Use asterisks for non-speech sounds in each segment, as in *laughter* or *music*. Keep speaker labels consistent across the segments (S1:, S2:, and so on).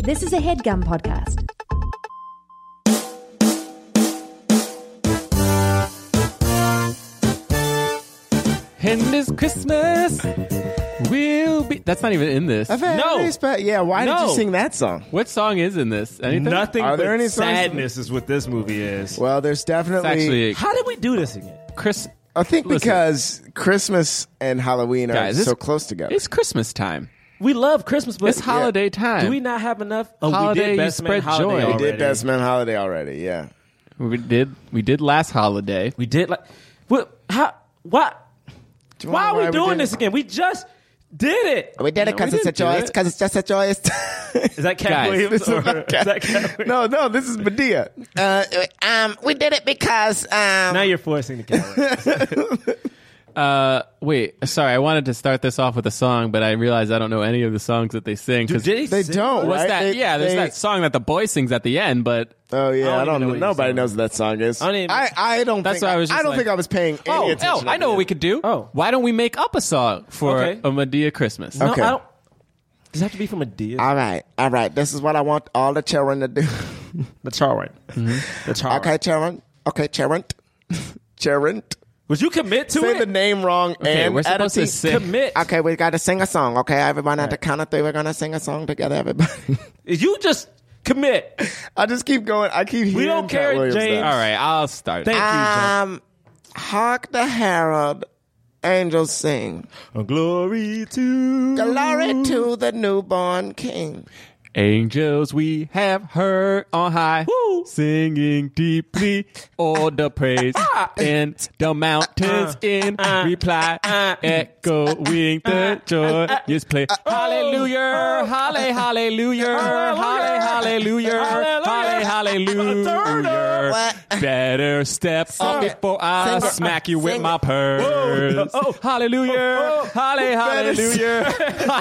S1: This is a headgum podcast.
S2: And this Christmas will be. That's not even in this.
S3: I've had
S2: no.
S3: any spe- yeah, why did
S2: No.
S3: you sing that song?
S2: What song is in this? Anything?
S4: Nothing
S3: Are
S4: but
S3: there any songs-
S4: sadness is what this movie is.
S3: Well, there's
S2: It's
S3: definitely.
S2: actually
S4: How did we do this again?
S2: Chris.
S3: I think
S2: Listen.
S3: because Christmas and Halloween are
S2: Guys, it's-
S3: so close together.
S2: It's Christmas time.
S4: We love Christmas, but
S2: It's holiday time.
S4: Do we not have enough? Oh,
S2: Holiday,
S4: we
S2: you
S4: did best man
S2: spread
S4: holiday
S2: joy.
S3: we
S4: Already.
S3: did Best Man Holiday already. Yeah,
S2: We did. We did last holiday.
S4: We did like what? How? What?
S3: Do you
S4: Why are
S3: wanna
S4: we
S3: know
S4: doing
S3: did
S4: this
S3: it?
S4: again? We just did it.
S3: We did
S2: No,
S3: it because
S2: we
S3: it's a
S2: didn't do
S3: choice.
S2: it.
S3: Because it's just a *laughs* choice.
S4: Is that Cat
S2: Guys,
S4: Williams?
S3: this is
S4: Or,
S2: *laughs*
S4: is
S3: not Cat-
S4: that Cat Williams?
S3: no, no, this is Medea. Uh, um, we did it because um,
S4: Now you're forcing the Cat
S3: *laughs*
S4: Williams.
S2: Uh, wait. Sorry, I wanted to start this off with a song, but I realized I don't know any of the songs that they sing. 'cause-
S4: Did he
S3: they
S4: sing-
S3: don't.
S2: What's
S3: right?
S2: that?
S3: They-
S2: yeah, there's
S3: they-
S2: that song that the boy sings at the end, but
S3: Oh yeah,
S4: I
S3: I
S4: don't
S3: don't.
S4: even know
S3: know
S4: what you're
S3: nobody
S4: saying.
S3: knows what that song is.
S4: I
S3: I
S4: don't even-
S3: I, don't.
S2: That's
S3: think,
S2: why I was just
S3: don't
S2: like-
S3: think I was paying any
S2: oh,
S3: attention.
S2: oh, I
S3: at
S2: know
S3: the
S2: what we
S3: end.
S2: could do.
S4: Oh.
S2: why don't we make up a song for
S4: Okay.
S2: a Medea Christmas?
S4: No,
S3: Okay.
S4: I don't. Does it have to be from a deer?
S3: All right, all right. This is what I want all the children to do.
S4: That's all right. Mm-hmm. That's all
S3: Okay, children. Okay, children. *laughs* children.
S4: Would you commit to
S3: Say
S4: it?
S3: the name wrong and
S2: we're
S3: add a
S2: supposed to
S3: T.
S2: sing.
S4: Commit.
S3: Okay, we got to sing a song. Okay, everyone at the count of three, we're gonna sing a song together. Everybody. *laughs*
S4: You just commit.
S3: I just keep going. I keep. Hearing
S4: don't
S3: Cat
S4: care,
S3: Williams
S4: James.
S3: though.
S2: All right, I'll start.
S4: Thank you,
S3: Um, hark the herald angels sing,
S4: John. Glory to
S3: glory to the newborn King.
S2: Angels we have heard on high,
S4: Woo!
S2: singing
S3: *laughs*
S2: deeply all the praise,
S3: Ah!
S2: and the mountains
S3: Uh,
S2: in reply,
S3: mm.
S2: echoing the
S3: Uh,
S2: joyous play.
S3: oh.
S2: Hallelujah,
S3: *laughs*
S2: halle, hallelujah, halle, hallelujah, halle, hallelujah.
S3: What?
S2: Better step up
S3: it.
S2: before I
S3: Sing it.
S2: smack you with
S3: Sing
S2: my
S3: it.
S2: purse.
S4: Oh.
S2: Hallelujah, halle,
S3: Better s-
S2: hallelujah,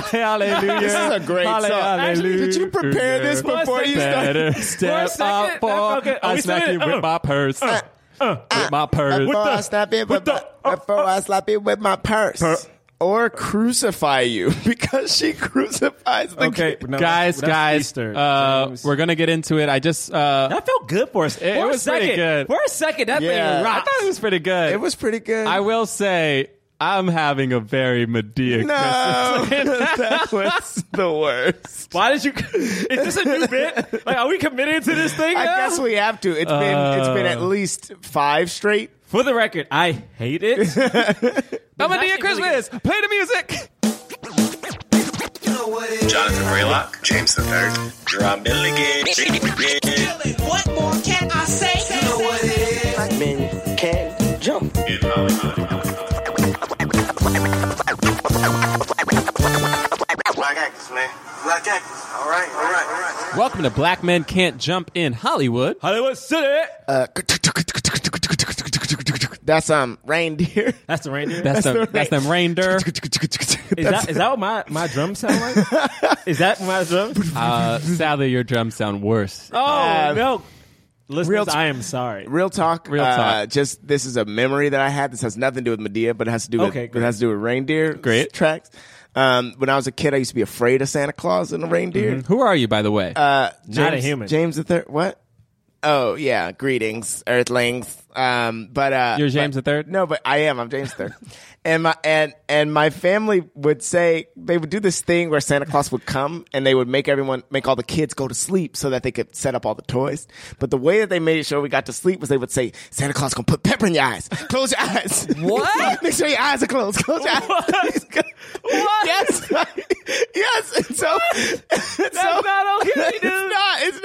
S2: *laughs* halle, hallelujah.
S3: This is a great
S2: Halle,
S3: song.
S2: hallelujah.
S3: Did you prepare this
S4: One
S3: before you
S4: second.
S3: started?
S2: Better
S4: One
S2: step
S4: second.
S2: up for
S4: Okay, are
S2: I
S4: we
S2: smack
S4: still
S2: you
S4: in?
S2: with
S3: Uh,
S2: my purse. With my purse.
S3: Before
S4: the-
S3: I slap it with
S4: what
S3: my,
S4: the- uh,
S3: before I slap it with my purse. or crucify you *laughs* because she crucifies the
S4: Okay,
S3: kid.
S4: no,
S2: guys,
S4: that's
S2: guys,
S4: Easter,
S2: uh,
S4: James.
S2: we're gonna get into it. I just uh,
S4: That felt good for us.
S2: It- it
S4: for a
S2: was pretty
S4: second,
S2: good.
S4: For a second, that
S3: Yeah.
S4: thing
S2: I
S4: rocked.
S2: thought it was pretty good.
S3: It was pretty good.
S2: I will say, I'm having a very Medea
S3: No, that was the worst.
S4: Why did you? *laughs* Is this a
S2: *laughs*
S4: new bit? Like, are we committed to this thing?
S3: I
S4: now?
S3: guess we have to. It's been it's been at least five straight.
S4: For the record, I
S2: *laughs*
S4: hate it.
S2: I'm a
S4: actually
S2: Medea
S4: really
S2: Christmas. Play the music.
S5: Jonathan Raylock, James the Third, Drum Milligan.
S6: What more can I say? You know what it is.
S5: Black actors, man. Black actors. All right, all right, all right.
S2: Welcome to Black Men Can't Jump in Hollywood.
S4: Hollywood City.
S3: Uh, that's um reindeer.
S4: That's the reindeer.
S2: That's, them,
S3: the
S2: that's them
S3: *laughs*
S2: reindeer.
S4: is that is that what my my drums sound
S2: *laughs*
S4: like? is that my drums?
S2: Uh, sadly, your drums sound worse.
S4: Oh
S3: Uh,
S4: no, listeners,
S3: real t-
S4: I am sorry.
S3: Real talk.
S2: Real
S3: uh,
S2: talk.
S3: just this is a memory that I had. This has nothing to do with Medea, but it has to do with
S4: Okay,
S3: it has to do with reindeer
S2: Great.
S3: tracks. Um, when I was a kid, I used to be afraid of Santa Claus and the reindeer.
S2: Who are you, by the way?
S3: Uh,
S4: Not a
S3: James-
S4: human.
S3: James the Third. What? Oh yeah, greetings, Earthlings. Um, but uh,
S2: You're James
S3: but-
S2: the Third?
S3: No, but I am. I'm James the Third. and my and and my family would say they would do this thing where Santa Claus would come and they would make everyone make all the kids go to sleep so that they could set up all the toys. But the way that they made sure we got to sleep was they would say Santa Claus gonna put pepper in your eyes. *laughs* Close your eyes.
S2: What?
S3: *laughs* make sure your eyes are closed. Close your eyes. *laughs* Yes. yes. *laughs* And so. That's so, *laughs*
S4: not okay, dude.
S3: It's not. It's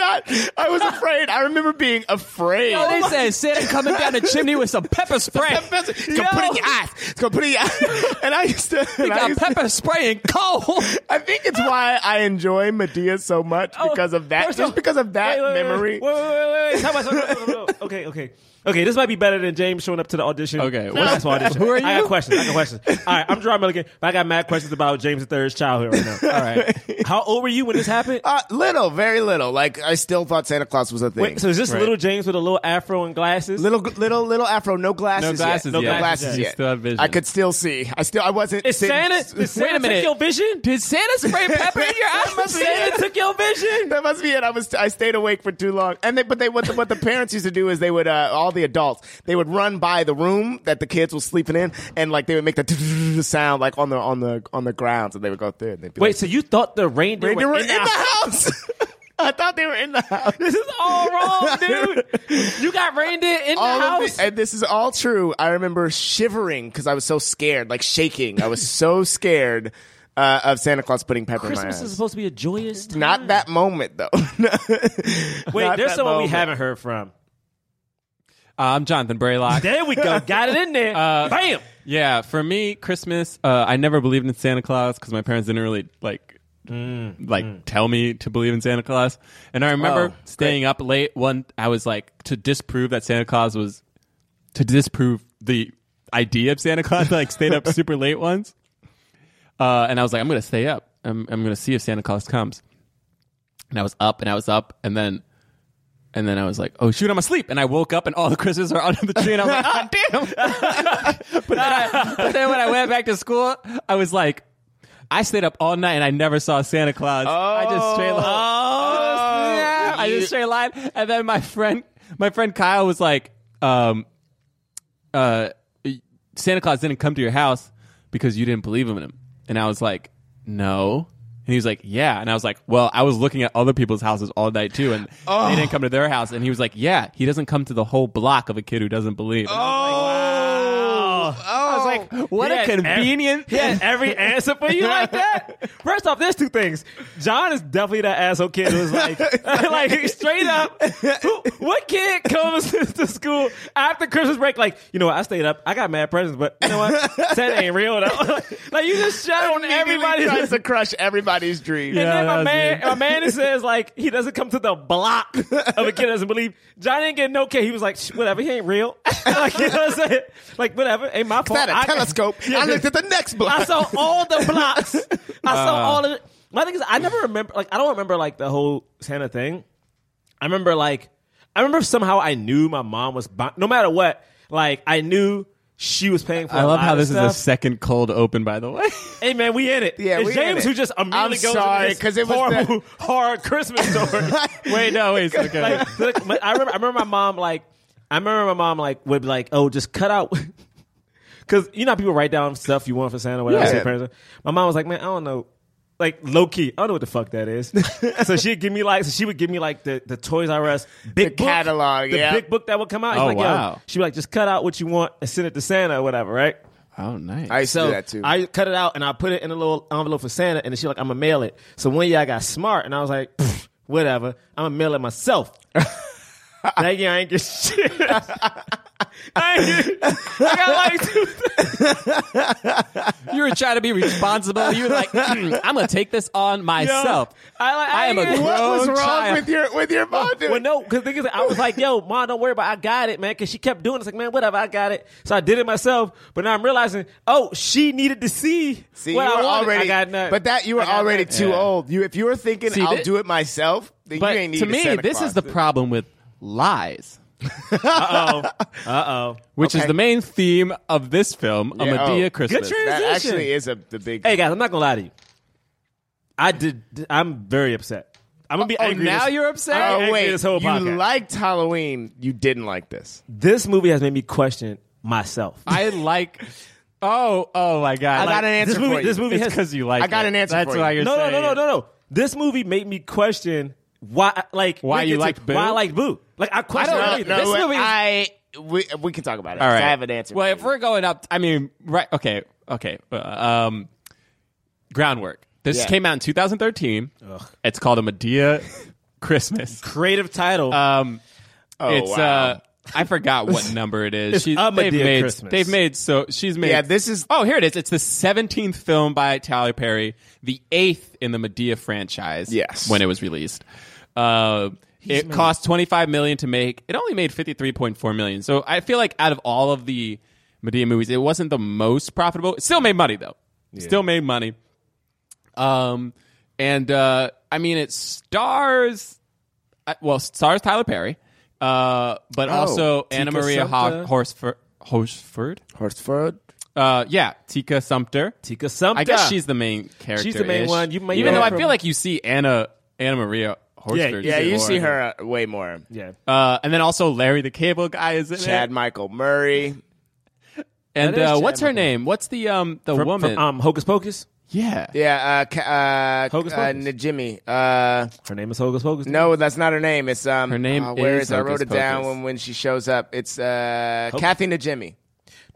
S3: not. I was afraid. I remember being afraid.
S2: Oh, they said Santa coming down the chimney with some pepper spray.
S3: It's gonna put it in your eyes. It's gonna put it in your eyes. *laughs* And I used to.
S2: We
S3: and I,
S2: got
S3: used to-
S2: pepper spray and coal.
S3: I think it's why I enjoy Medea so much because of that.
S4: Oh, First
S3: Just
S4: off-
S3: because of that
S4: Wait, wait, wait,
S3: memory.
S4: Wait, wait, wait, wait, wait. Time out, time out, time out, time out. Okay, okay. Okay, this might be better than James showing up to the audition.
S2: Okay,
S4: Well,
S2: what-
S4: that's my audition.
S2: *laughs* who are
S4: I
S2: you?
S4: got questions. I got questions. All right, I'm John Milligan, but I got mad questions about James III's childhood right now.
S2: All right. *laughs*
S4: How old were you when this happened?
S3: Uh, little, very little. Like I still thought Santa Claus was a thing.
S4: Wait, so is this little James with a little afro and glasses?
S3: Little, little, little afro, no glasses,
S2: No glasses
S3: no
S2: yet.
S3: glasses
S2: You
S3: yet.
S2: still have vision.
S3: I could still see. I still, I wasn't.
S4: is
S3: sitting-
S4: Santa, is
S2: Wait
S4: Santa
S2: a minute.
S4: took your vision? *laughs*
S2: Did Santa spray pepper in your eyes?
S4: Santa took your vision.
S3: *laughs*
S4: shit?
S3: That must be it. I was I stayed awake for too long. And they, but they what the, what the parents used to do is they would uh, all the adults they would run by the room that the kids were sleeping in, and like they would make the *laughs* sound like on the on the on the grounds, and they would go through. And they'd be
S4: Wait,
S3: like,
S4: so you thought the reindeer,
S3: they were
S4: were
S3: in the house. *laughs* I thought they were in the house.
S4: This is
S3: *laughs*
S4: all
S2: *laughs*
S4: wrong, dude. You got reindeer in
S3: all
S4: the
S3: of
S4: house.
S3: the- and this is all true. I remember shivering because I was so scared, like shaking. I
S4: *laughs*
S3: was so scared uh, of Santa Claus putting pepper in my
S4: Christmas is
S3: ass.
S4: supposed to be a joyous time.
S3: Not that moment though. *laughs*
S4: Wait,
S3: Not
S4: there's
S3: that
S4: someone
S3: moment.
S4: we haven't heard from.
S2: I'm Jonathan Braylock.
S4: There we go. Got it in *laughs* there.
S2: Uh,
S4: Bam.
S2: Yeah, for me, Christmas. Uh, I never believed in Santa Claus because my parents didn't really like like tell me to believe in Santa Claus. And I remember
S3: Oh,
S2: staying up late. One, I was like to disprove that Santa Claus was to disprove the idea of Santa Claus. I, like stayed up super late once, uh, and I was like, I'm gonna stay up. I'm I'm gonna see if Santa Claus comes. And I was up, and I was up, and then. And then I was like, "Oh shoot, I'm asleep!" And I woke up, and all the Christmas are under the tree, and I was like, "Ah, damn!" But *laughs* then, I, but then when I went back to school, I was like, I stayed up all night and I never saw Santa Claus. I just straight line. Yeah, I just straight line. And then my friend, my friend Kyle was like, um, uh, Santa Claus didn't come to your house because you didn't believe in him. And I was like, no. And he was like, yeah. And I was like, well, I was looking at other people's houses all night too, and they didn't come to their house. And he was like, yeah, he doesn't come to the whole block of a kid who doesn't believe.
S3: I was like,
S2: What
S4: He
S2: a
S4: had ev- *laughs*
S2: convenient.
S4: he had every answer for you like that. *laughs* First off, there's two things. John is definitely that asshole kid who's like, *laughs* like straight up. Who, what kid comes *laughs* to school after Christmas break? Like, you know what? I stayed up. I got mad presents, but you know what? *laughs* Santa ain't real. Though. *laughs* like, you just shut on
S3: everybody
S4: everybody.
S3: tries to crush everybody's dream.
S4: And
S2: Yeah, that
S4: then my
S2: was
S4: man,
S2: me.
S4: my man
S2: *laughs*
S4: that says like he doesn't come to the block of a kid that doesn't believe. John ain't getting no kid. He was like, "Shh, whatever, he ain't real. *laughs* like you know what I'm saying? Like whatever, ain't my fault.
S3: I had a
S4: I- *laughs*
S3: telescope. I looked at the next block.
S2: *laughs*
S4: I saw all the blocks. I saw
S2: Uh.
S4: all of it. My thing is, I never remember. Like, I don't remember like the whole Santa thing. I remember like, I remember somehow I knew my mom was. bu- no matter what, like I knew she was paying for.
S2: I
S4: a
S2: love
S4: lot
S2: how
S4: of
S2: this is
S4: stuff.
S2: a second cold open, by the way.
S4: Hey man, we in it.
S3: Yeah,
S4: it's
S3: we in
S4: James
S3: it.
S4: who just immediately
S3: I'm
S4: goes
S3: sorry,
S4: into
S3: 'cause
S4: this
S3: it was
S4: horrible, *laughs*
S3: *laughs*
S4: hard Christmas story.
S2: wait, no, wait, okay.
S4: like, look, but I remember, I remember my mom like, I remember my mom like would be like, oh, just cut out. *laughs* Cause you know how people write down stuff you want for Santa, whatever.
S3: Yeah.
S4: so your parents- My mom was like, man, I don't know, like low key, I don't know what the fuck
S3: *laughs*
S4: that is. so she'd give me like, so she would give me like the, the Toys R Us big book,
S3: catalog,
S4: the
S3: yeah.
S4: big book that would come out. She's
S2: Oh,
S4: like, yo,
S2: wow.
S4: She'd be like, just cut out what you want and send it to Santa or whatever, right?
S2: Oh, nice.
S3: I used to
S4: So
S3: do that too.
S4: I cut it out and I put it in a little envelope for Santa, and then she like, "I'm gonna mail it." So one year I got smart and I was like, "Pfft, "Whatever, I'm gonna mail it *laughs* myself." that year I ain't get *laughs* shit. I, ain't get, I got like *laughs* two.
S2: you were trying to be responsible. You were like, *clears throat* "Hmm, I'm going to take this on myself.
S4: I like. I,
S2: I am a
S4: ain't get-
S2: grown
S3: what was wrong
S2: child.
S3: with your with your mom? Dude?
S4: Well, no, because thing is, I was like, "Yo, ma, don't worry about. it. I got it, man." Because she kept doing it. It's like, man, whatever, I got it. So I did it myself. But now I'm realizing, oh, she needed to see.
S3: See,
S4: what
S3: you
S4: I
S3: were
S4: wanted.
S3: already,
S4: I got nothing.
S3: but that you were
S4: I got
S3: already
S4: nothing.
S3: too
S2: Yeah.
S3: old. You, if you were thinking
S2: See,
S3: I'll
S2: thi-
S3: do it myself, then
S2: But
S3: you ain't need
S2: to
S3: a
S2: me,
S3: Santa
S2: this
S3: Claus.
S2: is the problem with lies, *laughs*
S4: Uh oh.
S2: which
S3: Okay.
S2: is the main theme of this film,
S3: Yeah.
S2: Amadea
S3: Oh.
S2: Christmas.
S4: Good
S3: That
S4: Transition.
S3: actually is a the big.
S4: Hey guys, I'm not gonna lie to you. I did. I'm very upset. I'm gonna be
S2: Oh,
S4: angry.
S2: now
S4: this,
S2: you're upset?
S4: I'm
S3: oh
S4: angry
S3: wait,
S4: this whole
S3: you
S4: podcast.
S3: liked Halloween, you didn't like this.
S4: this movie has made me question myself.
S2: I like. Oh, oh my God!
S3: I got an
S4: this
S3: answer
S4: movie.
S3: for you.
S4: This movie
S2: It's
S4: has
S2: because you like.
S3: I got
S2: it.
S3: an answer
S2: That's
S3: for
S2: why
S3: you.
S2: you're
S4: No, no,
S2: saying
S4: no, no,
S2: it.
S4: no, no. This movie made me question why, like,
S2: Why
S4: we'll
S2: you
S4: get to-
S2: liked Boo?
S4: Why I like Boo? Like, I question
S2: don't-
S4: everything.
S2: no, this
S3: wait,
S2: movie is-
S3: I we, we can talk about it.
S2: All right.
S3: I have an answer.
S2: Well,
S3: for
S2: if
S3: you.
S2: we're going up, I mean, right? Okay, okay. uh, um, groundwork. This
S3: Yeah.
S2: came out in 2013. It's called a Medea Christmas.
S4: Creative title.
S2: Um,
S3: *laughs* oh,
S2: it's
S3: wow.
S2: uh, I forgot what number it
S3: *laughs*
S2: is.
S4: It's
S2: She's-
S4: A
S2: they've
S4: Madea
S2: made,
S4: Christmas.
S2: They've made so she's made.
S3: yeah, this is
S2: Oh, here it is. It's the 17th film by Tyler Perry, the eighth in the Medea franchise.
S3: Yes.
S2: when it was released. Uh, it cost 25 million to make. It only made 53.4 million. So I feel like out of all of the Medea movies, it wasn't the most profitable. It still made money though. Still made money. Um, and uh, I mean, it stars. I- Well, it stars Tyler Perry, uh, but
S3: Oh,
S2: also Anna Maria Ho-
S4: Sumpter.
S2: Horsford. Horsford?
S3: Horsford.
S2: Uh, yeah, Tika Sumpter.
S4: Tika Sumpter.
S2: I guess she's the main character.
S4: She's the main one. You may
S2: even
S4: know
S2: though
S4: her
S2: I
S4: from-
S2: feel like you see Anna Anna Maria Horsford.
S4: Yeah,
S2: is
S4: yeah,
S3: Yeah,
S2: in
S3: you
S2: more.
S3: see her uh, way more.
S4: Yeah.
S2: Uh, and then also Larry the Cable Guy is in
S3: Chad
S2: it.
S3: Michael Murray.
S2: And
S4: That is
S2: uh,
S4: Chad
S2: what's her
S4: Michael.
S2: name? What's the um the
S4: From-
S2: woman?
S4: From, um, Hocus Pocus.
S2: yeah.
S3: Yeah, uh, ca- uh,
S4: Hocus
S3: uh,
S4: Pocus.
S3: Najimi. Uh,
S4: Her name is Hocus Pocus.
S3: no, that's not her name. It's um.
S2: Her name
S3: uh, where
S2: is
S3: I wrote
S2: Hocus
S3: it down
S2: Pocus.
S3: when, when she shows up. It's uh, Kathy Najimi.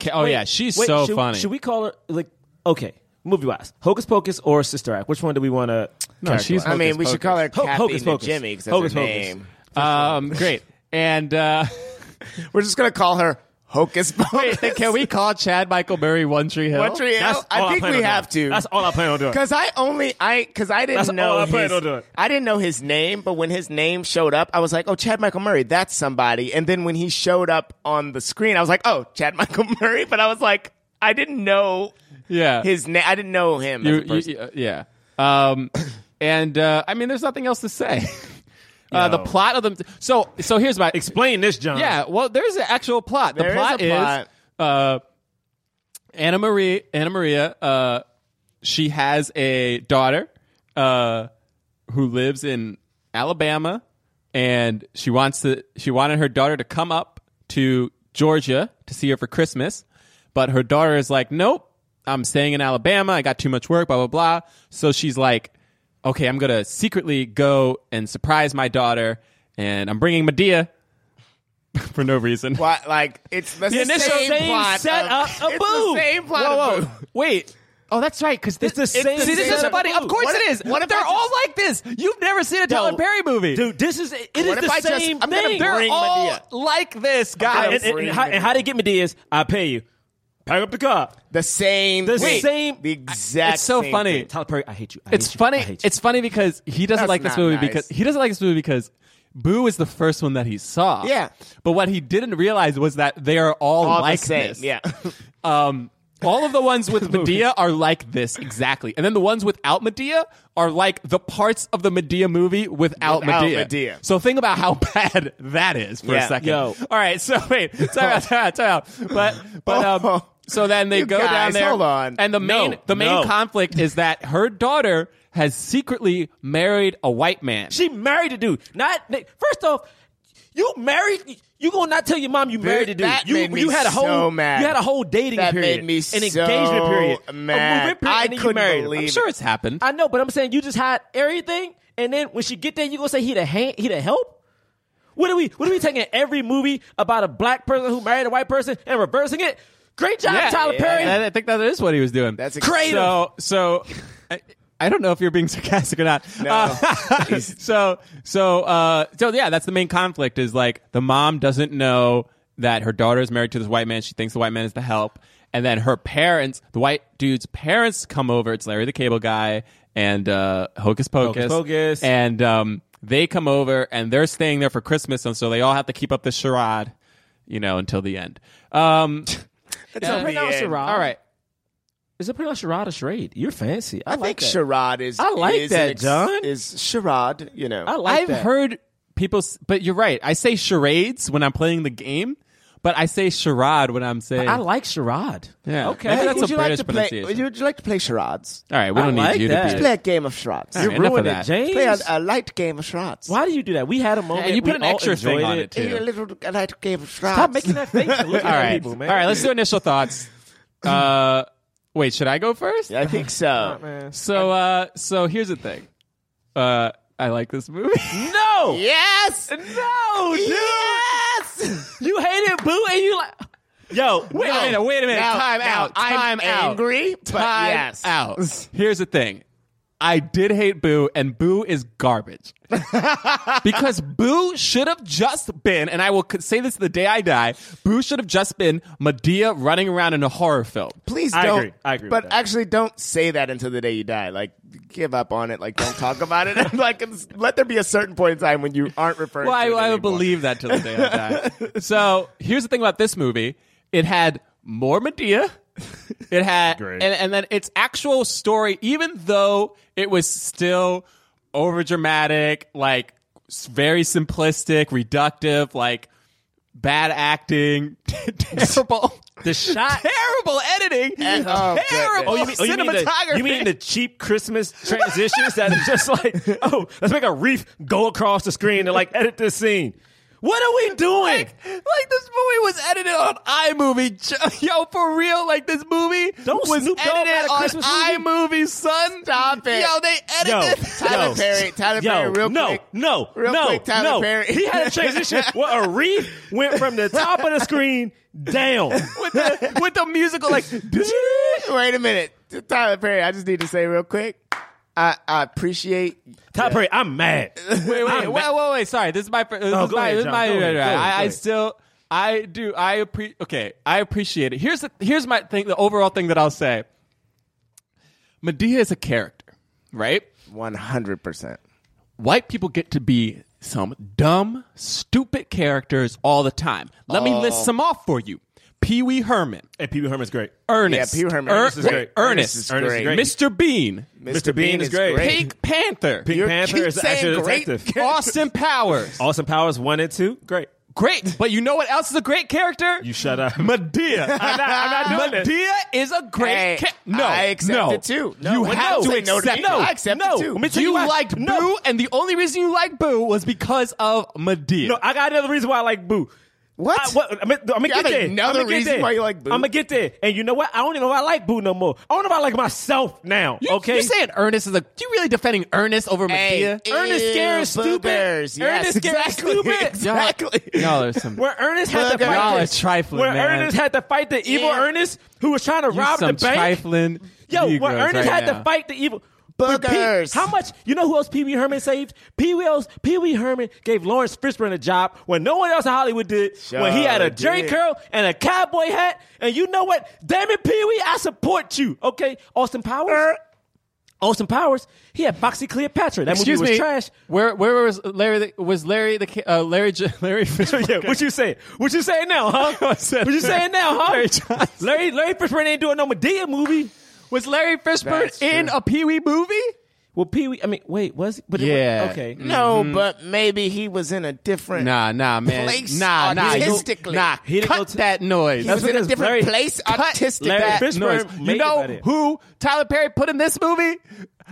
S2: Ca- Oh
S4: Wait,
S2: yeah, she's
S4: wait,
S2: so
S4: should,
S2: funny.
S4: Should we call her like okay, movie wise, Hocus Pocus or Sister Act? Which one do we want to?
S2: No, she's.
S3: I mean,
S2: Hocus
S3: we should call her
S4: Ho-
S3: Kathy
S4: Hocus Pocus.
S3: Najimy because that's
S4: Hocus
S3: her
S4: Pocus.
S3: name.
S2: Um, great. And
S4: *laughs*
S2: uh,
S3: We're just gonna call her Hocus Pocus.
S2: can we call Chad Michael Murray One Tree Hill?
S3: One Tree Hill? I think
S4: plan
S3: we
S4: on
S3: have
S4: doing.
S3: to.
S4: That's all I plan on doing.
S3: Because I only I because I didn't
S4: That's all
S3: know
S4: I plan
S3: his,
S4: on doing.
S3: I didn't know his name, but when his name showed up, I was like, "Oh, Chad Michael Murray, that's somebody." And then when he showed up on the screen, I was like, "Oh, Chad Michael *laughs* Murray," but I was like, I didn't know
S2: Yeah.
S3: his name. I didn't know him.
S2: You-
S3: as a person.
S2: you- uh, yeah. Um, *coughs* and uh, I mean, there's nothing else to
S4: *coughs*
S2: say. Uh, the
S4: No.
S2: plot of them. So, so here's my
S4: Explain this, John.
S2: Yeah, well, there's an actual plot. The
S3: There is
S2: plot
S3: a
S2: is,
S3: plot.
S2: uh, Anna Marie, Anna Maria, uh, she has a daughter uh, who lives in Alabama, and she wants to. She wanted her daughter to come up to Georgia to see her for Christmas, but her daughter is like, "Nope, I'm staying in Alabama. I got too much work. Blah blah blah." So she's like, "Okay, I'm gonna secretly go and surprise my daughter." And I'm bringing Medea *laughs* for no reason.
S3: Why- like it's the,
S4: initial
S3: same,
S4: same
S3: plot
S4: setup
S3: of,
S4: of
S3: it's the
S4: Boo.
S3: same plot
S2: Whoa,
S3: of
S2: whoa.
S3: Boo. *laughs*
S2: Wait. Oh, that's right. Because this
S4: It's the same
S2: See, this
S4: setup
S2: is
S4: of
S2: somebody.
S4: Boo.
S2: Of course
S3: What
S2: it
S3: if-
S2: is.
S3: what if
S2: They're
S3: I
S2: all
S3: just-
S2: like this. You've never seen a Tyler
S3: No.
S2: Perry movie,
S4: dude, this is it is
S3: What if
S4: the
S3: I just-
S4: same
S3: I'm gonna
S4: thing.
S2: They're
S3: bring
S2: all
S3: Madea.
S2: like this,
S4: and,
S2: guys.
S4: and- and how, and how they get Medea is I pay you, pack up the car.
S3: The same.
S4: The
S3: thing.
S4: same-
S3: The exact.
S2: It's so
S3: same
S2: funny.
S3: thing.
S4: Tyler Perry, I hate you. I
S2: it's
S4: hate you. I
S2: funny.
S4: hate you.
S2: It's funny because he doesn't
S3: That's
S2: like this
S3: not
S2: movie
S3: nice.
S2: because he doesn't like this movie because Boo is the first one that he saw.
S3: Yeah.
S2: But what he didn't realize was that they are all,
S3: All
S2: like
S3: the same.
S2: this.
S3: Yeah.
S2: *laughs* Um, all of the ones
S4: *laughs*
S2: with Medea are like this exactly, and then the ones without Medea are like the parts of the Medea movie without,
S3: Without
S2: Medea.
S3: Madea.
S2: So think about how *laughs* bad that is for
S3: Yeah.
S2: a second.
S4: Yo.
S2: All right, so wait, *laughs* time out, time out, time out. But but um, so then they
S3: Oh. You
S2: go down
S3: guys,
S2: there.
S3: hold on.
S2: And the main
S4: No,
S2: the main
S4: no.
S2: conflict is that her daughter has secretly married a white man.
S4: She married a dude. Not Nick, first off, you married. You gonna not tell your mom you married a dude?
S3: that
S4: you
S3: made me
S4: you had a whole
S3: so mad.
S4: you had a whole dating
S3: That
S4: period,
S3: made me
S4: an
S3: so
S4: engagement period,
S3: mad.
S4: a movement period,
S3: I
S4: and then you
S3: couldn't
S4: married him.
S3: believe
S2: I'm sure it's happened.
S4: I know, but I'm saying you just hide everything, and then when she get there, you gonna say he the hand, he the help. What are we? What are we taking every movie about a black person who married a white person and reversing it? Great job, Tyler
S3: yeah,
S4: Perry.
S2: I, I think that is what he was doing.
S3: That's
S4: Creative.
S2: So, so I, I don't know if you're being sarcastic or not. Uh, *laughs* so, so, uh, so yeah, that's the main conflict is like the mom doesn't know that her daughter is married to this white man. She thinks the white man is the help. And then her parents, the white dude's parents come over. It's Larry the Cable Guy and, uh, Hocus Pocus.
S4: Pocus.
S2: And, um, they come over and they're staying there for Christmas. And so they all have to keep up this charade, you know, until the end. Um,
S4: Is it pronounced
S3: end.
S4: charade?
S2: all right.
S4: Is it pronounced charade or charade? You're fancy. I,
S3: I think
S4: like that.
S3: charade is.
S4: I like
S3: is an
S4: that,
S3: ex-
S4: John.
S3: Is charade? You know.
S4: I like
S2: I've
S4: that.
S2: heard people, s- but you're right. I say charades when I'm playing the game, but I say charade when I'm saying.
S4: I like charade.
S2: Yeah.
S4: Okay.
S2: Maybe that's
S3: would
S2: a
S3: you like
S2: British
S3: to play?
S2: pronunciation.
S3: Would you, would you like to play charades?
S2: All right, we
S4: I
S2: don't need
S4: like
S2: you
S4: that.
S2: to
S3: Let's
S2: be.
S3: play a game of charades.
S2: All right, enough of
S4: ruined
S2: that.
S4: it, James.
S3: Play a, a light game of charades.
S4: Why do you do that? We had a moment.
S2: you
S4: we
S2: put an
S4: all
S2: extra thing
S4: enjoyed
S2: on it, too.
S3: A little a light game of charades.
S4: Stop making that face. and
S2: *laughs*
S4: Look
S2: All
S4: at
S2: right,
S4: people, man.
S2: all right. Let's do initial
S4: *laughs*
S2: thoughts. Uh, wait, should I go first?
S3: I think
S4: *laughs*
S3: so.
S4: Man.
S2: So, uh, so here's the thing. Uh, I like this movie.
S4: No.
S3: yes.
S4: No, dude.
S3: Yes.
S4: You hated Boo, and you like. Yo,
S2: Wait a minute. Wait a minute.
S3: Now-
S2: time
S3: now,
S2: out. Time
S3: I'm
S2: out.
S3: angry, but
S2: time
S3: yes.
S2: out. *laughs* Here's the thing. I did hate Boo, and Boo is
S3: *laughs*
S2: garbage. because Boo should have just been, and I will c- say this the day I die, Boo should have just been Medea running around in a horror film.
S3: Please
S4: I
S3: don't.
S4: agree. I agree with
S3: But
S4: that.
S3: actually, don't say that until the day you die. Like, give up on it. Like, don't talk about it. *laughs* like, it's- let there be a certain point in time when you aren't referring.
S2: Well, I,
S3: to it
S2: I
S3: anymore.
S2: would believe that till the day I die. so here's the thing about this movie: it had more Medea. It had,
S4: *laughs* Great.
S2: and, and then its actual story, even though it was still over dramatic, like s- very simplistic, reductive, like bad acting, *laughs* terrible,
S4: The shot. Eh,
S2: terrible editing,
S3: oh, goodness.
S2: terrible *laughs*
S4: Oh, you mean, oh, you mean the,
S2: cinematography.
S4: you mean the cheap Christmas transitions that are just like, oh, let's make a reef go across the screen to like edit this scene. What are we doing?
S2: like, like this movie was edited on iMovie. *laughs* Yo, for real, like this movie
S4: Don't
S2: was
S4: Snoop Dogg had
S2: edited
S4: a
S2: on
S4: Christmas
S2: iMovie, son.
S3: Stop it.
S2: Yo, they edited.
S4: Yo,
S3: Tyler
S4: Yo,
S3: Perry, Tyler
S4: Yo,
S3: Perry, real
S4: no,
S3: quick.
S4: no,
S3: Real
S4: no,
S3: quick, Tyler
S4: no.
S3: Perry.
S4: He had a transition where a reef went from the top of the screen down.
S2: with the with the musical like
S3: Wait a minute, Tyler Perry. I just need to say real quick. I, I appreciate.
S4: Tyler Perry, I'm mad.
S2: wait, wait,
S4: I'm
S2: wait, wait, wait. Sorry, this is my. fir- This
S4: Oh,
S2: is
S4: go
S2: my.
S4: ahead,
S2: this is
S4: John.
S2: my.
S4: Go ahead, go ahead,
S2: I,
S4: go
S2: I
S4: ahead.
S2: still. I do. I appreciate. Okay, I appreciate it. Here's the. Here's my thing. The overall thing that I'll say. Medea is a character, right?
S3: One hundred percent.
S2: White people get to be some dumb, stupid characters all the time. Let me
S3: Oh.
S2: list some off for you. Pee Wee Herman,
S4: And Pee Wee Herman's great.
S2: Ernest,
S3: Yeah, Pee Wee Herman.
S2: Er-
S3: Ernest
S4: is great.
S2: Ernest,
S3: Ernest is
S4: Ernest is
S3: great.
S4: great.
S2: Mr. Bean,
S4: Mr. Bean is great.
S2: Pink Panther,
S4: Pink
S3: You're-
S4: Panther
S3: keep
S4: is
S3: saying
S4: actually a
S3: great.
S4: detective.
S2: Austin
S3: *laughs*
S2: Powers,
S4: Austin Powers one and two, great.
S2: great. But you know what else is a great character?
S4: You shut up.
S2: Medea.
S4: *laughs* I'm not, I'm not doing this.
S2: Medea is a great
S3: Hey,
S2: ca- No,
S3: I accept
S2: no.
S3: it too. No,
S2: you
S3: well,
S2: have
S3: no,
S2: to
S3: say no to
S2: accept.
S3: me. I accept it
S2: no.
S3: too.
S2: Let me
S4: me
S2: tell
S4: tell
S2: you,
S4: you why.
S2: liked
S4: No.
S2: Boo, and the only reason you liked Boo was because of Medea.
S4: No, I got another reason why I like Boo.
S3: What?
S4: I, what I'm, gonna- I'm gonna
S3: You
S4: get
S3: got
S4: there.
S3: another
S4: I'm gonna get
S3: reason
S4: there.
S3: why you like Boo?
S4: I'm gonna get there. And you know what? I don't even know if I like Boo no more. I don't know if I like myself now.
S2: You-
S4: okay.
S2: You're saying Ernest is a. You really defending Ernest over Medea?
S3: ew,
S4: Ernest Scared is stupid.
S3: boogers. Yes,
S4: Ernest Scared is
S3: exactly, *laughs*
S4: stupid.
S3: Exactly.
S2: Y'all are some.
S4: where Ernest had to
S3: Look at
S4: fight
S2: y'all
S4: the-
S2: are trifling,
S4: Where
S2: man.
S4: Ernest had to fight the evil
S3: Yeah.
S4: Ernest who was trying to
S2: you
S4: rob the
S2: some
S4: bank.
S2: trifling.
S4: Yo,
S2: Negroes
S4: where Ernest
S2: right
S4: had
S2: now.
S4: to fight the evil. But Pee-
S3: Boogers.
S4: how much? You know who else Pee Wee Herman saved? Pee Wee else. Pee Wee Herman gave Lawrence Fishburne a job when no one else in Hollywood did. when he had a
S3: Sure
S4: jerry
S3: did.
S4: curl and a cowboy hat, and you know what? Damn it, Pee Wee, I support you. Okay, Austin Powers.
S3: Er.
S4: Austin Powers. He had Foxy Cleopatra. That
S2: Excuse me.
S4: movie was trash.
S2: Where where was Larry? The, was Larry the ca- uh, Larry J- *laughs* Larry Fishburne?
S4: *laughs* yeah, what you say? What you saying now, huh?
S2: *laughs* I
S4: what
S2: said
S4: you saying now, huh?
S2: Larry Johnson.
S4: Larry, Larry Fishburne ain't doing no Medea movie.
S2: Was Larry Fishburne
S3: That's true.
S2: in a Pee Wee movie?
S4: Well, Pee Wee. I mean, wait, was but it was-
S2: Yeah. Mm.
S4: okay.
S3: No, but maybe he was in a different.
S4: *laughs*
S2: Nah, nah, man.
S3: Place
S2: nah, nah, you-
S3: artistically.
S2: nah.
S4: He didn't
S2: cut
S4: go to-
S2: that noise.
S3: He was in a
S4: because
S3: different
S4: Larry-
S3: place artistically.
S4: Larry
S2: that
S4: Fishburne
S2: noise.
S4: made
S2: You
S4: it
S2: know
S4: about it.
S2: who Tyler Perry put in this movie?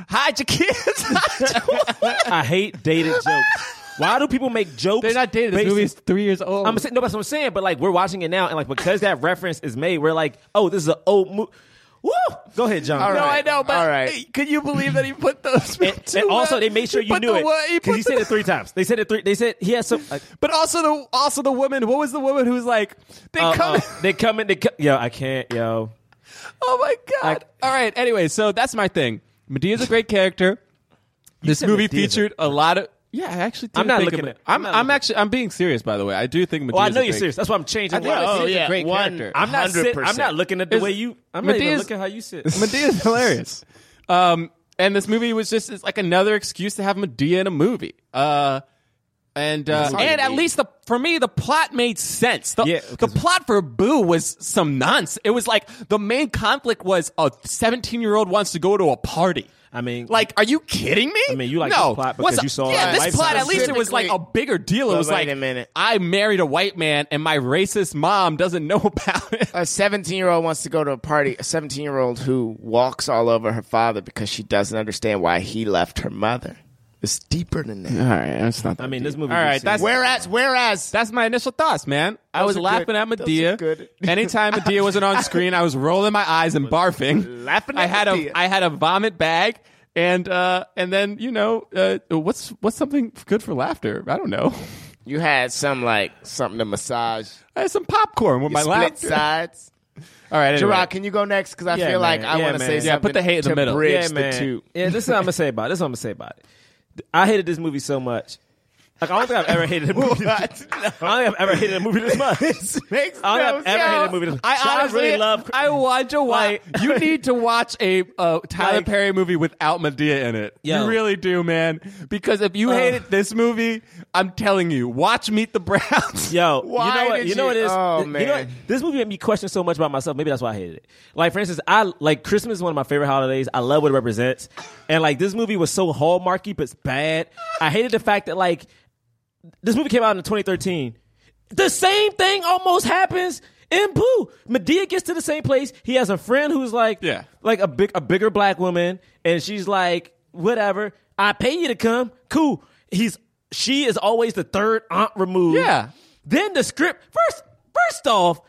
S2: Hide your kids.
S4: *laughs*
S2: Hide your-
S4: I hate dated jokes. Why do people make jokes?
S2: They're not dated. This
S4: based-
S2: movie's three years old.
S4: I'm saying no, that's what I'm saying. But like, we're watching it now, and like because that reference is made, we're like, oh, this is an old movie. Woo! Go ahead, John.
S3: All
S2: no,
S3: right.
S2: I know, but
S3: All right.
S2: could you believe that he put those?
S4: And, and also, they made sure
S2: he
S4: you
S2: put
S4: knew
S2: the wo-
S4: it
S2: he
S4: because
S2: put
S4: he said
S2: the-
S4: it three times. They said it three. They said he has some. Like,
S2: But also the also the woman. What was the woman who was like? They
S4: uh,
S2: come.
S4: uh, they come in. They co- yo, I can't. Yo,
S2: Oh my god! All right. Anyway, so that's my thing. Medea's a great character. This
S4: said
S2: movie
S4: Medea's a-
S2: featured a lot of. Yeah, I actually. Did
S4: I'm not
S2: think
S4: looking
S2: of
S4: at-
S2: it. I'm.
S4: I'm not
S2: I'm
S4: looking.
S2: actually. I'm being serious, by the way. I do think Medea's.
S4: well, I know
S2: a
S4: you're
S2: great-
S4: serious. That's why I'm changing.
S2: think
S4: why
S2: Medea's
S4: I
S2: a
S4: see it.
S2: great
S3: one-
S2: character.
S4: I'm not. Sit, I'm
S3: 100%.
S4: not looking at the
S2: It's-
S4: way you. I'm not even
S2: Medea's-
S4: looking how you sit. *laughs*
S2: Medea's hilarious. Um, and this movie was just it's like another excuse to have Medea in a movie. Uh, and uh,
S3: all you
S2: and at
S3: need.
S2: least the for me the plot made sense. The,
S4: Yeah,
S2: the
S4: 'cause-
S2: plot for Boo was some nonsense. It was like the main conflict was a seventeen year old wants to go to a party.
S4: I mean-
S2: like, are you kidding me?
S4: I mean, you like
S2: no.
S4: this plot
S2: What's
S4: because
S2: a-
S4: you saw it
S2: yeah
S4: on
S2: this
S4: Lifetime.
S2: plot. At least it was like a bigger deal. It
S3: But
S2: was
S3: wait
S2: like
S3: a minute.
S2: I married a white man and my racist mom doesn't know *laughs* about it.
S3: A 17 year old wants to go to a party. A 17 year old who walks all over her father because she doesn't understand why he left her mother. It's deeper than that.
S2: All right, that's not.
S4: I mean, this movie.
S2: All right,
S4: was-
S2: that's
S3: Whereas, whereas,
S2: That's my initial thoughts, man. I
S3: Those
S2: was
S3: are
S2: laughing
S3: good.
S2: at
S3: Those are
S2: Medea.
S3: good. *laughs*
S2: Anytime Medea wasn't on screen, I was rolling my eyes and barfing.
S3: Laughing at
S2: I had
S3: Medea.
S2: a I had a vomit bag, and uh, and then you know uh, what's what's something good for laughter? I don't know. *laughs*
S3: you had some like something to massage.
S2: I had some popcorn with my
S3: split
S2: laughter.
S3: sides.
S2: All right, anyway.
S3: Gerard, can you go next? Because I
S4: Yeah,
S3: feel like
S4: man.
S3: I
S4: Yeah,
S3: want to
S4: man.
S3: say
S4: Yeah,
S3: something.
S2: put the hate in the
S3: to
S2: middle.
S3: Bridge
S4: yeah,
S3: the
S4: man.
S3: two.
S4: Yeah, this is what I'm gonna say about it. This is what I'm gonna say about it. I hated this movie so much. Like I don't think I've ever hated
S3: *laughs*
S4: a movie. I don't think I've ever hated a movie this much.
S3: Makes
S4: I
S3: no
S4: don't think I've ever hated a movie this much.
S2: I
S4: John
S2: honestly,
S4: really love.
S2: I want to watch. *laughs* you need to watch a uh, Tyler
S4: Like-
S2: Perry movie without Medea in it.
S4: Yo.
S2: You really do, man. Because if you hated this movie, I'm telling you, watch Meet the *laughs* Browns.
S4: Yo,
S3: *laughs*
S4: you
S3: Why
S4: know what?
S3: did
S4: You know
S3: you-
S4: what it is?
S3: Oh,
S4: Th- You know what?
S3: man.
S4: This movie made me question so much about myself. Maybe that's why I hated it. Like, for instance, I like Christmas is one of my favorite holidays. I love what it represents, and like this movie was so hallmarky but it's bad. I hated the fact that like this movie came out in 2013. The same thing almost happens in Pooh. Medea gets to the same place. He has a friend who's like,
S2: Yeah.
S4: like a big, a bigger black woman, and she's like, whatever. I pay you to come. Cool. He's she is always the third aunt removed.
S2: Yeah.
S4: Then the script. First, first off,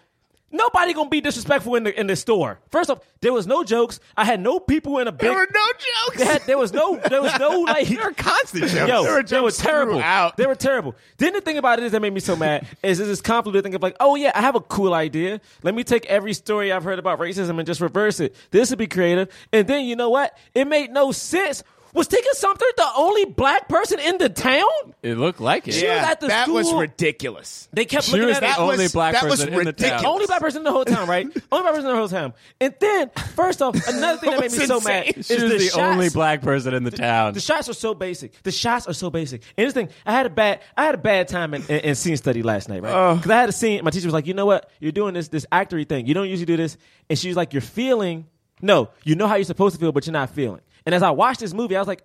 S4: nobody gonna be disrespectful in the in the store. First off, there was no jokes. I had no people in a big.
S3: There were no
S4: They
S3: jokes.
S4: had- there was no there was
S3: *laughs*
S4: no like
S2: There are constant jokes.
S4: Yo,
S3: There were
S4: they were
S3: jokes
S4: terrible.
S3: throughout.
S4: They were terrible. Then the thing about it is that made me so mad is this convoluted thing of like, oh yeah, I have a cool idea. Let me take every story I've heard about racism and just reverse it. This would be creative. And then you know what? It made no sense. Was Tika Sumter the only black person in the town?
S2: It looked like it.
S4: She was at the
S3: that was
S4: school.
S3: ridiculous.
S4: They kept
S2: She
S4: looking
S2: was
S4: at
S2: the
S4: it.
S3: That
S2: only
S3: was-
S2: black
S3: that was
S2: person in the town.
S3: ridiculous.
S4: Only black person in the whole
S3: *laughs*
S4: town, right? only black person in the whole town. And then, first off, another thing that made me so mad
S3: That
S4: is
S2: She was
S4: the
S2: the, only
S4: shots.
S2: black person in the town.
S4: The shots are so basic. The shots are so basic. And this thing, I had a bad, I had a bad time in, in, in scene study last night, right? Because I had a scene. My teacher was like, "You know what? You're doing this this actory thing. You don't usually do this." And she was like, "You're feeling, no, you know how you're supposed to feel, but you're not feeling." And as I watched this movie, I was like.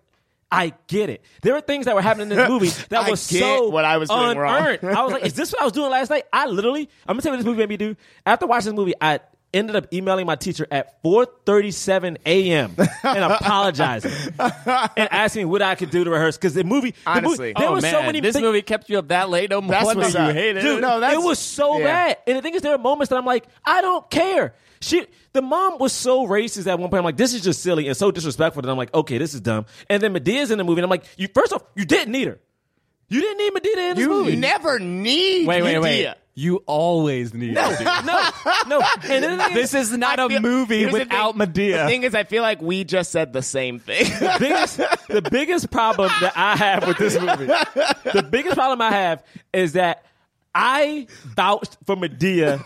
S4: I get it. There were things that were happening
S3: *laughs*
S4: in this movie that
S3: I
S4: was
S3: get
S4: so
S3: what I was doing wrong.
S4: unearned. I was like, "Is this what I was doing last night?" I literally, I'm gonna tell you what this movie made me do. After watching this movie, I ended up emailing my teacher at 4:37 a.m.
S3: *laughs*
S4: and apologizing and asking what I could do to rehearse because the movie, the movie-
S3: Honestly.
S4: there
S2: oh,
S4: was
S2: man.
S4: so many
S2: this
S4: big-
S2: movie kept you up that late. No
S3: That's
S2: wonder
S3: what's
S2: you
S3: up.
S2: hated
S4: Dude,
S2: it.
S3: No, that's-
S4: it was so
S3: yeah.
S4: bad. And the thing is, there are moments that I'm like, I don't care. She, the mom was so racist at one point. I'm like, this is just silly and so disrespectful that I'm like, okay, this is dumb. And then Medea's in the movie, and I'm like, you first off, you didn't need her. You didn't need Medea in this
S3: You
S4: movie.
S3: never need
S2: Wait, wait, wait.
S3: Medea.
S2: You always need Medea.
S4: no, no. And then the thing
S2: This is not
S3: I
S2: a
S3: feel-
S2: movie
S3: here's the
S2: without
S3: thing.
S2: Medea.
S3: The thing is, I feel like we just said the same thing. *laughs*
S4: biggest the biggest problem that I have with this movie. The biggest problem I have is that I vouched for Medea.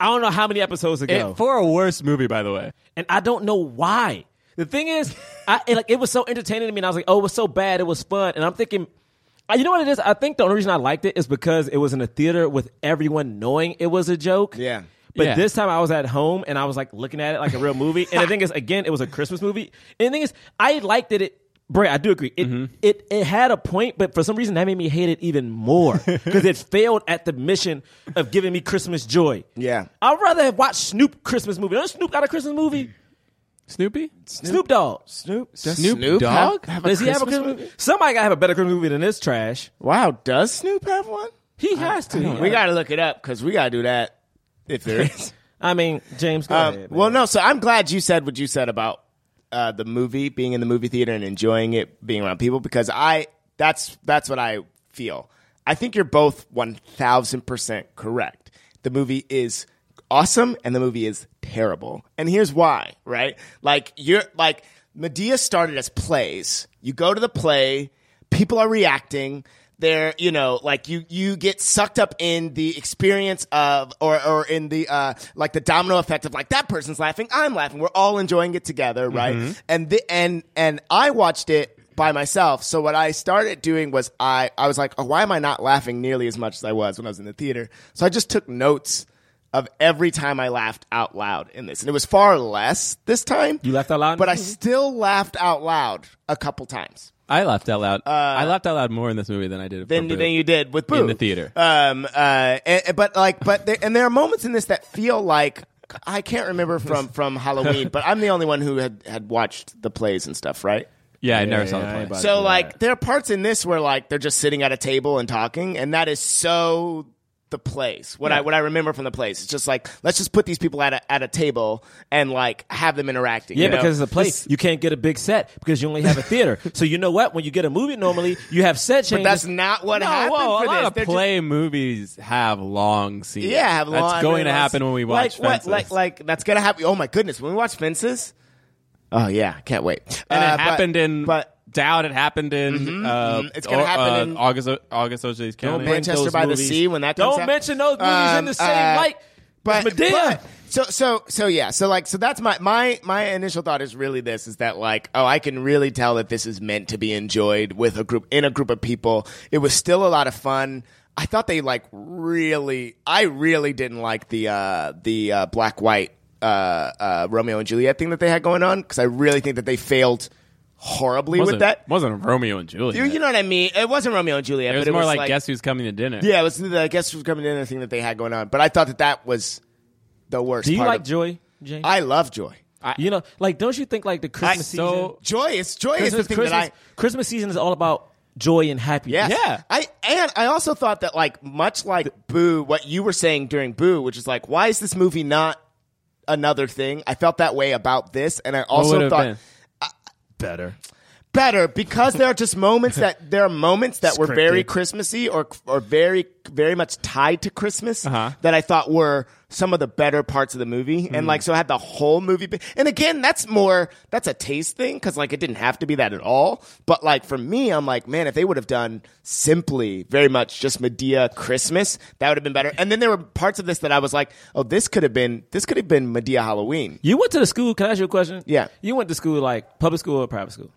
S4: I don't know how many episodes ago,
S2: It- for a worse movie, by the way.
S4: and I don't know why. The thing is, I it, like it was so entertaining to me, and I was like, "Oh, it was so bad, it was fun." And I'm thinking, uh, you know what it is? I think the only reason I liked it is because it was in a theater with everyone knowing it was a joke.
S3: Yeah.
S4: But
S2: Yeah.
S4: this time I was at home and I was like looking at it like a real movie. And the thing is, again, it was a Christmas movie. And the thing is, I liked it. It, Bray, I do agree. It, it it had a point, but for some reason that made me hate it even more because it failed at the mission of giving me Christmas joy.
S3: Yeah.
S4: I'd rather have watched Snoop Christmas movie. Don't Snoop got a Christmas movie?
S2: Snoopy?
S4: Snoop Dogg.
S3: Snoop,
S2: Snoop Dogg?
S4: Does he have a Christmas movie? Somebody gotta have a better Christmas movie than this trash.
S3: Wow, does Snoop have one?
S4: He has to.
S3: We got to look it up because we got to do that if there is.
S4: I mean, James. Go
S3: Um,
S4: ahead, man.
S3: well, no. So I'm glad you said what you said about uh, the movie being in the movie theater and enjoying it being around people because I that's that's what I feel. I think you're both one thousand percent correct. The movie is awesome and the movie is terrible, and here's why. Right? Like you're like Medea started as plays. You go to the play, people are reacting they're you know like you you get sucked up in the experience of or or in the uh like the domino effect of like that person's laughing i'm laughing we're all enjoying it together right
S4: Mm-hmm.
S3: and the and and i watched it by myself so what i started doing was i i was like oh why am i not laughing nearly as much as i was when i was in the theater so i just took notes of every time i laughed out loud in this and it was far less this time
S4: You laughed out loud?
S3: but i still laughed out loud a couple times
S2: I laughed out loud. I laughed out loud more in this movie than I did.
S3: Uh, than,
S2: for Boo.
S3: than you did with Boo
S2: In the theater.
S3: Um, uh, and, but like, but there, and there are moments in this that feel like I can't remember from from Halloween, but I'm the only one who had had watched the plays and stuff, right?
S2: Yeah, I never saw the play.
S3: So like, there are parts in this where like they're just sitting at a table and talking, and that is so the place. What I what I remember from the place, it's just like let's just put these people at a at a table and like have them interacting.
S4: Yeah,
S3: you know?
S4: because it's a place. you can't get a big set because you only have
S3: *laughs*
S4: a theater. so you know what? When you get a movie, normally you have set changes.
S3: that's not what
S2: no,
S3: happened
S2: whoa!
S3: for
S2: a lot
S3: this.
S2: of
S3: They're just-
S2: play movies have long scenes.
S3: Yeah, have long.
S2: That's going to
S3: really
S2: happen
S3: long-
S2: when we watch
S3: like,
S2: Fences.
S3: What, like, like that's gonna happen. Oh my goodness, when we watch Fences. Oh yeah, I can't wait.
S2: and
S3: Uh,
S2: it
S3: but-
S2: happened in
S3: but Mm-hmm,
S2: Doubt. It happened in. uh,
S3: It's gonna
S2: Au-
S3: happen
S2: uh,
S3: in-
S2: August. August O'Jay's County.
S4: bring-
S3: Manchester
S4: those
S3: by
S4: movies.
S3: the Sea when that
S4: Don't
S3: comes out. Um, uh,
S4: mention those movies in the same light
S3: But,
S4: as Medea.
S3: but- so so so yeah. So like so that's my my my initial thought is really this is that like oh I can really tell that this is meant to be enjoyed with a group in a group of people. It was still a lot of fun. I thought they like really I really didn't like the uh the uh, black white uh uh Romeo and Juliet thing that they had going on because I really think that they failed horribly
S2: wasn't,
S3: with that.
S2: wasn't Romeo and Juliet.
S3: You, you know what I mean? It wasn't Romeo and Juliet,
S2: it was
S3: but it
S2: more
S3: was
S2: like, guess who's coming to dinner.
S3: Yeah, it was the guess who's coming in the thing that they had going on. But I thought that that was the worst.
S4: Do you
S3: part
S4: like
S3: of-
S4: Joy, James?
S3: I love Joy.
S4: you know, like don't you think like the Christmas season?
S2: so-
S3: Joy is joy is
S4: Christmas,
S3: the thing
S4: Christmas,
S3: that I
S4: Christmas season is all about joy and happiness.
S3: Yes. I and I also thought that like much like Boo, what you were saying during Boo, which is like, why is this movie not another thing? I felt that way about this, and I
S2: would it
S3: also
S2: have
S3: thought
S2: been?
S3: better. Better because there are just moments that there are moments that were very
S2: Scripted.
S3: Christmassy or or very very much tied to Christmas
S2: Uh-huh. Mm.
S3: that I thought were some of the better parts of the movie and like so I had the whole movie be- and again that's more that's a taste thing cuz like it didn't have to be that at all but like for me I'm like man if they would have done simply very much just Medea Christmas that would have been better and then there were parts of this that I was like oh this could have been this could have been Medea Halloween
S4: You went to the school. Can I ask you a question?
S3: Yeah.
S4: You went to school like public school or private school?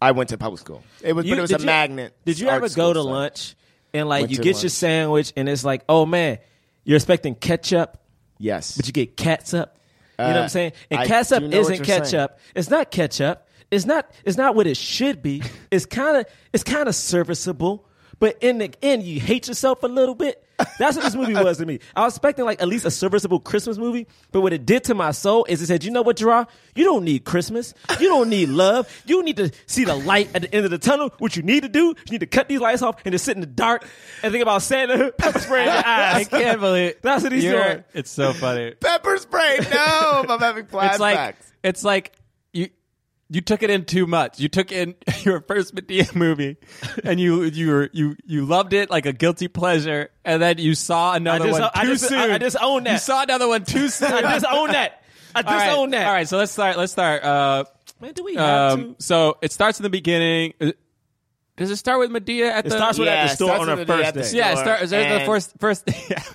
S3: I went to public school it was
S4: You-
S3: but it was a
S4: did you-
S3: magnet
S4: Did you
S3: art
S4: ever
S3: school,
S4: go to
S3: so.
S4: lunch and like
S3: Went
S4: you
S3: to
S4: get your
S3: lunch.
S4: sandwich and it's like, oh man, you're expecting ketchup,
S3: yes *laughs*
S4: but you get catsup. You know what
S3: Uh,
S4: I'm saying? And
S3: I
S4: catsup
S3: do know what
S4: isn't
S3: you're
S4: ketchup.
S3: saying.
S4: It's not ketchup. It's not. It's not what it
S3: *laughs*
S4: should be. It's kind of. It's kind of serviceable. But in the end, you hate yourself a little bit. That's what this movie was to me. I was expecting like at least a serviceable Christmas movie, but what it did to my soul is it said, "You know what, Gerard? You don't need Christmas. You don't need love. You need to see the light at the end of the tunnel. What you need to do, is you need to cut these lights off and just sit in the dark and think about Santa *laughs* pepper spray in your eyes." *laughs*
S2: believe
S4: That's what he's
S2: You're-
S4: doing.
S2: It's so funny.
S3: pepper spray. No, I'm
S4: *laughs*
S3: having flashbacks.
S2: it's like it's like you you took it in too much. You took in *laughs* your first Medea movie, and you you were you you loved it like a guilty pleasure, and then you saw another
S4: just-
S2: one
S4: I
S2: too
S4: just- I-
S2: soon.
S4: I just own that.
S2: You saw another one too soon.
S4: *laughs* I disown that.
S2: *laughs*
S4: I
S2: All right.
S4: disown that.
S2: All right, so let's start. Let's start. Uh,
S4: Man, do we have
S2: um,
S4: to?
S2: so it starts in the beginning. Uh, Does it start with Medea at the?
S4: starts with-
S2: yeah,
S4: at the store
S3: starts
S4: on
S3: with
S4: her
S3: the-
S4: first
S3: at the
S4: day.
S3: store,
S2: it starts. There's the
S3: and-
S2: first first. *laughs*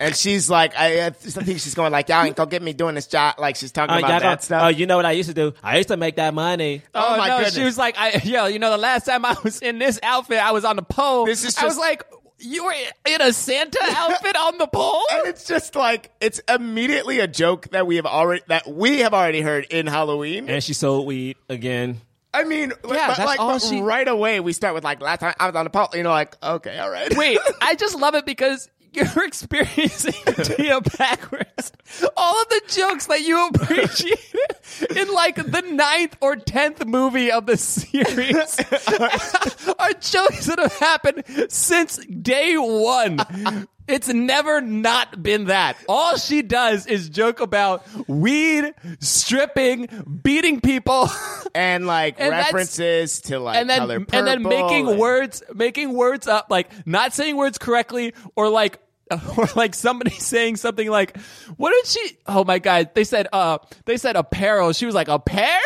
S3: and she's like, I, I think she's going like, y'all ain't gonna get me doing this job. Like she's talking
S4: Uh,
S3: about
S4: y'all
S3: that
S4: don't-
S3: stuff.
S4: oh, you know what I used to do? I used to make that money.
S3: Oh, my
S2: no,
S3: goodness.
S2: She was like, I, yo, you know, the last time I was in this outfit, I was on the pole.
S3: This is
S2: I was
S3: just-
S2: like, you were in a Santa outfit on the pole?
S3: *laughs* and it's just like it's immediately a joke that we have already that we have already heard in Halloween.
S4: And she sold weed again.
S3: I mean,
S2: Yeah,
S3: but,
S2: that's
S3: like
S2: all
S3: but
S2: she-
S3: right away we start with like last time I was on the pole. You know, like okay, all right.
S2: Wait, I just love it because you're *laughs* experiencing Medea backwards. All of the jokes that you appreciate in like the ninth or tenth movie of the series *laughs* are jokes that have happened since day one. It's never not been that. All she does is joke about weed, stripping, beating people,
S3: *laughs*
S2: *laughs*
S3: and like
S2: And that's-
S3: references to like
S2: and then
S3: color
S2: and then
S3: Purple
S2: making
S3: and-
S2: words making words up like not saying words correctly or like *laughs* or like somebody *laughs* saying something like what did she oh my god they said uh they said apparel *laughs* she was like a pair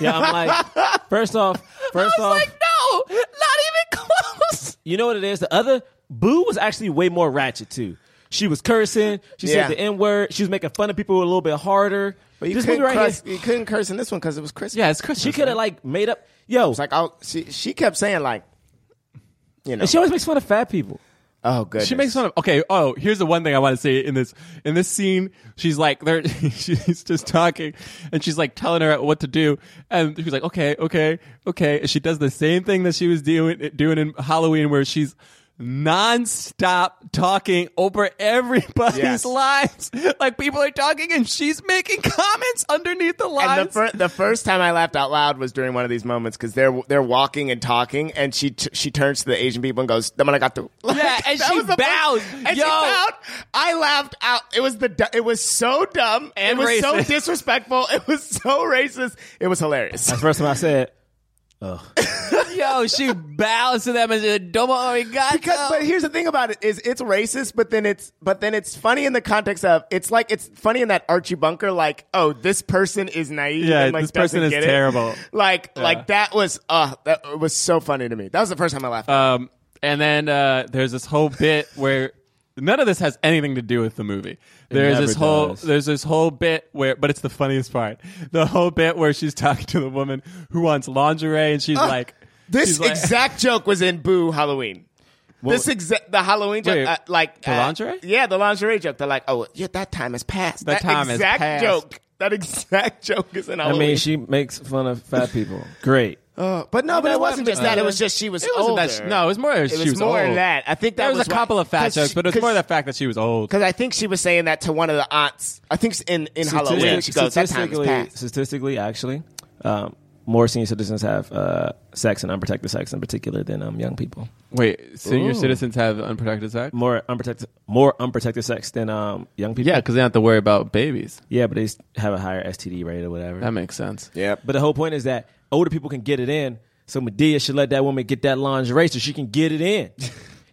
S4: Yeah, I'm like, first off,
S2: i
S4: first
S2: was
S4: off,
S2: like no not even close
S4: you know what it is? The other Boo was actually way more ratchet too. She was cursing. She
S3: Yeah.
S4: said the N word. She was making fun of people a little bit harder.
S3: But you
S4: this movie
S3: couldn't
S4: right
S3: curse.
S4: here,
S3: You couldn't curse in this one because it was Christmas.
S2: yeah it's christmas
S4: she could have like made up. Yo,
S3: it's like I'll, she she kept saying like, you know,
S4: and she always makes fun of fat people.
S3: oh good.
S2: She makes fun of. Okay. Oh, here's the one thing I want to say in this in this scene. She's like, there. *laughs* She's just talking, and she's like telling her what to do, and she's like, okay, okay, okay. And she does the same thing that she was doing doing in Halloween, where she's nonstop talking over everybody's
S3: Yes.
S2: lines. *laughs* Like people are talking, and she's making comments underneath the lines.
S3: And the, fir- the first time I laughed out loud was during one of these moments because they're they're walking and talking, and she t- she turns to the Asian people and goes, *laughs* "Damanagatu."
S2: Yeah, and
S3: That
S2: she
S3: was the
S2: bows.
S3: first- and
S2: Yo.
S3: she bowed. I laughed out. It was the du- it was so dumb.
S2: And
S3: it was so
S2: racist.
S3: disrespectful. It was so racist. It was
S2: *laughs*
S3: hilarious.
S4: That's the first time I said,
S2: Yo, she bows to them and says, "Domo arigato."
S3: *laughs* Because, but here's the thing about it is it's racist, but then it's but then it's funny in the context of it's like it's funny in that Archie Bunker, like oh this person is naive,
S2: Yeah,
S3: and, like,
S2: this person
S3: doesn't
S2: is
S3: get it.
S2: terrible.
S3: *laughs* Like like that was uh that was so funny to me. That was the first time I laughed.
S2: Um, and then uh, there's this whole bit where none of this has anything to do with the movie. There's
S4: never
S2: this whole
S4: does.
S2: there's this whole bit where, but it's the funniest part. The whole bit where she's talking to the woman who wants lingerie, and she's like,
S3: this
S2: she's like-
S3: exact joke was in Boo Halloween. this exact the Halloween joke,
S2: Wait,
S3: uh, like
S2: the lingerie?
S3: Yeah, the lingerie joke. They're like, oh yeah, that time has passed.
S2: The
S3: that
S2: time has
S3: exact
S2: passed.
S3: joke That *laughs* exact joke is in
S4: I
S3: Halloween.
S2: Oh.
S4: mean, she makes fun of fat people. Great.
S3: Uh, but no, but it wasn't just that. It was just she was
S2: It wasn't
S3: older.
S2: that. She, no, it was more.
S3: it was,
S2: she was
S3: more
S2: old.
S3: than that. I think that
S2: There was, a
S3: why-
S2: couple of fat
S3: 'cause
S2: jokes,
S3: she-
S2: but it was more
S3: 'cause-
S2: the fact that she was old.
S3: Because I think she was saying that to one of the aunts. I think in in Halloween she goes, "That time is
S4: statistically,
S3: past."
S4: statistically, actually, um, more senior citizens have uh, sex and unprotected sex in particular than um, young people.
S2: Wait, senior citizens have unprotected sex?
S4: More unprotected, more unprotected sex than um, young people.
S2: Yeah, because they don't have to worry about babies.
S4: yeah, but they s- have a higher STD rate or whatever.
S3: Um,
S2: That makes sense.
S3: Yep.
S4: But the whole point is that older people can get it in. So Medea should let that woman get that lingerie so she can get
S3: *laughs*
S4: it in.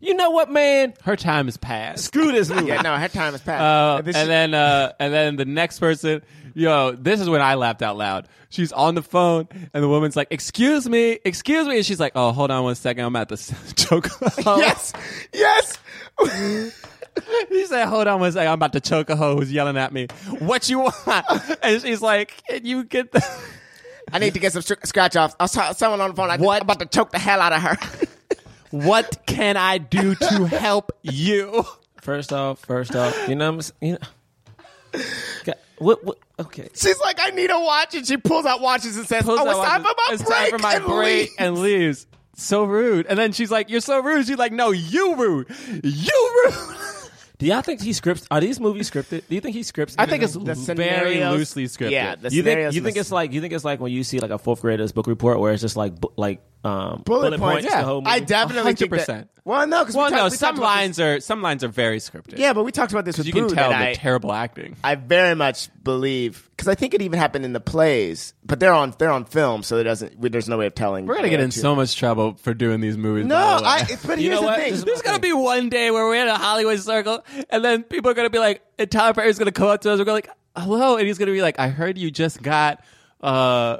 S4: you know what, man?
S2: Her time is past.
S4: Screw this movie.
S3: Yeah, no, her time is past.
S2: Uh,
S3: This-
S2: and then uh, and then the next person, yo, this is when I laughed out loud. She's on the phone, and the woman's like, "Excuse me, excuse me," and she's like, "Oh, hold on one second, I'm at the *laughs* choke." *laughs*
S3: yes, yes. *laughs*
S2: She said, "Hold on one second, I'm about to choke a hoe who's yelling at me. What you want?" *laughs* and she's like, "Can you get the?" *laughs*
S3: I need to get some str- scratch offs. I saw someone on the phone. I think I'm about to choke the hell out of her. *laughs*
S2: What can I do to help
S3: Oh,
S2: you?
S4: First off, first off, you know, what I'm, s- you know, God, what, what? Okay,
S3: She's like, I need a watch, and she pulls out watches and says,
S2: pulls
S3: "Oh,
S2: out
S3: it's time for
S2: one-
S3: my
S2: it's
S3: break."
S2: time for my
S3: and
S2: break
S3: leaves.
S2: and leaves. So rude. And then she's like, "You're so rude." She's like, "No, you rude. You rude." *laughs*
S4: do y'all think he scripts? Are these movies scripted? Do you think he scripts?
S3: I think
S2: *laughs*
S3: it's
S4: anything?
S3: the
S2: very
S3: scenarios-
S2: loosely scripted.
S3: Yeah, the
S4: you think
S3: scenarios
S4: you
S3: in
S4: think
S3: the-
S4: it's like you think it's like when you see like a fourth grader's book report where it's just like bu- like um,
S3: bullet, points.
S4: points.
S3: yeah,
S4: the whole movie.
S3: I definitely think
S2: 100%.
S3: that. Well, no, because
S2: Well,
S3: we talked,
S2: no,
S3: we talked
S2: some
S3: about this-
S2: lines are some lines are very scripted.
S3: Yeah, but we talked about this with
S2: you can
S3: Boo,
S2: tell the
S3: that I,
S2: terrible acting.
S3: I very much believe because I think it even happened in the plays, but they're on they're on film, so there doesn't we, there's no way of telling.
S2: We're gonna get in
S3: Yeah.
S2: so much trouble for doing these movies.
S3: No,
S2: by the way.
S3: I. But
S4: *laughs* You
S3: here's
S4: know
S3: the
S4: what?
S3: thing.
S4: This is
S2: There's gonna be one day where we're in a Hollywood circle, and then people are gonna be like, and Tyler Perry's gonna come up to us. We're gonna like, hello, and he's gonna be like, I heard you just got uh,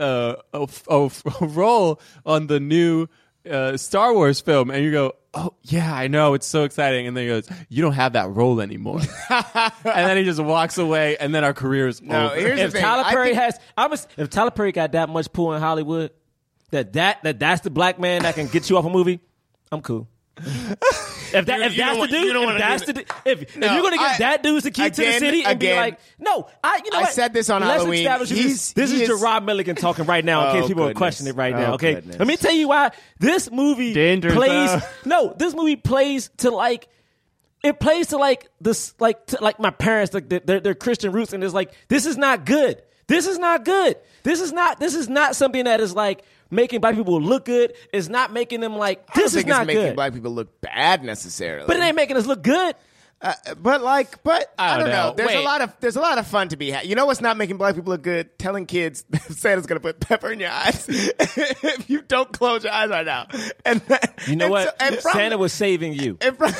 S2: uh, a, f- a f- a role on the new uh, Star Wars film, and you go, oh yeah, I know, it's so exciting. And then he goes, you don't have that role
S4: *laughs*
S2: anymore, and then he just walks away, and then our career is
S3: No,
S2: over.
S3: here's
S4: if
S3: the thing.
S4: Tyler
S3: I
S4: Perry
S3: think-
S4: has, I was if Tyler Perry got that much pull in Hollywood, that that that that's the black man that can get you off a movie. I'm cool. If that if
S3: you
S4: that's
S3: don't
S4: the
S3: want- you
S4: dude,
S3: don't
S4: if
S3: wanna
S4: that's
S3: do
S4: the dude, if,
S3: No,
S4: if you're gonna give
S3: I-
S4: that dude the key to the
S3: again-
S4: city and be
S3: again-
S4: like, no, I you know
S3: I
S4: what?
S3: said this on
S4: Let's
S3: Halloween.
S4: Establish who
S3: He's-
S4: this this
S3: he
S4: is,
S3: is-
S4: Gerard Milligan talking right now in
S3: Oh,
S4: case people
S3: goodness.
S4: are questioning it right now.
S3: Oh,
S4: Okay,
S3: goodness.
S4: let me tell you why this movie
S2: Dangerous,
S4: plays.
S2: huh?
S4: *laughs* No, this movie plays to like it plays to like this like to, like my parents like their- their their Christian roots and it's like this is not good. This is not good. This is not this is not something that is like making black people look good. It's not making them like
S3: I don't
S4: this is
S3: think
S4: not
S3: it's making
S4: good.
S3: black people look bad necessarily.
S4: but it ain't Oh, making us look good.
S3: But like, but I
S2: don't
S3: don't, know.
S2: know.
S3: There's a
S2: Wait.
S3: lot of there's a lot of fun to be had. You know what's not making black people look good? Telling kids *laughs* Santa's gonna put pepper in your eyes *laughs* if you don't close your eyes right now. And that-
S4: You know
S3: and
S4: what?
S3: so- and from-
S4: Santa was saving you.
S2: *laughs*
S3: and from-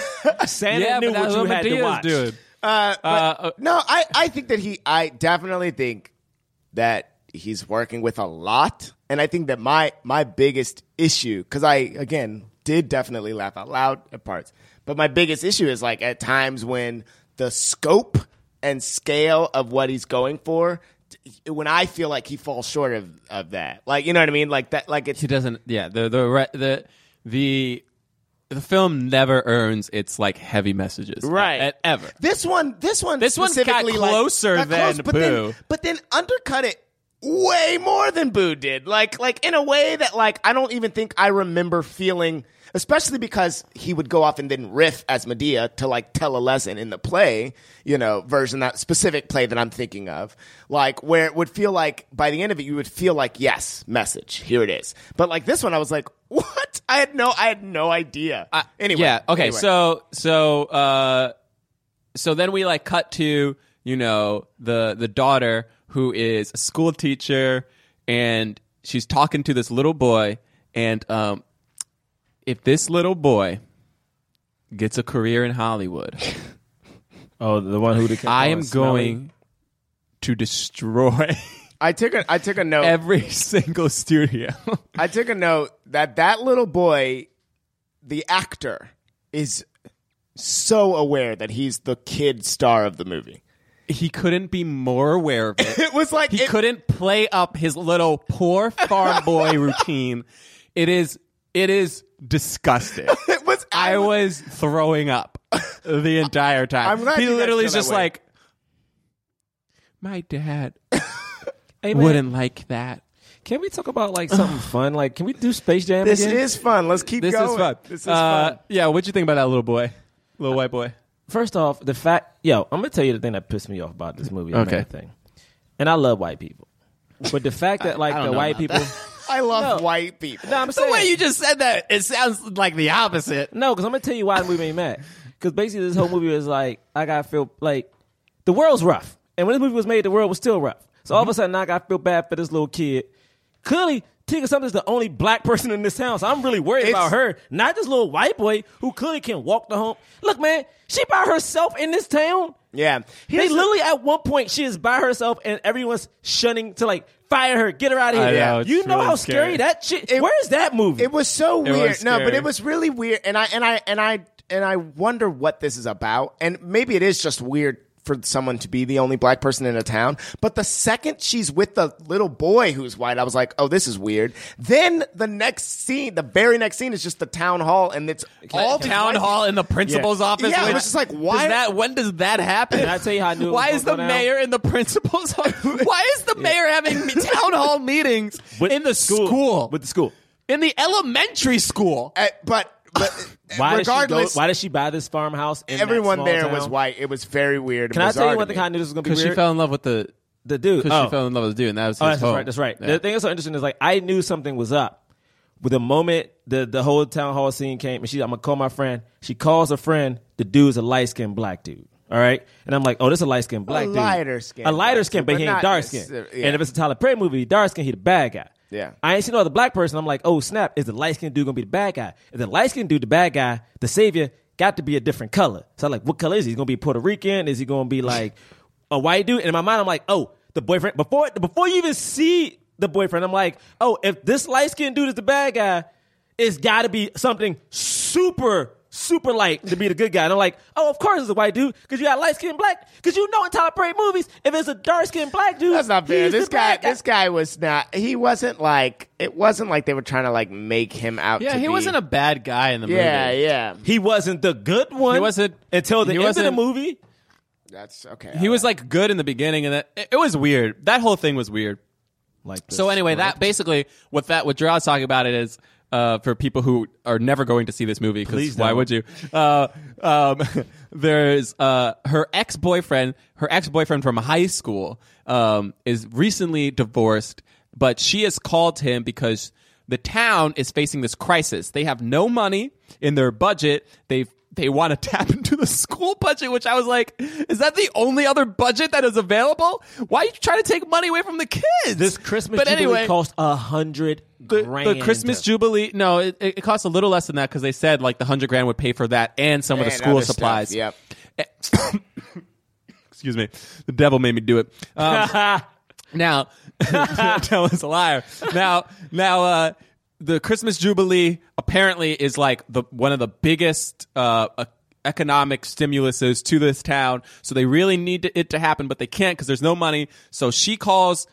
S4: Santa
S2: yeah,
S4: knew
S2: but
S4: what
S2: that's
S4: you
S2: what
S4: had to
S2: Medea's
S4: watch.
S2: doing.
S3: *laughs* uh, but-
S2: Uh,
S3: no, I I think that he I definitely think that he's working with a lot, and I think that my my biggest issue because I again did definitely laugh out loud at parts, but my biggest issue is like at times when the scope and scale of what he's going for. t- When I feel like he falls short of, of that, like you know what I mean, like that, like it's
S2: he doesn't yeah the the re- the the the film never earns its like heavy messages
S3: Right.
S2: e- ever
S3: This one, this one,
S2: This one got
S3: specifically, like,
S2: closer
S3: got
S2: than
S3: but then-
S2: Boo.
S3: but then undercut it way more than Boo did. Like, like in a way that, like, I don't even think I remember feeling. Especially because he would go off and then riff as Medea to like tell a lesson in the play, you know, version that specific play that I'm thinking of, like where it would feel like by the end of it you would feel like yes, message here it is. But like this one, I was like, *laughs* what? I had no, I had no idea. anyway,
S2: yeah okay
S3: anyway.
S2: so so uh so then we like cut to you know the the daughter who is a school teacher and she's talking to this little boy and um if this little boy gets a career in hollywood
S4: *laughs* Oh, the one who the
S2: i am going to destroy
S3: I took a, I took a note.
S2: every *laughs* single studio
S3: I took a note that that little boy, the actor, is so aware that he's the kid star of the movie.
S2: *laughs* he couldn't be more aware of *laughs* it.
S3: It was like
S2: he
S3: it-
S2: couldn't play up his little poor farm *laughs* boy routine. It is it is *laughs* disgusting.
S3: It was.
S2: I was throwing up *laughs* the entire time.
S3: I'm glad
S2: he
S3: you guys
S2: literally
S3: feel
S2: is
S3: that
S2: just
S3: way.
S2: like my *laughs* dad
S4: Hey, man,
S2: wouldn't like that.
S4: Can we talk about
S3: *sighs*
S4: like something fun? Like, can we do Space Jam?
S3: This
S4: again?
S3: is fun. Let's keep
S2: This
S3: going.
S2: is fun.
S3: This is
S2: Uh,
S3: fun.
S2: Yeah, what'd you think about that little boy, little white boy?
S4: first off the fact. Yo, I'm gonna tell you the thing that pissed me off about this movie.
S2: Okay.
S4: Okay. Thing, and I love white people, but the fact that like the white people.
S3: *laughs* I love
S4: No.
S3: white people.
S4: No, I'm saying
S2: just said that, it sounds like the opposite.
S4: No, because I'm gonna tell you why the movie made me mad. Because basically, this whole movie was like, I got to feel like the world's rough, and when this movie was made, the world was still rough. So all of a sudden, I got to feel bad for this little kid. Clearly, Tika Sumpter's the only black person in this town, so I'm really worried about
S3: It's-
S4: her, not this little white boy who clearly can walk the home. Look, man, she by herself in this town.
S3: Yeah.
S4: They
S3: Here's the-
S4: literally at one point she is by herself and everyone's shunning to like fire her, get her out of
S2: I
S4: here.
S2: know, it's
S4: you know
S2: really
S4: how scary,
S2: scary.
S4: that shit.
S3: It-
S4: Where is that movie?
S3: It was so
S2: It was
S3: weird. no, but
S2: scary.
S3: it was really weird. And I and I and I and I wonder what this is about. And maybe it is just weird for someone to be the only black person in a town. But the second she's with the little boy who's white, I was like, oh, this is weird. Then the next scene, the very next scene is just the town hall, and it's all these
S2: town
S3: white-
S2: hall in the principal's office.
S3: Yeah, it
S2: which-
S3: was just like,
S2: does
S3: why-
S2: that? When does that happen?
S4: Can I tell you how I knew it
S2: Why
S4: was
S2: is the
S4: gonna go down?
S2: mayor in the principal's *laughs* office? Why is the mayor having *laughs* me- town hall meetings
S4: With
S2: in the school?
S4: With the school.
S2: in the elementary school?
S3: Uh, but but
S4: Why Did
S3: regardless,
S4: she go, why did she buy this farmhouse? in that
S3: everyone
S4: small
S3: there
S4: town?
S3: was white. It was very weird. and
S4: Can I tell
S3: bizarre
S4: you
S3: to
S4: one thing
S3: me.
S4: I knew this was gonna be weird?
S2: in love with the
S4: the dude.
S2: because
S4: Oh.
S2: she fell in love with the dude, and that was
S4: Oh,
S2: his
S4: that's,
S2: home.
S4: right. That's right.
S2: Yeah.
S4: The thing that's so interesting is like I knew something was up. With the moment the the whole town hall scene came, and she, I'm gonna call my friend. She calls a friend. The dude's a light skinned black dude. All right, and I'm like, oh, this is a light skinned black dude,
S3: lighter-skinned
S4: a lighter
S3: black
S4: skin,
S3: dude,
S4: but,
S3: but
S4: he
S3: not
S4: ain't dark skin.
S3: necessar- yeah.
S4: And if it's a Tyler Perry movie, dark skin, he the bad guy.
S3: Yeah.
S4: I ain't seen no other black person. I'm like, oh snap, is the light skinned dude gonna be the bad guy? If the light skinned dude the bad guy, the savior got to be a different color. So I'm like, what color is he? Is he gonna be Puerto Rican? Is he gonna be like *laughs* a white dude? And in my mind, I'm like, oh, the boyfriend before before you even see the boyfriend, I'm like, oh, if this light skinned dude is the bad guy, it's gotta be something super Super light to be the good guy. And I'm like, oh, of course it's a white dude, because you got light skinned black. Because you know in Tyler Perry movies, if it's a dark skinned black dude,
S3: That's not fair.
S4: he's the
S3: This guy,
S4: bad guy.
S3: this guy was not. He wasn't like. It wasn't like they were trying to like make him out.
S2: Yeah,
S3: to
S2: he
S3: be-
S2: wasn't a bad guy in the
S3: Yeah,
S2: movie.
S3: yeah.
S4: He wasn't the good one.
S2: He wasn't-
S4: until the
S2: he
S4: end of
S2: wasn't-
S4: the movie.
S3: That's okay.
S2: He was like good in the beginning, and that it, it was weird. That whole thing was weird.
S4: Like
S2: So anyway, that basically what that what Gerard's talking about it is uh, for people who are never going to see this movie because
S4: Please
S2: why
S4: don't.
S2: would you? Uh, um, *laughs* there's uh, her ex boyfriend, her ex boyfriend from high school um, is recently divorced, but she has called him because the town is facing this crisis. They have no money in their budget. They they want to *laughs* tap into the school budget, which I was like, is that the only other budget that is available? Why are you trying to take money away from the kids?
S3: *laughs*
S4: this Christmas
S2: but
S4: Jubilee
S2: anyway,
S4: cost a hundred
S2: the,
S4: grand.
S2: the Christmas Jubilee. No, it, it costs a little less than that because they said like the hundred grand would pay for that and some of
S3: And
S2: the school
S3: other stuff,
S2: supplies. Eh,
S3: Yep.
S2: *coughs* Excuse me, the devil made me do it.
S4: *laughs*
S2: Um, now, *laughs* tell us a liar. Now, now, uh, the Christmas Jubilee apparently is like the one of the biggest uh, uh, economic stimuluses to this town. So they really need to, it to happen, but they can't because there's no money. So she calls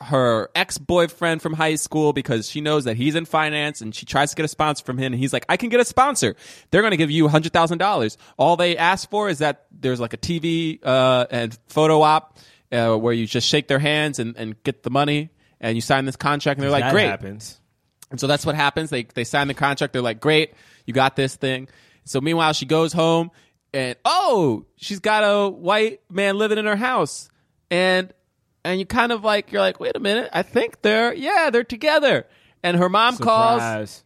S2: her ex-boyfriend from high school because she knows that he's in finance and she tries to get a sponsor from him and he's like i can get a sponsor they're going to give you $100000 all they ask for is that there's like a tv uh, and photo op uh, where you just shake their hands and, and get the money and you sign this contract and they're like
S4: that
S2: great
S4: happens.
S2: and so that's what happens. They they sign the contract. They're like, "Great, you got this thing." So meanwhile, she goes home and oh, she's got a white man living in her house, and and you kind of like you're like, "Wait a minute, I think they're yeah, they're together." And her mom calls
S4: Surprise.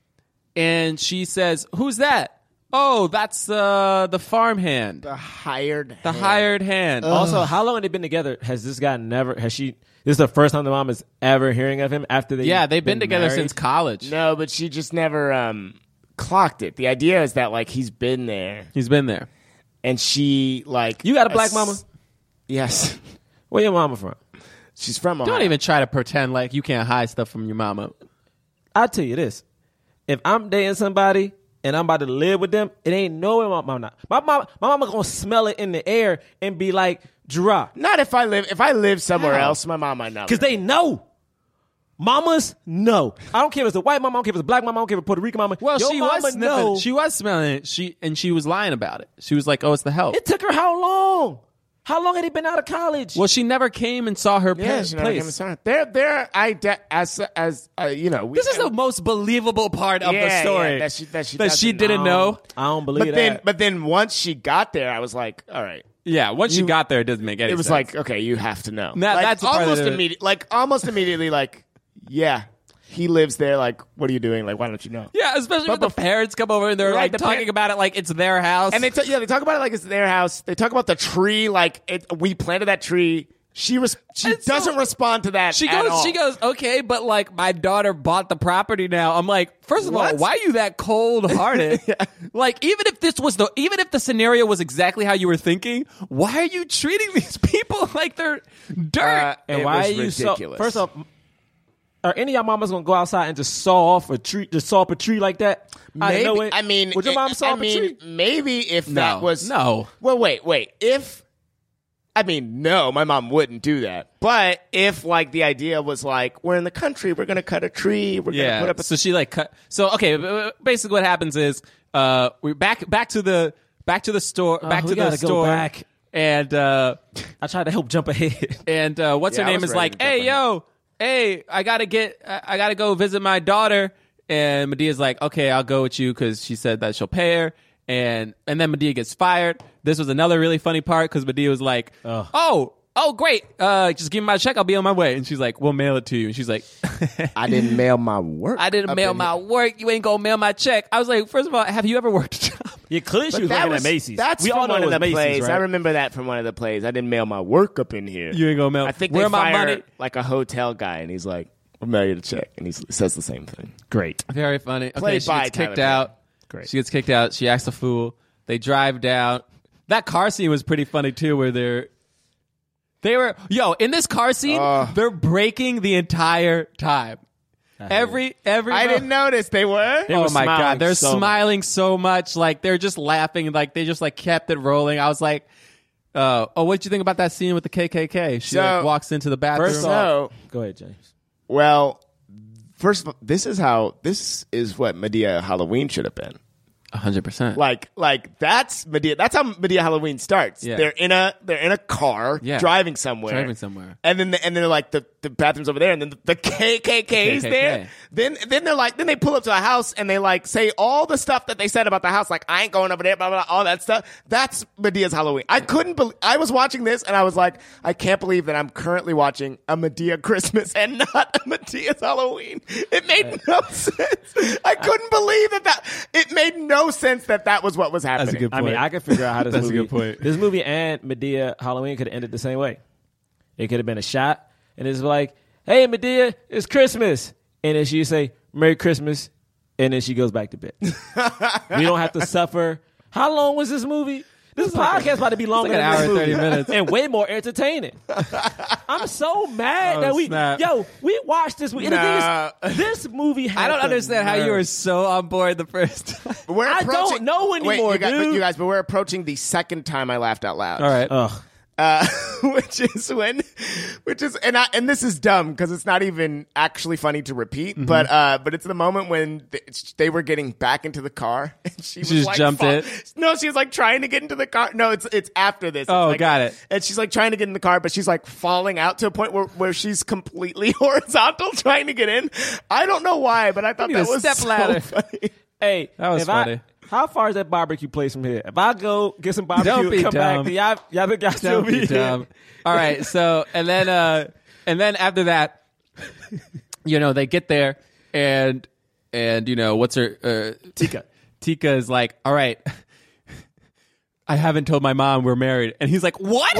S2: and she says, "Who's that?" Oh, that's uh, the farmhand,
S3: The Oh. hired.
S2: the hired hand.
S4: Also, how long have they been together? Has this guy never? Has she? This is the first time the mom is ever hearing of him after they.
S2: yeah, they've been, together
S4: married?
S2: since college.
S3: No, but she just never um clocked it. The idea is that like he's been there,
S2: He's been there.
S3: and she like
S4: You got a black
S3: ass-
S4: mama?
S3: Yes, *laughs*
S4: Where your mama from?
S3: she's from. Ohio.
S2: Don't even try to pretend like you can't hide stuff from your mama.
S4: I tell you this: if I'm dating somebody and I'm about to live with them, it ain't no way my mama. Not. My mama, my mama gonna smell it in the air and be like, "Drop,"
S3: Not if I live. If I live somewhere
S4: How?
S3: else, my mom might know.
S4: because they know. Mamas know. I don't care if it's a white mama. I don't care if it's a black mama. I don't care if it's a Puerto Rican mama.
S2: Well,
S4: Your
S2: she
S4: mama
S2: was sniffing.
S4: know.
S2: She was smelling it. She and she was lying about it. She was like, "Oh, it's the help."
S4: It took her how long? How long had he been out of college?
S2: Well, she never came and saw her
S3: Yeah,
S2: parents'
S3: she never came
S2: place.
S3: inside. They're they're I de- as as uh, you know. We,
S2: This is the most believable part of the
S3: Yeah,
S2: story
S3: yeah, that she- that she doesn't
S2: didn't know.
S4: I don't believe
S3: but
S4: that.
S3: then but then once she got there, I was like, all right.
S2: Yeah, once she got there, it doesn't make any.
S3: It was
S2: sense.
S3: like okay, you have to know.
S2: Now,
S3: like,
S2: that's the part
S3: almost
S2: that-
S3: immediate, like almost immediately, like yeah, he lives there. Like, what are you doing? Like, why don't you know?
S2: yeah, especially when the
S3: bef-
S2: parents come over and they're
S3: Right,
S2: like
S3: the par-
S2: talking about it like it's their house.
S3: And they t- yeah, they talk about it like it's their house. They talk about the tree like it, we planted that tree. She res- she
S2: And so-
S3: doesn't respond to that.
S2: she
S3: at
S2: goes,
S3: all.
S2: she goes, okay, but like my daughter bought the property now. I'm like, first of all,
S3: What?
S2: why are you that cold *laughs* hearted? Like, even if this was the, even if the scenario was exactly how you were thinking, why are you treating *laughs* these people like they're dirt?
S3: Uh,
S4: and
S3: it
S4: why
S3: was
S4: are you
S3: ridiculous.
S4: so? First off, are any of y'all mamas gonna go outside and just saw off a tree, just saw up a tree like that? I
S3: Maybe,
S4: didn't know it.
S3: I mean,
S4: would your
S3: it-
S4: mom saw
S3: I
S4: up a
S3: mean,
S4: tree?
S3: maybe if that was
S2: no.
S3: Well, wait, wait. If I mean, no, my mom wouldn't do that. But if like the idea was like we're in the country, we're gonna cut a tree, we're
S2: Yeah.
S3: gonna put up a
S2: so she like cut. So okay, b- b- basically what happens is uh we back back to the back to the store back
S4: Oh, we
S2: to the
S4: gotta go
S2: store
S4: back.
S2: and uh
S4: I tried to help jump ahead. *laughs*
S2: and uh what's
S3: Yeah,
S2: her
S3: I
S2: name
S3: was
S2: is
S3: ready
S2: like,
S3: to jump
S2: hey
S3: in.
S2: yo, hey, I gotta get I, I gotta go visit my daughter. And Medea's like, okay, I'll go with you because she said that she'll pay her. And and then Medea gets fired. This was another really funny part because Medea was like, oh. Oh great! Uh, just give me my check. I'll be on my way. And she's like, "We'll mail it to you." And she's like, *laughs*
S3: I didn't mail my work.
S2: I didn't
S3: up
S2: mail
S3: in
S2: my work. You ain't gonna mail my check. I was like, first of all, have you ever worked a job?
S4: yeah, clearly she was working at Macy's.
S3: That's
S4: we
S3: from
S4: all know
S3: one
S4: it
S3: of
S4: was
S3: the
S4: Macy's,
S3: plays.
S4: right?
S3: I remember that from one of the plays. I didn't mail my work up in here.
S2: You ain't gonna mail.
S3: I think
S2: where
S3: they
S2: are my
S3: fire,
S2: money?
S3: Like a hotel guy, and he's like, "I'll mail you the check," and he says the same thing.
S4: Great.
S2: Very funny. Okay,
S3: Played
S2: she
S3: by
S2: gets
S3: Tyler
S2: kicked
S3: Perry.
S2: out.
S4: Great.
S2: She gets kicked out. She acts a fool. They drive down. That car scene was pretty funny too, where they're they were yo in this car scene they're breaking the entire time. Every every
S3: I didn't notice they were.
S4: were
S2: oh my
S4: smiling
S2: god, they're
S4: so much.
S2: smiling so much, like they're just laughing, like they just like kept it rolling. I was like, uh, "Oh, what'd you think about that scene with the KKK?" She
S3: So-
S2: like, walks into the bathroom.
S4: First
S3: So
S4: off- Go ahead, James.
S3: well, first of all, this is how this is what Medea Halloween should have been.
S2: hundred percent.
S3: Like, like that's Medea. That's how Medea Halloween starts.
S2: Yeah.
S3: They're in a they're in a car
S2: Yeah.
S3: driving somewhere,
S2: Driving somewhere.
S3: and then the, and they're like the, the bathrooms over there, and then the, the KKK is
S2: KKK.
S3: there. Then then they're like then they pull up to a house and they like say all the stuff that they said about the house, like I ain't going over there, blah blah, blah all that stuff. That's Medea's Halloween. I couldn't believe I was watching this and I was like, I can't believe that I'm currently watching a Medea Christmas and not a Medea's Halloween. It made no sense. I couldn't believe that that it made no sense that that was what was happening.
S2: a good
S4: I mean,
S2: point.
S4: I can figure
S2: *laughs*
S4: out how this
S2: That's a
S4: movie.
S2: good point.
S4: This movie and Medea Halloween could have ended the same way. It could have been a shot, and it's like, "Hey, Medea, it's Christmas," and then she say, "Merry Christmas," and then she goes back
S2: *laughs*
S4: to bed. we don't have to suffer. How long was this movie? This podcast about to be longer
S2: like an
S4: than this
S2: hour and
S4: movie
S2: 30 minutes.
S4: and way
S2: *laughs*
S4: more entertaining. I'm so mad
S2: Oh,
S4: that we
S2: snap.
S4: yo we watched this movie. And
S3: Nah.
S4: the thing is, this movie.
S2: *laughs*
S4: Had
S2: I don't
S4: the
S2: understand how you
S4: nerve.
S2: were so on board the first *laughs* time.
S3: But we're
S4: I
S3: approaching-
S4: don't know
S3: Wait,
S4: anymore,
S3: you guys, but
S4: dude.
S3: you guys, but we're approaching the second time I laughed out loud.
S2: All right. *laughs*
S4: Ugh.
S3: uh, *laughs* which is when, which is and I, and this is dumb because it's not even actually funny to repeat,
S2: Mm-hmm.
S3: but uh, but it's the moment when th- they were getting back into the car *laughs* and she, was
S2: just
S3: like,
S2: jumped
S3: fo-
S2: it?
S3: No, she was like trying to get into the car. No, it's it's after this. It's
S2: Oh,
S3: like-
S2: got it.
S3: And she's like trying to get in the car, but she's like falling out to a point where where she's completely *laughs* horizontal trying to get in. I don't know why, but I thought
S2: need
S3: that
S2: a
S3: was
S2: step
S3: so
S2: ladder. *laughs*
S3: funny.
S4: Hey,
S2: That was
S4: if
S2: funny.
S4: I, how far is that barbecue place from here? If I go get some barbecue,
S2: Don't be
S4: come
S2: dumb.
S4: back, do y'all, y'all think y'all still
S2: Don't
S4: be
S2: be dumb. *laughs* All right. So and then uh and then after that, you know, they get there and and you know what's her uh, Tika. *laughs* Tika is like, all right. *laughs* I haven't told my mom we're married, and he's like, "What?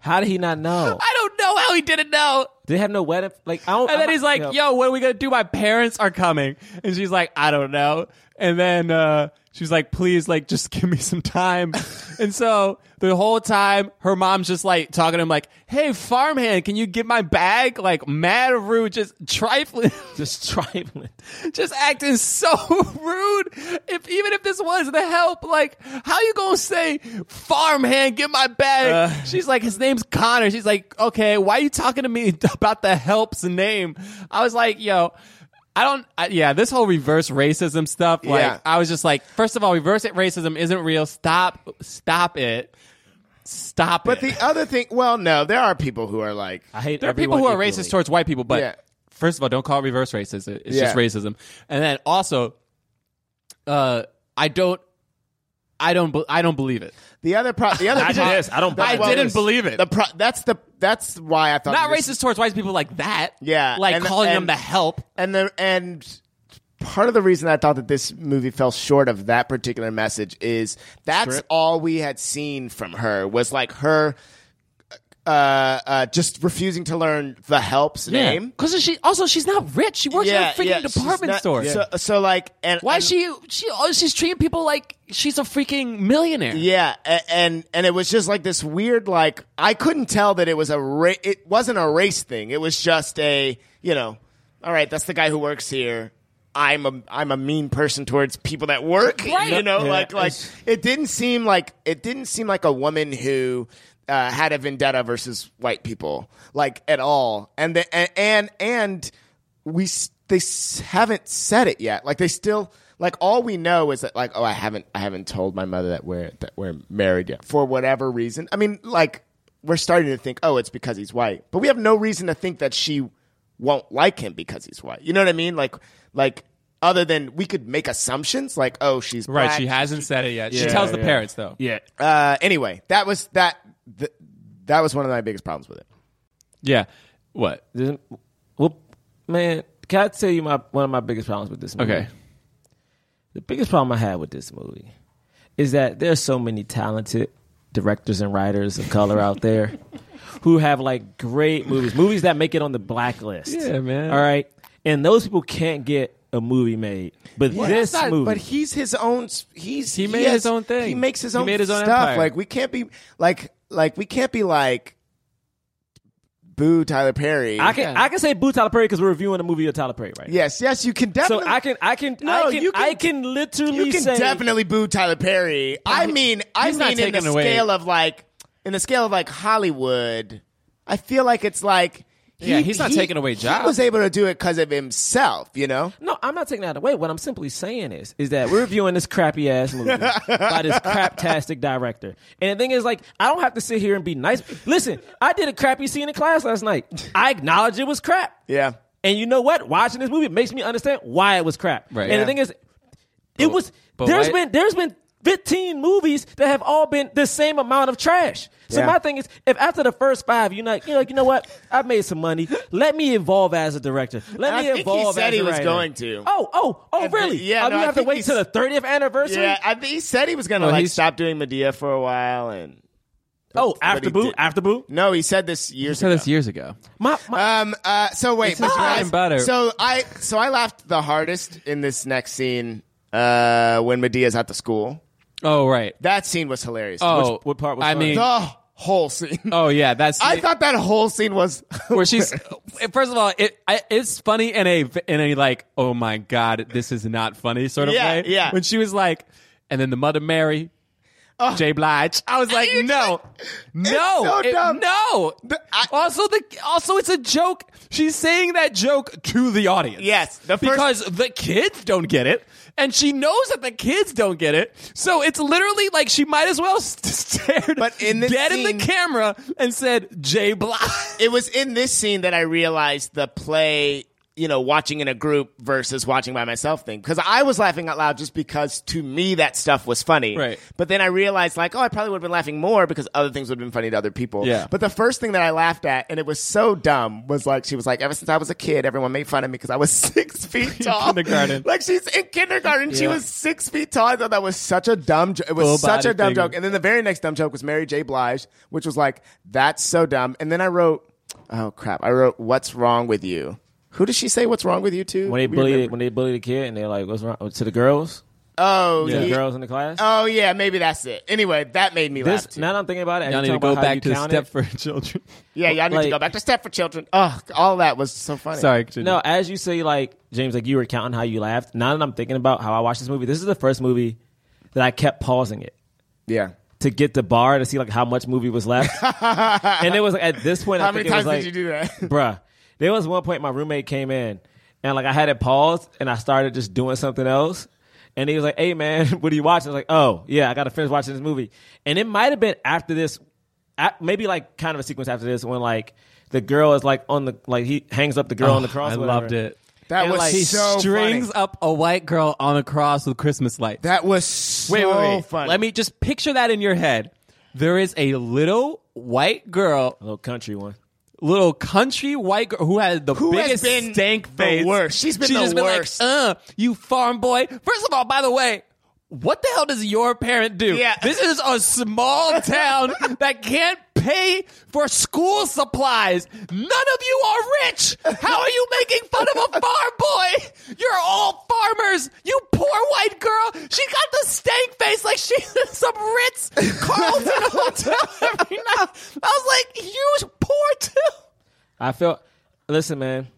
S4: How did he not know?
S2: *laughs* I don't know how he didn't know."
S4: They have no wedding. Like I don't.
S2: And then
S4: I'm-
S2: he's like,
S4: you know,
S2: "Yo, what are we gonna do? My parents are coming," and she's like, "I don't know." And then uh, she's like, "Please, like, just *laughs* give me some time." and so the whole time, her mom's just like talking to him, like, "Hey, farmhand, can you get my bag?" Like, mad rude, just trifling, *laughs*
S4: just *laughs* trifling.
S2: just acting so *laughs* rude. If even if this was the help, like, how you gonna say, "Farmhand, get my bag"?
S4: Uh.
S2: She's like, "His name's Connor." She's like, "Okay, why you talking to me *laughs* about the help's name?" I was like, "Yo." I don't, I, yeah, this whole reverse racism stuff, like,
S3: Yeah.
S2: I was just like, first of all, reverse racism isn't real. Stop, stop it. Stop
S3: But
S2: it.
S3: the other thing, well, no, there are people who are like,
S4: I hate
S2: there are people who
S4: everyone
S2: are
S4: equally.
S2: racist towards white people, but
S3: Yeah.
S2: first of all, don't call it reverse racism. It's
S3: Yeah.
S2: just racism. And then also, uh, I don't, I don't, be- I don't believe it.
S3: The other pro- the
S4: *laughs*
S3: other
S4: I
S3: pro-
S4: did this. I don't
S3: the-
S4: buy
S2: I didn't believe it.
S3: The pro- that's the that's why I thought
S2: Not
S3: this-
S2: racist towards white people like that.
S3: Yeah,
S2: like
S3: and-
S2: calling them
S3: and-
S2: to help.
S3: And the and part of the reason I thought that this movie fell short of that particular message is that's
S2: Script.
S3: all we had seen from her was like her uh, uh, just refusing to learn the help's name.
S2: because she also she's not rich. She works in a freaking
S3: she's
S2: department
S3: not-
S2: store.
S3: So, so like, and
S2: Why
S3: and-
S2: is she she oh, she's treating people like she's a freaking millionaire?
S3: Yeah, a- and and it was just like this weird like I couldn't tell that it was a ra- it wasn't a race thing. It was just a you know, all right, that's the guy who works here. I'm a I'm a mean person towards people that work.
S2: Right.
S3: You know,
S4: Yeah,
S3: like like
S4: it's-
S3: it didn't seem like it didn't seem like a woman who. Uh, had a vendetta versus white people, like at all, and the, and and, and we s- they s- haven't said it yet. Like they still like all we know is that like oh I haven't I haven't told my mother that we're that we're married yet for whatever reason. I mean like we're starting to think oh it's because he's white, but we have no reason to think that she won't like him because he's white. You know what I mean? Like like other than we could make assumptions like oh she's
S2: Right,
S3: black,
S2: she hasn't said it yet. she
S4: Yeah,
S2: tells the
S4: yeah.
S2: parents though.
S4: Yeah.
S3: Uh, anyway, that was that th- that was one of my biggest problems with it.
S2: Yeah. What?
S4: Didn't- Well, man, can I tell you my one of my biggest problems with this movie?
S2: Okay.
S4: The biggest problem I had with this movie is that there's so many talented directors and writers of color
S3: *laughs*
S4: out there who have like great movies, movies that make it on the blacklist.
S2: Yeah, man.
S4: All right. And those people can't get a movie made. But this
S3: That's not-
S4: movie
S3: But he's his own. s- He's
S2: He made his own thing.
S3: He makes his
S2: He
S3: own
S2: made his own
S3: stuff.
S2: empire.
S3: Like we can't be like like we can't be like boo Tyler Perry.
S4: I can I can say boo Tyler Perry because we're reviewing a movie of Tyler Perry, right?
S3: Yes, yes, you can
S4: So
S3: definitely.
S4: I can I can
S3: No,
S4: I can,
S3: you can-
S4: I can literally
S3: You can
S4: say
S3: definitely boo Tyler Perry. I mean, I
S2: he's not
S3: mean, in the
S2: taking away-
S3: scale of like, in the scale of like Hollywood, I feel like it's like. He,
S2: Yeah, he's not
S3: he-
S2: taking away jobs.
S3: He was able to do it because of himself, you know.
S4: No, I'm not taking that away. What I'm simply saying is, is that we're reviewing this crappy ass movie by this craptastic director. And the thing is, like, I don't have to sit here and be nice. Listen, I did a crappy scene in class last night. I acknowledge it was crap.
S3: Yeah,
S4: And you know what? Watching this movie makes me understand why it was crap.
S2: Right.
S4: And
S2: Yeah.
S4: the thing is, it was
S2: but
S4: there's
S2: why-
S4: been there's been 15 movies that have all been the same amount of trash. So
S3: Yeah.
S4: my thing is, if after the first five, you're like, you're like, you know what? I've made some money. Let me evolve as a director. Let
S3: I
S4: me
S3: think he
S4: evolve.
S3: said
S4: as a
S3: he was
S4: writer."
S3: going to.
S4: Oh, oh, oh,
S3: And the-
S4: really?
S3: yeah,
S4: Oh,
S3: no,
S4: you
S3: I
S4: have to
S3: think
S4: wait till the
S3: he's-
S4: 30th anniversary.
S3: yeah. I, he said he was gonna like
S2: Oh, he's-
S3: stop doing Medea for a while, and
S4: oh,
S3: he
S4: after boot,
S3: did.
S4: after boot.
S3: no, he said this years
S2: said
S3: ago.
S2: this years ago.
S4: My, my,
S3: Um. Uh. So wait, but
S2: his bread
S3: you guys-
S2: and butter.
S3: So I. So I laughed the hardest in this next scene. Uh, when Medea's at the school,
S2: Oh right.
S3: that scene was hilarious.
S2: Oh,
S4: what part was
S2: I
S4: funny?
S2: mean,
S3: the whole scene.
S2: oh yeah, that's.
S3: I thought that whole scene was
S2: where
S3: *laughs*
S2: she's. eh, First of all, it I, it's funny in a in a like, oh my god, this is not funny sort of
S3: Yeah,
S2: way.
S3: yeah.
S2: When she was like, and then the mother Mary, J Blige. I was
S3: *laughs*
S2: like,
S3: It's
S2: no, no,
S3: so
S2: it-
S3: dumb.
S2: no.
S3: The- I-
S2: also, the also it's a joke. She's saying that joke to the audience.
S3: Yes, the first-
S2: because the kids don't get it, and she knows that the kids don't get it. So it's literally like she might as well *laughs* st- stared
S3: But in this
S2: dead in
S3: scene-
S2: the camera and said J *laughs* Blige.
S3: it was in this scene that I realized the play, you know, watching in a group versus watching by myself thing. Because I was laughing out loud just because to me that stuff was funny.
S2: Right.
S3: But then I realized, like, oh, I probably would have been laughing more because other things would have been funny to other people.
S2: Yeah.
S3: But the first thing that I laughed at, and it was so dumb, was like, she was like, ever since I was a kid, everyone made fun of me because I was *laughs* six feet tall.
S2: kindergarten.
S3: Like, she's in kindergarten. She
S2: Yeah.
S3: was six feet tall. I thought that was such a dumb joke. It was
S2: Full
S3: such
S2: body
S3: a dumb
S2: figure.
S3: joke. And then the very next dumb joke was Mary J. Blige, which was like, that's so dumb. And then I wrote, oh crap, I wrote, what's wrong with you? Who does she say what's wrong with you to?
S4: when they
S3: We
S4: bullied,
S3: remember-
S4: when they bullied the kid, and they're like, "What's wrong?" To the girls,
S3: Oh,
S4: the
S3: yeah.
S4: girls in the class.
S3: Oh, yeah, maybe that's it. Anyway, that made me laugh.
S4: this
S3: Too.
S4: now that I'm thinking about it. and
S2: I
S4: you
S2: need to
S4: talk
S2: go
S4: about how you
S2: back to
S4: count it,
S2: Stepford Children. *laughs*
S3: yeah, y'all need to
S4: like-
S3: go back to Step for Children. Oh, all that was so funny.
S2: Sorry,
S4: No, as you say, like James, like you were counting how you laughed. Now that I'm thinking about how I watched this movie, this is the first movie that I kept pausing it
S3: Yeah.
S4: to get the bar to see like how much movie
S3: *laughs*
S4: was left. and it was like at this point,
S3: How
S4: I think
S3: many
S4: it was
S3: times did
S4: like,
S3: you do that? *laughs*
S4: *laughs* bruh. There was one point my roommate came in and like I had it paused and I started just doing something else. And *laughs* he was like, "Hey man, what are you watching?" I was like, "Oh yeah, I got to finish watching this movie." And it might have been after this a- maybe like kind of a sequence after this when like the girl is like on the like he hangs up the
S3: Oh,
S4: girl on the cross.
S2: I
S4: or whatever.
S2: loved it.
S3: That
S4: And,
S3: was
S4: like,
S3: so
S2: Strings
S3: funny.
S2: up a white girl on a cross with Christmas lights.
S3: That was so
S2: wait, wait, wait.
S3: funny.
S2: Let me just picture that in your head. There is a little white girl,
S4: A little country one.
S2: little country white girl who had the
S3: Who has
S2: biggest
S3: been
S2: stank
S3: the
S2: face.
S3: worst? She's been
S2: She's
S3: the
S2: just
S3: worst.
S2: been like, uh, you farm boy. First of all, by the way, what the hell does your parent do?
S3: Yeah.
S2: This is a small town that can't pay for school supplies. None of you are rich. How are you making fun of a farm boy? You're all farmers. You poor white girl. She got the stank face like she's in *laughs* some Ritz Carlton hotel every night. I was like, you poor too.
S4: I felt. Listen, man.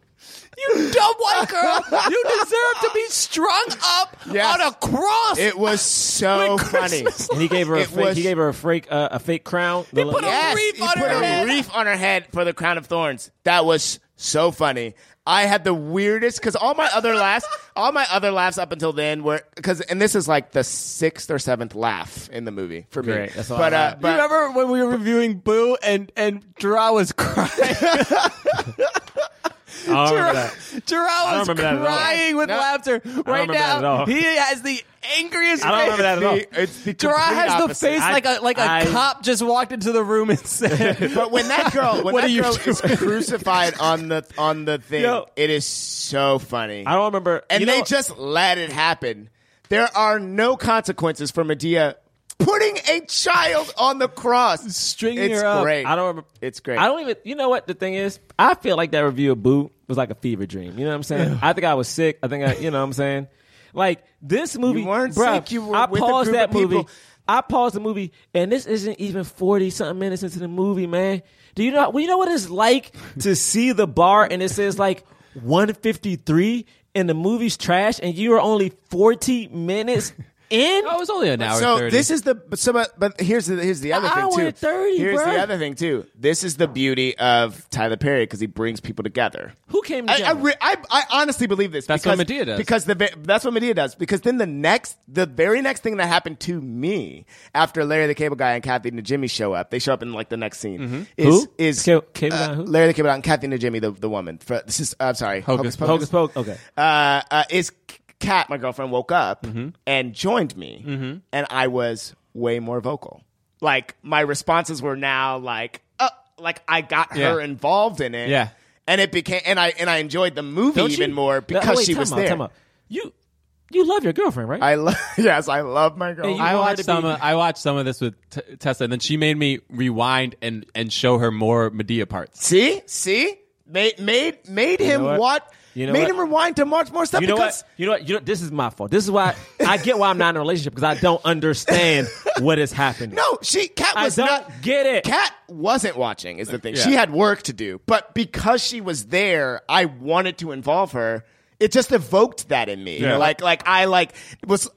S2: You dumb white girl. You deserve to be strung up
S3: Yes.
S2: on a cross.
S3: It
S4: *laughs*
S3: was so funny.
S2: Christmas
S4: And he gave her a
S3: It
S4: fake.
S3: was-
S4: he gave her a fake. Uh, a fake crown. They
S2: put a
S3: Yes,
S2: reef
S3: he
S2: on
S3: put
S2: her
S3: a
S2: head.
S3: reef on her head for the crown of thorns. That was so funny. I had the weirdest because all my other
S2: *laughs*
S3: laughs, all my other laughs up until then were because, and this is like the sixth or seventh laugh in the movie for me.
S4: Great, that's all I
S3: but uh,
S4: had.
S3: but
S2: remember when we were reviewing Boo and and Jira was *laughs* crying.
S4: I don't remember that.
S2: Jira was
S4: remember that at all.
S2: crying with
S3: No.
S2: laughter. Right
S4: remember that at
S2: now,
S4: all.
S2: he has the angriest.
S4: I don't
S2: face.
S4: remember that at all.
S3: the- it's the
S2: Gerard
S3: complete
S2: has the
S3: opposite.
S2: face
S4: I-
S2: like a like a
S4: I-
S2: cop just walked into the room and *laughs* said,
S3: But when that girl, when
S2: What
S3: that
S2: are you
S3: girl is crucified on the on the thing,
S4: Yo.
S3: it is so funny.
S4: I don't remember.
S3: and
S4: you
S3: they
S4: know-
S3: just let it happen. There are no consequences for Medea putting a child on the cross.
S2: "Stringing
S3: it's
S2: her up."
S3: great.
S4: I don't remember.
S3: It's great.
S4: I don't even. You know what the thing is? I feel like that review of Boo was like a fever dream. You know what
S3: *sighs*
S4: I'm saying? I think I was sick. I think I. You know what I'm saying? Like this movie.
S3: weren't
S4: bruh,
S3: sick. You were
S4: I
S3: with a
S4: paused
S3: group
S4: that
S3: of people.
S4: movie. I paused the movie, and this isn't even forty something minutes into the movie, man. Do you know? Well, you know what it's like
S3: *laughs*
S4: to see the bar and it says like one fifty three, and the movie's trash, and you are only forty
S3: *laughs*
S4: minutes in.
S2: Oh, it was only an hour.
S3: so
S2: 30.
S3: this is the but so but, but here's the here's the other
S4: An
S3: thing too.
S4: hour and 30,
S3: here's
S4: bruh.
S3: the other thing too. This is the beauty of Tyler Perry because he brings people together.
S4: Who came?
S3: I, I,
S4: together?
S3: re- I, I honestly believe this.
S2: That's
S3: because,
S2: what Medea does.
S3: Because the ve- that's what Medea does. Because then the next, the very next thing that happened to me after Larry the Cable Guy and Kathy and Jimmy show up, they show up in like the next scene. Is,
S4: Mm-hmm. Who?
S3: is
S4: Cable- Cable
S3: uh,
S4: Guy who?
S3: Larry the Cable Guy and Kathy and Jimmy, the, the woman. For, this is uh, I'm sorry,
S2: Hocus
S4: Hocus Pocus. Okay.
S3: uh, uh, is Kat, my girlfriend, woke up
S4: Mm-hmm.
S3: and joined me, and I was way more vocal. Like my responses were now like, uh, like I got her
S2: Yeah.
S3: involved in it,
S2: Yeah.
S3: and it became, and I and I enjoyed the movie
S4: Don't you-
S3: even more
S4: No,
S3: because
S4: wait,
S3: she
S4: time
S3: was
S4: out,
S3: there.
S4: time out. You you love your girlfriend, right?
S3: I love, *laughs* yes, I love my girl.
S4: And you-
S2: I
S4: wanted
S2: watched
S4: to
S2: some.
S4: be-
S2: Of, I watched some of this with T- Tessa, and then she made me rewind and and show her more Medea parts.
S3: see, see, made made made him
S4: know what?
S3: what?
S4: You know
S3: made
S4: what?
S3: him rewind to watch more stuff
S4: you know
S3: because
S4: what? You know what? You know, this is my fault. This is why I get why I'm not in a relationship because I don't understand what is happening.
S3: No, she Cat
S4: I
S3: was
S4: don't
S3: not
S4: get it.
S3: Cat wasn't watching is the thing.
S2: Yeah.
S3: She had work to do, but because she was there, I wanted to involve her. It just evoked that in me.
S2: Yeah.
S3: Like like I like was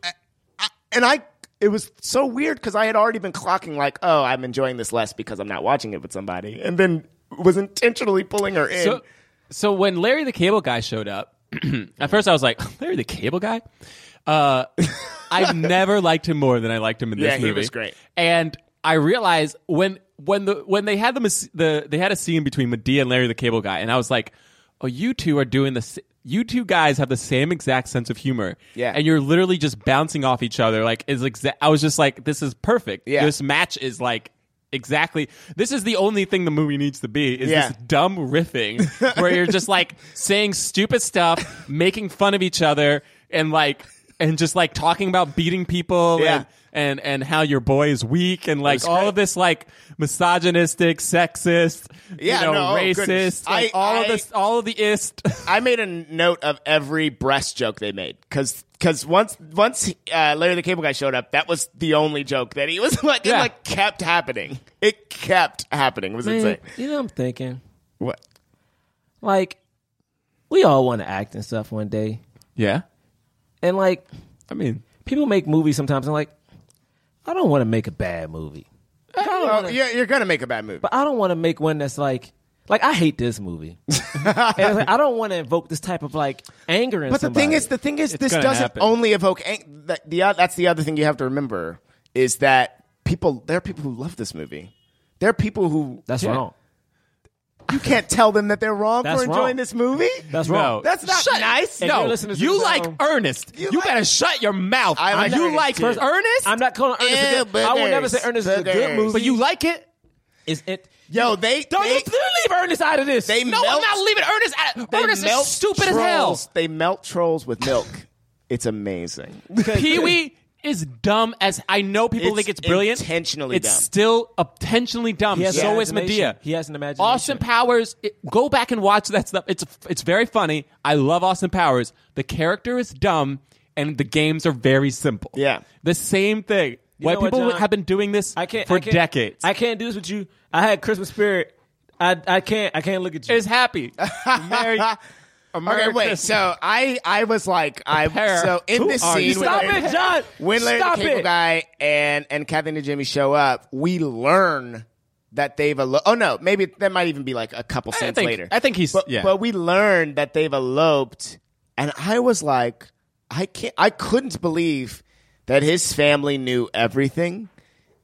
S3: I, and I it was so weird because I had already been clocking like, oh, I'm enjoying this less because I'm not watching it with somebody, and then was intentionally pulling her in.
S2: So, so when Larry the Cable Guy showed up, *clears throat* at first I was like, Larry the Cable Guy. Uh,
S3: *laughs*
S2: I've never liked him more than I liked him in this
S3: Yeah, he
S2: movie.
S3: was great.
S2: And I realized when when the when they had the mis- the they had a scene between Medea and Larry the Cable Guy, and I was like, oh, you two are doing the. s- You two guys have the same exact sense of humor,
S3: Yeah.
S2: and you're literally just bouncing off each other. Like is exact. I was just like, this is perfect.
S3: Yeah.
S2: This match is like exactly. This is the only thing the movie needs to be. Is
S3: Yeah.
S2: this dumb riffing where you're just like saying stupid stuff, making fun of each other, and like and just like talking about beating people
S3: Yeah.
S2: and and and how your boy is weak and like
S3: was
S2: all
S3: great.
S2: of this like misogynistic, sexist,
S3: Yeah,
S2: you know,
S3: no, oh, goodness.
S2: racist, like
S3: I-
S2: all
S3: I-
S2: of this, all of the ist. *laughs*
S3: I made a note of every breast joke they made because once once uh, Larry the Cable Guy showed up, that was the only joke that he was *laughs* like it
S2: Yeah.
S3: like kept happening. It kept happening. It was
S4: Man,
S3: insane.
S4: you know what I'm thinking?
S3: What?
S4: Like we all want to act and stuff one day,
S2: yeah,
S4: and like
S2: I mean,
S4: people make movies sometimes, and like I don't want to make a bad movie,
S3: Oh, yeah, you're gonna make a bad movie.
S4: but I don't want to make one that's like. Like I hate
S3: *laughs*
S4: this movie, and it's like, I don't want to invoke this type of like anger in
S3: But the thing
S4: somebody.
S3: is, the thing is, this
S2: gonna
S3: doesn't
S2: happen.
S3: only evoke ang- that, uh, the oth- that's the other thing you have to remember is that people there are people who love this movie. There are people who
S4: That's
S2: Yeah.
S4: wrong.
S3: you can't tell them that they're wrong
S4: That's
S3: for enjoying
S4: wrong.
S3: this movie.
S4: That's
S2: No.
S4: wrong.
S3: That's not
S2: Shut-
S3: nice.
S4: If you're
S2: No,
S4: listening to
S2: you
S4: this
S2: like
S4: song-
S2: Ernest. You,
S3: like-
S2: gotta shut your mouth.
S3: I like
S2: you
S3: Ernest,
S2: like
S3: too.
S2: Ernest.
S4: I'm not calling Ernest a good.
S3: Ew,
S4: I will
S3: boogers,
S4: never say Ernest is a good
S3: boogers.
S4: movie.
S2: but you like it.
S4: is it?
S3: Yo, they
S4: Don't
S3: they,
S4: you leave Ernest out of this.
S3: they
S2: No,
S3: melt,
S2: I'm not leaving Ernest. Out.
S3: they
S2: Ernest
S3: melt
S2: is stupid
S3: trolls.
S2: as
S3: They melt trolls with milk. It's *laughs* amazing.
S2: hell. Pee Wee is dumb as I know people
S3: It's
S2: think it's brilliant.
S3: intentionally
S2: it's
S3: dumb.
S2: still intentionally dumb.
S4: He has
S2: so
S4: an
S2: is
S4: imagination.
S2: Medea.
S4: He has an imagination.
S2: Austin Powers. It, go back and watch that stuff. It's it's very funny. I love Austin Powers. The character is dumb, and the games are very simple.
S3: Yeah.
S2: the same thing.
S4: know
S2: White
S4: what,
S2: people
S4: John?
S2: have been doing this
S4: I can't
S2: for
S4: I can't-
S2: decades.
S4: I can't do this with you. I had Christmas spirit. I I can't I can't look at you.
S2: is
S3: *laughs*
S2: happy.
S4: *laughs*
S2: Merry, a Merry
S3: Okay, wait.
S2: Christmas.
S3: So I I was like I
S2: pair.
S3: so in
S2: Who
S3: this
S2: are
S3: scene
S2: you?
S3: when
S4: Stop
S3: Larry-
S4: it, John.
S3: when Larry
S4: Stop
S3: the Cable
S4: it.
S3: Guy and and Kathy and Jimmy show up, we learn that they've eloped. Oh no, maybe that might even be like a couple
S2: I
S3: cents
S2: think-
S3: later.
S2: I think he's-
S3: But,
S2: yeah.
S3: but we learned that they've eloped, and I was like, I can't. I couldn't believe that his family knew everything,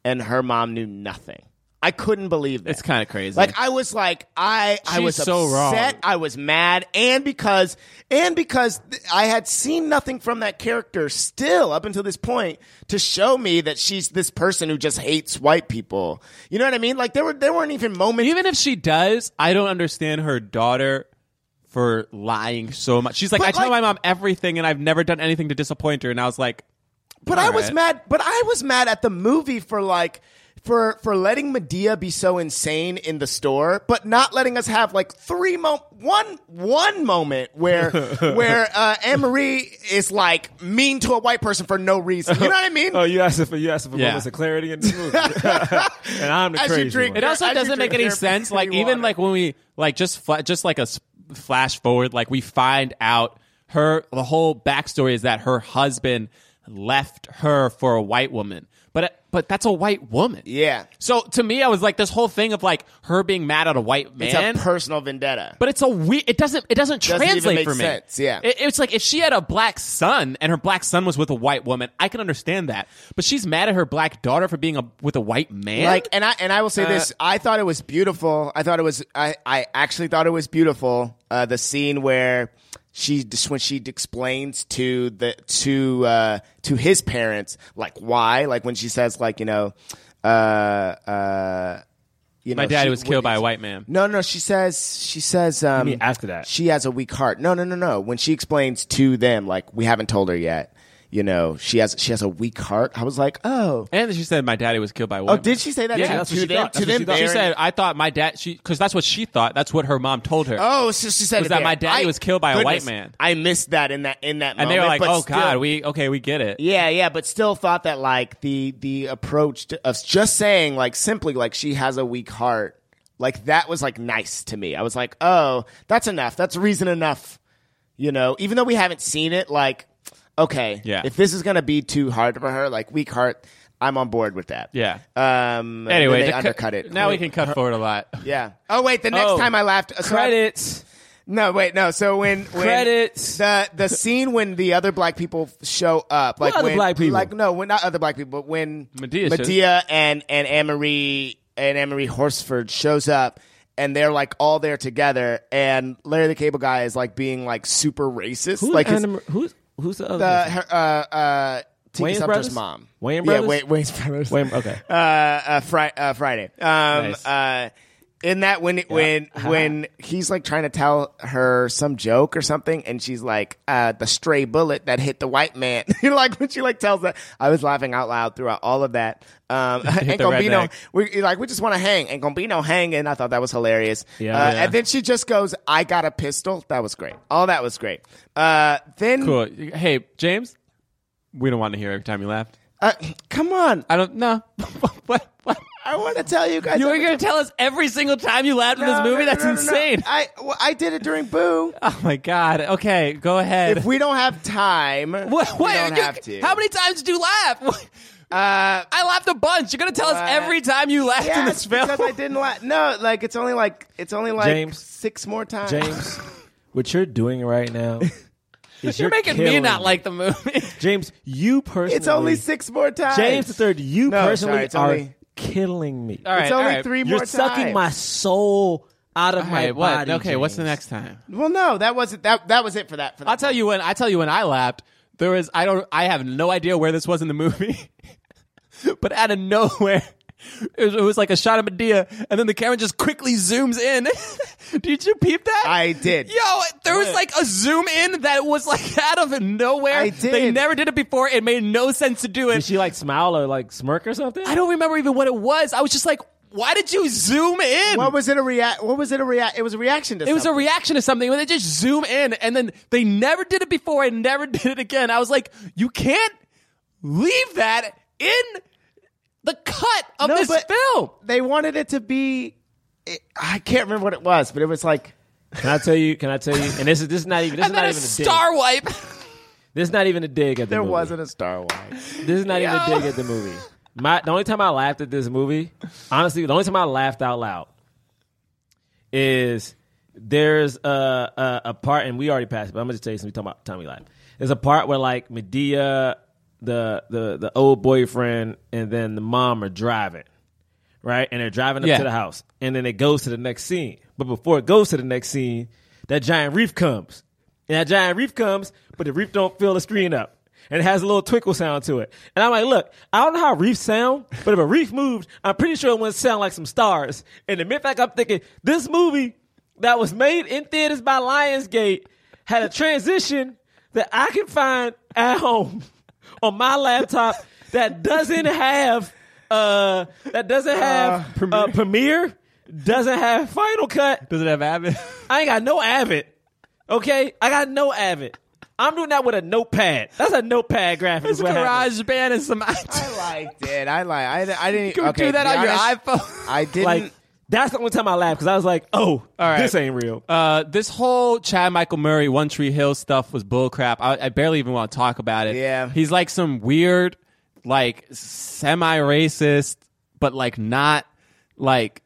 S3: and her mom knew nothing. I couldn't believe that.
S2: It's kinda crazy.
S3: Like I was like I I
S2: She's
S3: was
S2: so wrong.
S3: upset. I was mad, and because and because th- I had seen nothing from that character still up until this point to show me that she's this person who just hates white people. You know what I mean? Like there were there weren't even moments.
S2: Even if she does, I don't understand her daughter for lying so much. She's like,
S3: But,
S2: I tell my
S3: like-
S2: mom everything, and I've never done anything to disappoint her. And I was like,
S3: but I was
S2: Alright.
S3: mad. But I was mad at the movie for like. For, for letting Medea be so insane in the store, but not letting us have like three mo one one moment where where uh, Anne Marie is like mean to a white person for no reason. You know what I mean?
S4: Oh, you asked for you asked for
S2: Yeah.
S4: moments of clarity in this
S3: *laughs*
S4: movie, and I'm the
S3: As you
S4: crazy
S3: drink-
S2: It
S4: one.
S3: Or
S2: also
S3: as you
S2: doesn't
S3: drink
S2: make any
S3: your
S2: sense.
S3: pretty
S2: Like even
S3: water.
S2: like when we like just fla- just like a s- flash forward, like we find out her the whole backstory is that her husband left her for a white woman, but but that's a white woman.
S3: Yeah.
S2: So to me, I was like this whole thing of like her being mad at a white man.
S3: It's a personal vendetta.
S2: but it's a we. It doesn't. It doesn't
S3: Doesn't even
S2: translate
S3: make
S2: for me.
S3: sense, yeah.
S2: It- it's like if she had a black son and her black son was with a white woman, I can understand that. But she's mad at her black daughter for being a with a white man.
S3: like, and I and I will say this: I thought it was beautiful. I thought it was. I I actually thought it was beautiful. Uh, the scene where she just when she explains to the to uh, to his parents like why, like when she says like you know, uh, uh, you
S2: my
S3: know,
S2: daddy
S3: she-
S2: was killed by a
S3: what-
S2: white man.
S3: No, no, she says she says um
S4: mean after that?
S3: She has a weak heart. No, no, no, no. When she explains to them like we haven't told her yet, you know, she has she has a weak heart. I was like, "Oh.
S2: And then she said my daddy was killed by a
S3: Oh,
S2: woman.
S3: did she say that
S2: Yeah,
S3: to,
S2: that's
S4: what
S3: to
S4: she
S3: them?
S4: thought.
S3: To
S4: That's what
S3: them
S4: she thought.
S2: She
S3: there?
S2: said I thought my dad she cuz that's what she thought. That's what her mom told her.
S3: "Oh, so she said
S2: Was
S3: it
S2: that
S3: there.
S2: my daddy
S3: I-
S2: was killed by a
S3: goodness,
S2: white man.
S3: I missed that in that in that.
S2: and they were like,
S3: moment, but
S2: "Oh
S3: still-
S2: god, we okay, we get it."
S3: Yeah, yeah, but still thought that like the the approach to, of just saying like simply like she has a weak heart, like that was like nice to me. I was like, oh, that's enough. That's reason enough. You know, even though we haven't seen it, like, okay,
S2: Yeah.
S3: If this is gonna be too hard for her, like weak heart, I'm on board with that.
S2: Yeah.
S3: Um.
S2: Anyway,
S3: then they
S2: to cut-
S3: undercut it.
S2: Now we can cut forward a lot.
S3: Yeah. Oh wait, the next
S4: Oh,
S3: time I laughed. uh, so I-
S4: Credits.
S3: no, wait, no. So when, when
S4: Credits.
S3: the the scene when the other black people show up, like
S4: other
S3: when,
S4: black people?
S3: like no, when not other black people, but when
S2: Medea shows-
S3: Medea and and Amory and Amory Horsford shows up. And they're like all there together, and Larry the Cable Guy is like being like super racist,
S4: Who's
S3: like his-
S4: Anna- who's who's the other?
S3: the
S4: person?
S3: her, uh uh Tiki
S4: Wayans
S3: Sumter's
S4: Brothers?
S3: mom,
S4: Wayans
S3: yeah,
S4: Brothers?
S3: Wayne, Wayne's Brothers,
S4: Wayne- okay.
S3: uh, uh, fri- uh Friday, um,
S4: Nice.
S3: uh, in that when
S2: *laughs*
S3: when when he's like trying to tell her some joke or something, and she's like uh the stray bullet that hit the white man, *laughs* You know, like when she like tells that, I was laughing out loud throughout all of that.
S2: *laughs*
S3: Um, ain't
S2: the
S3: gonna be no,
S2: redneck.
S3: we like we just want to hang, ain't gonna be no hanging. I thought that was hilarious.
S4: Yeah.
S3: Uh,
S4: Yeah.
S3: and then she just goes, "I got a pistol." That was great. All that was great. Uh, then
S2: Cool. Hey, James, we don't want to hear every time you laugh.
S3: uh, come on.
S2: I don't know. *laughs* what? what?
S3: I want to tell you guys.
S2: You were
S3: I'm-
S2: going to tell us every single time you laughed in
S3: No,
S2: this movie?
S3: no, no,
S2: That's
S3: no, no, no.
S2: insane.
S3: I well, I did it
S2: *laughs*
S3: during Boo.
S2: Oh my god. Okay, go ahead.
S3: If we don't have
S2: *laughs*
S3: time,
S2: what,
S3: we
S2: what-
S3: don't
S2: you-
S3: have to.
S2: How many times did you laugh? *laughs* What-
S3: Uh,
S2: I laughed a bunch. You're going to tell
S3: What?
S2: us every time you laughed in
S3: yeah,
S2: this
S3: it's
S2: film. *laughs*
S3: because I didn't. La- no, like it's only like it's only like
S4: James.
S3: six more times.
S4: James, what you're doing right now is
S2: You're
S4: you're
S2: making me
S4: killing
S2: not like the movie. *laughs*
S4: James. You
S3: *laughs*
S4: personally,
S3: it's only six more times.
S4: James the third. You
S3: No,
S4: personally
S3: sorry, it's
S4: are
S3: only-
S4: killing me.
S2: All right,
S3: it's only
S2: all right.
S3: three more
S4: You're sucking
S3: times.
S4: my soul out of
S2: All
S4: my
S2: right, what?
S4: body.
S2: okay, what's the
S4: James.
S2: next time?
S3: Well, no, that wasn't that. That was it for that. For that
S2: I'll tell you when. I tell you when I lapped. There was I don't I have no idea where this was in the movie, *laughs* but out of nowhere, it was, it was like a shot of Medea, and then the camera just quickly zooms in. *laughs* did you peep that?
S3: I did.
S2: Yo, there was like a zoom in that was like *laughs* out of nowhere.
S3: I
S2: They
S3: did.
S2: never did it before. It made no sense to do
S4: Did
S2: it.
S4: she like smile or like smirk or something?
S2: I don't remember even what it was. I was just like, why did you zoom in?
S3: What was it a react? What was it a react? It was a reaction to.
S2: It was a
S3: something.
S2: reaction to something when they just zoom in and then they never did it before and never *laughs* did it again. I was like, you can't leave that in the cut of
S3: No,
S2: this
S3: but-
S2: film.
S3: They wanted it to be. It, I can't remember what it was, but it was like.
S4: Can I tell you? Can I tell you? And this is this
S2: *laughs*
S4: is not even this
S2: And
S4: is not
S2: then a
S4: even a
S2: star
S4: dig.
S2: wipe.
S4: This is not even a dig at the
S3: There
S4: movie.
S3: wasn't a Star Wars.
S4: This is not even
S2: Yo.
S4: a dig at the movie. My the only time I laughed at this movie, honestly, the only time I laughed out loud is there's a a, a part, and we already passed, it, but I'm gonna just tell you something. we Talking about time we laughed. There's a part where like Medea, the the the old boyfriend, and then the mom are driving, right? And they're driving up
S2: Yeah.
S4: to the house, and then it goes to the next scene. But before it goes to the next scene, that giant reef comes, and that giant reef comes, but the reef don't fill the screen up. And it has a little twinkle sound to it. And I'm like, look, I don't know how reefs sound, but if a reef moved, I'm pretty sure it would sound like some stars. And the mere fact I'm thinking, this movie that was made in theaters by Lionsgate had a transition that I can find at home *laughs* on my laptop that doesn't have uh that doesn't have uh, Premiere. doesn't have Final Cut.
S2: Does it have *laughs* Abbott?
S4: I ain't got no Avid. Okay, I got no Avid. I'm doing that with a notepad. That's a notepad graphic.
S2: It's
S4: is what happened.
S2: garage band and some *laughs*
S3: I liked it. I like. I, I didn't. e,
S2: Can we
S3: okay,
S2: do that
S3: to be
S2: on your
S3: honest,
S2: iPhone? *laughs*
S3: I didn't.
S4: Like that's the only time I laughed because I was like, oh,
S2: right.
S4: this ain't real.
S2: Uh, this whole Chad Michael Murray One Tree Hill stuff was bullcrap. I, I barely even want to talk about it.
S3: Yeah.
S2: he's like some weird, like semi-racist, but like not like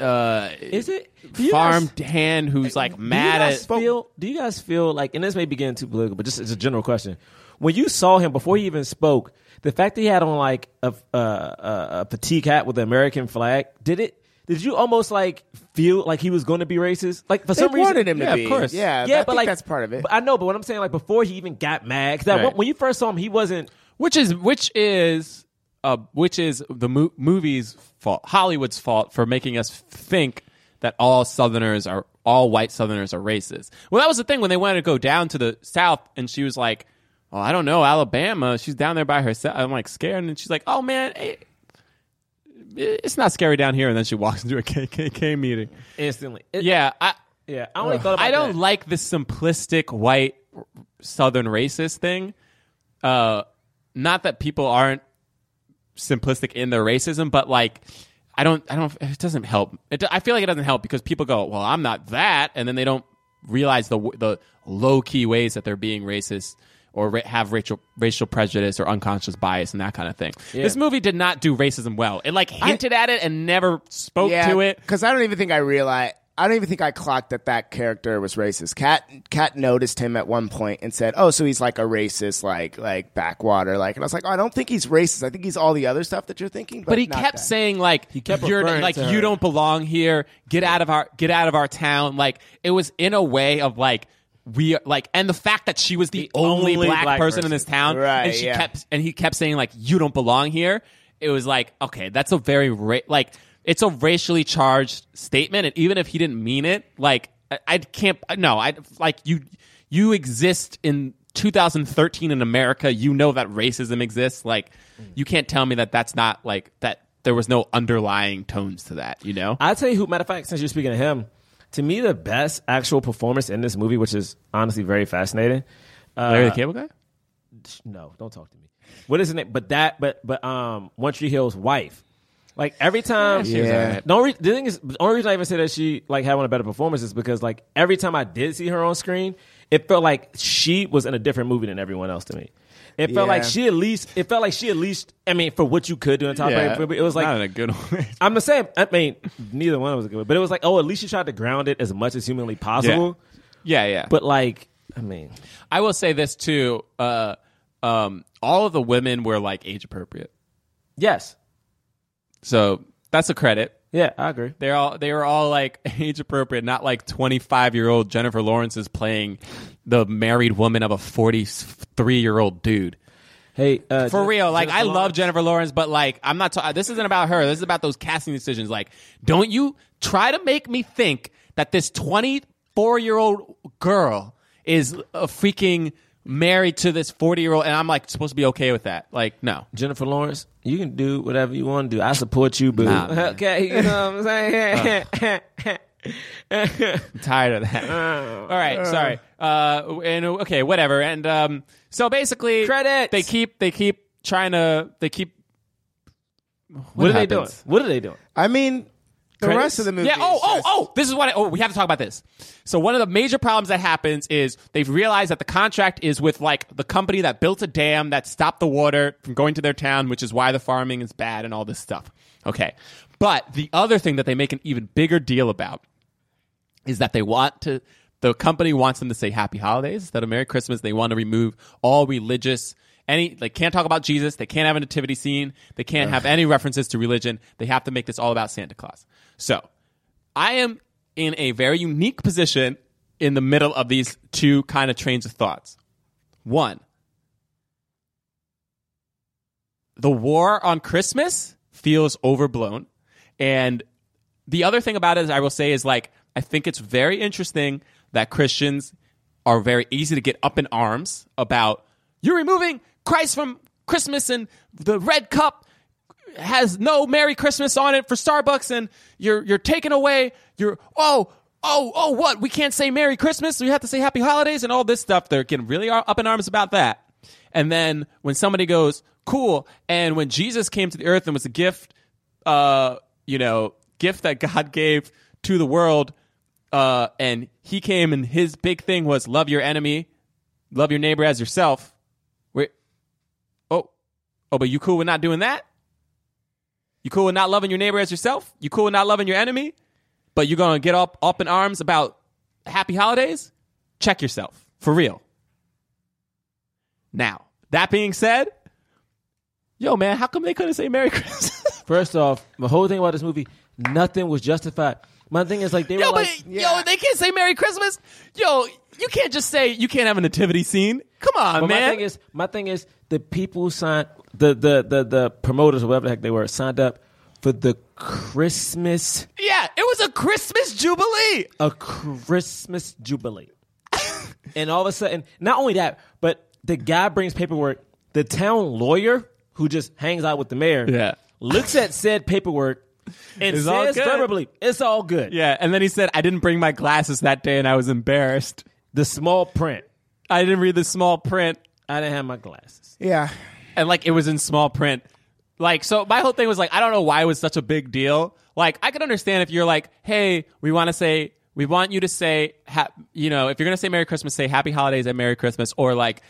S2: uh
S4: is it do you guys-
S2: farm hand who's like mad
S4: do you guys
S2: at.
S4: feel do you guys feel like and this may be getting too political but just as a general question when you saw him before he even spoke the fact that he had on like a uh, a, a fatigue hat with the american flag did it did you almost like feel like he was going to be racist like for
S3: they
S4: some reason
S3: wanted him to
S2: yeah, of
S3: be.
S2: course.
S3: Yeah,
S4: yeah
S3: I
S4: but
S3: think
S4: like
S3: that's part of it.
S4: but i know but what i'm saying like before he even got mad 'cause that
S2: Right.
S4: one- when you first saw him he wasn't
S2: which is which is uh which is the mo- movie's fault, Hollywood's fault for making us think that all Southerners are all white Southerners are racist. Well, that was the thing when they wanted to go down to the South, and she was like, "Oh, I don't know, Alabama. She's down there by herself. I'm like scared." And she's like, "Oh man." eh, it's not scary down here, and then she walks into a KKK meeting.
S4: instantly It-
S2: Yeah, I,
S4: yeah i only thought about
S2: I don't
S4: that.
S2: like the simplistic white Southern racist thing. Uh, not that people aren't simplistic in their racism, but like, I don't, I don't, it doesn't help. It, do- I feel like it doesn't help because people go, well, I'm not that. And then they don't realize the, w- the low key ways that they're being racist or ra- have racial, racial prejudice or unconscious bias and that kind of thing. This movie did not do racism well. It like hinted at it and never spoke
S3: yeah,
S2: to it.
S3: Because I don't even think I realized. I don't even think I clocked that that character was racist. Cat Cat noticed him at one point and said, "Oh, so he's like a racist, like like backwater, like." And I was like, oh, "I don't think he's racist. I think he's all the other stuff that you're thinking." But,
S2: But he
S3: not
S2: kept
S3: that.
S2: saying like
S4: kept
S2: you're
S4: referring
S2: like
S4: to
S2: you
S4: her.
S2: don't belong here. Get out of our get out of our town. Like it was in a way of like we are like and the fact that she was the, only,
S4: only
S2: black,
S4: black
S2: person, in
S4: person.
S2: this town
S3: Right,
S2: and she
S3: yeah.
S2: kept and he kept saying like you don't belong here. It was like okay, that's a very ra- like it's a racially charged statement and even if he didn't mean it, like I, I can't no, I like you you exist in 2013 in America, you know that racism exists. Like,
S4: Mm.
S2: you can't tell me that that's not like that. There was no underlying tones to that, you know.
S4: I'll tell you who, matter of fact, since you're speaking of him, to me, the best actual performance in this movie, which is honestly very fascinating. Uh,
S2: Larry the Cable Guy.
S4: No, don't talk to me. What is his name? But that, but, but, um, One Tree Hill's wife. Like every time,
S2: she was
S3: Yeah. alright.
S4: The only, the thing is, the only reason I even say that she like had one of the better performances is because like every time I did see her on screen, it felt like she was in a different movie than everyone else to me. It felt
S3: Yeah.
S4: like she at least. It felt like she at least. I mean, for what you could do in top yeah. it was like
S2: not in a good *laughs* way.
S4: I'm the same. I mean, neither one was good, but it was like, oh, at least she tried to ground it as much as humanly possible.
S2: yeah, yeah.
S4: But like, I mean,
S2: I will say this too. Uh, um, all of the women were like age appropriate.
S4: yes,
S2: So that's a credit.
S4: Yeah, I agree.
S2: They're all they were all like *laughs* age appropriate, not like twenty five year old Jennifer Lawrence is playing the married woman of a forty three year old dude.
S4: Hey, uh,
S2: For
S4: Jen-
S2: real, like
S4: Jennifer
S2: I
S4: Lawrence.
S2: love Jennifer Lawrence, but like I'm not. Ta- this isn't about her. This is about those casting decisions. Like, don't you try to make me think that this 24 year old girl is a freaking married to this 40 year old, and I'm like supposed to be okay with that? Like, no.
S4: Jennifer Lawrence. You can do whatever you want to do. I support you, boo. *laughs*
S2: Nah, man.
S4: okay, you know what I'm
S2: *laughs*
S4: saying. *laughs*
S2: I'm tired
S3: *laughs*
S2: of that.
S3: Oh.
S2: All right, sorry. Uh, and okay, whatever. And um, so basically,
S4: Credits.
S2: They keep they keep trying to they keep.
S4: what are they doing?
S2: happens?
S4: What are they doing?
S3: I mean, the
S4: Credits?
S3: rest of the movie.
S2: Yeah. Oh,
S3: is
S2: oh,
S3: just-
S2: oh. This is what. I, oh, we have to talk about this. So one of the major problems that happens is they've realized that the contract is with like the company that built a dam that stopped the water from going to their town, which is why the farming is bad and all this stuff. Okay. But the other thing that they make an even bigger deal about is that they want to. The company wants them to say Happy Holidays instead of Merry Christmas. They want to remove all religious. Any they can't talk about Jesus. They can't have a nativity scene. They can't have any references to religion. They have to make this all about Santa Claus. So I am in a very unique position in the middle of these two kind of trains of thoughts. One, the war on Christmas feels overblown. And the other thing about it is I will say is like I think it's very interesting that Christians are very easy to get up in arms about you're removing Christ from Christmas and the red cup has no Merry Christmas on it for Starbucks and you're you're taking away your oh oh oh what we can't say Merry Christmas we have to say Happy Holidays and all this stuff they're getting really ar- up in arms about that and then when somebody goes cool and when Jesus came to the earth and was a gift uh, you know, gift that God *laughs* gave to the world. Uh, and he came and his big thing was love your enemy, love your neighbor as yourself. Wait, oh, oh, but you cool with not doing that? You cool with not loving your neighbor as yourself? You cool with not loving your enemy? But you're gonna get up up in arms about happy holidays? Check yourself for real. Now that being said, yo man, how come they couldn't say Merry *laughs* Christmas?
S4: First off, the whole thing about this movie, nothing was justified. My thing is like they
S2: Yo,
S4: were
S2: but
S4: like,
S2: yo, they can't say Merry Christmas. Yo, you can't just say you can't have a nativity scene. Come on,
S4: But
S2: man.
S4: my thing is, my thing is, the people signed the the the the promoters or whatever the heck they were signed up for the Christmas
S2: yeah, it was a Christmas jubilee.
S4: a Christmas jubilee, and all of a sudden, not only that, but the guy brings paperwork. The town lawyer who just hangs out with the mayor,
S2: Yeah.
S4: looks at said paperwork and
S2: It's all
S4: says
S2: good.
S4: verbally, "It's all good."
S2: Yeah, and then he said, "I didn't bring my glasses that day, and I was embarrassed.
S4: The small print.
S2: I didn't read the small print,
S4: I didn't have my glasses.
S3: yeah.
S2: and like it was in small print." Like, so my whole thing was like, I don't know why it was such a big deal. Like, I could understand if you're like, "Hey, we want to say." We want you to say, ha- you know, if you're gonna say Merry Christmas, say Happy Holidays and Merry Christmas, or like,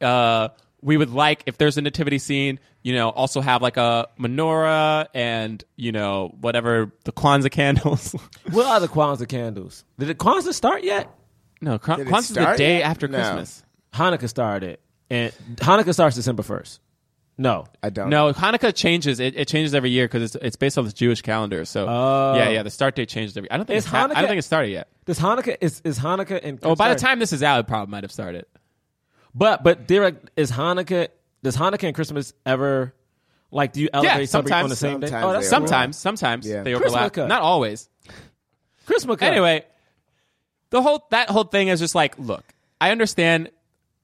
S2: uh, we would like if there's a nativity scene, you know, also have like a menorah and you know whatever the Kwanzaa candles. *laughs*
S4: What are the Kwanzaa candles? Did the Kwanzaa start yet?
S2: no, Kwan-
S3: Did it
S2: Kwanzaa's the
S3: start
S2: day
S3: yet?
S2: after
S3: No.
S2: Christmas.
S4: Hanukkah started, and Hanukkah starts December first. No,
S3: I don't.
S2: No, Hanukkah changes. It, it changes every year because it's it's based on the Jewish calendar. So yeah, yeah, the start date changes every. I don't think
S4: Oh. Is
S2: it's, ha- I
S4: Hanukkah-
S2: don't think it started yet.
S4: Does Hanukkah is is Hanukkah and
S2: Oh, by the time this is out, it probably might have started.
S4: but but direct is Hanukkah does Hanukkah and Christmas ever like do you elevate something on
S2: sometimes-
S4: the
S3: sometimes they
S4: same day? Oh, cool.
S3: overlap.
S2: Sometimes, sometimes
S3: Yeah.
S2: they
S4: Christmas
S2: overlap.
S4: cut.
S2: Not always.
S4: Christmas.
S2: Anyway, the whole that whole thing is just like, look, I understand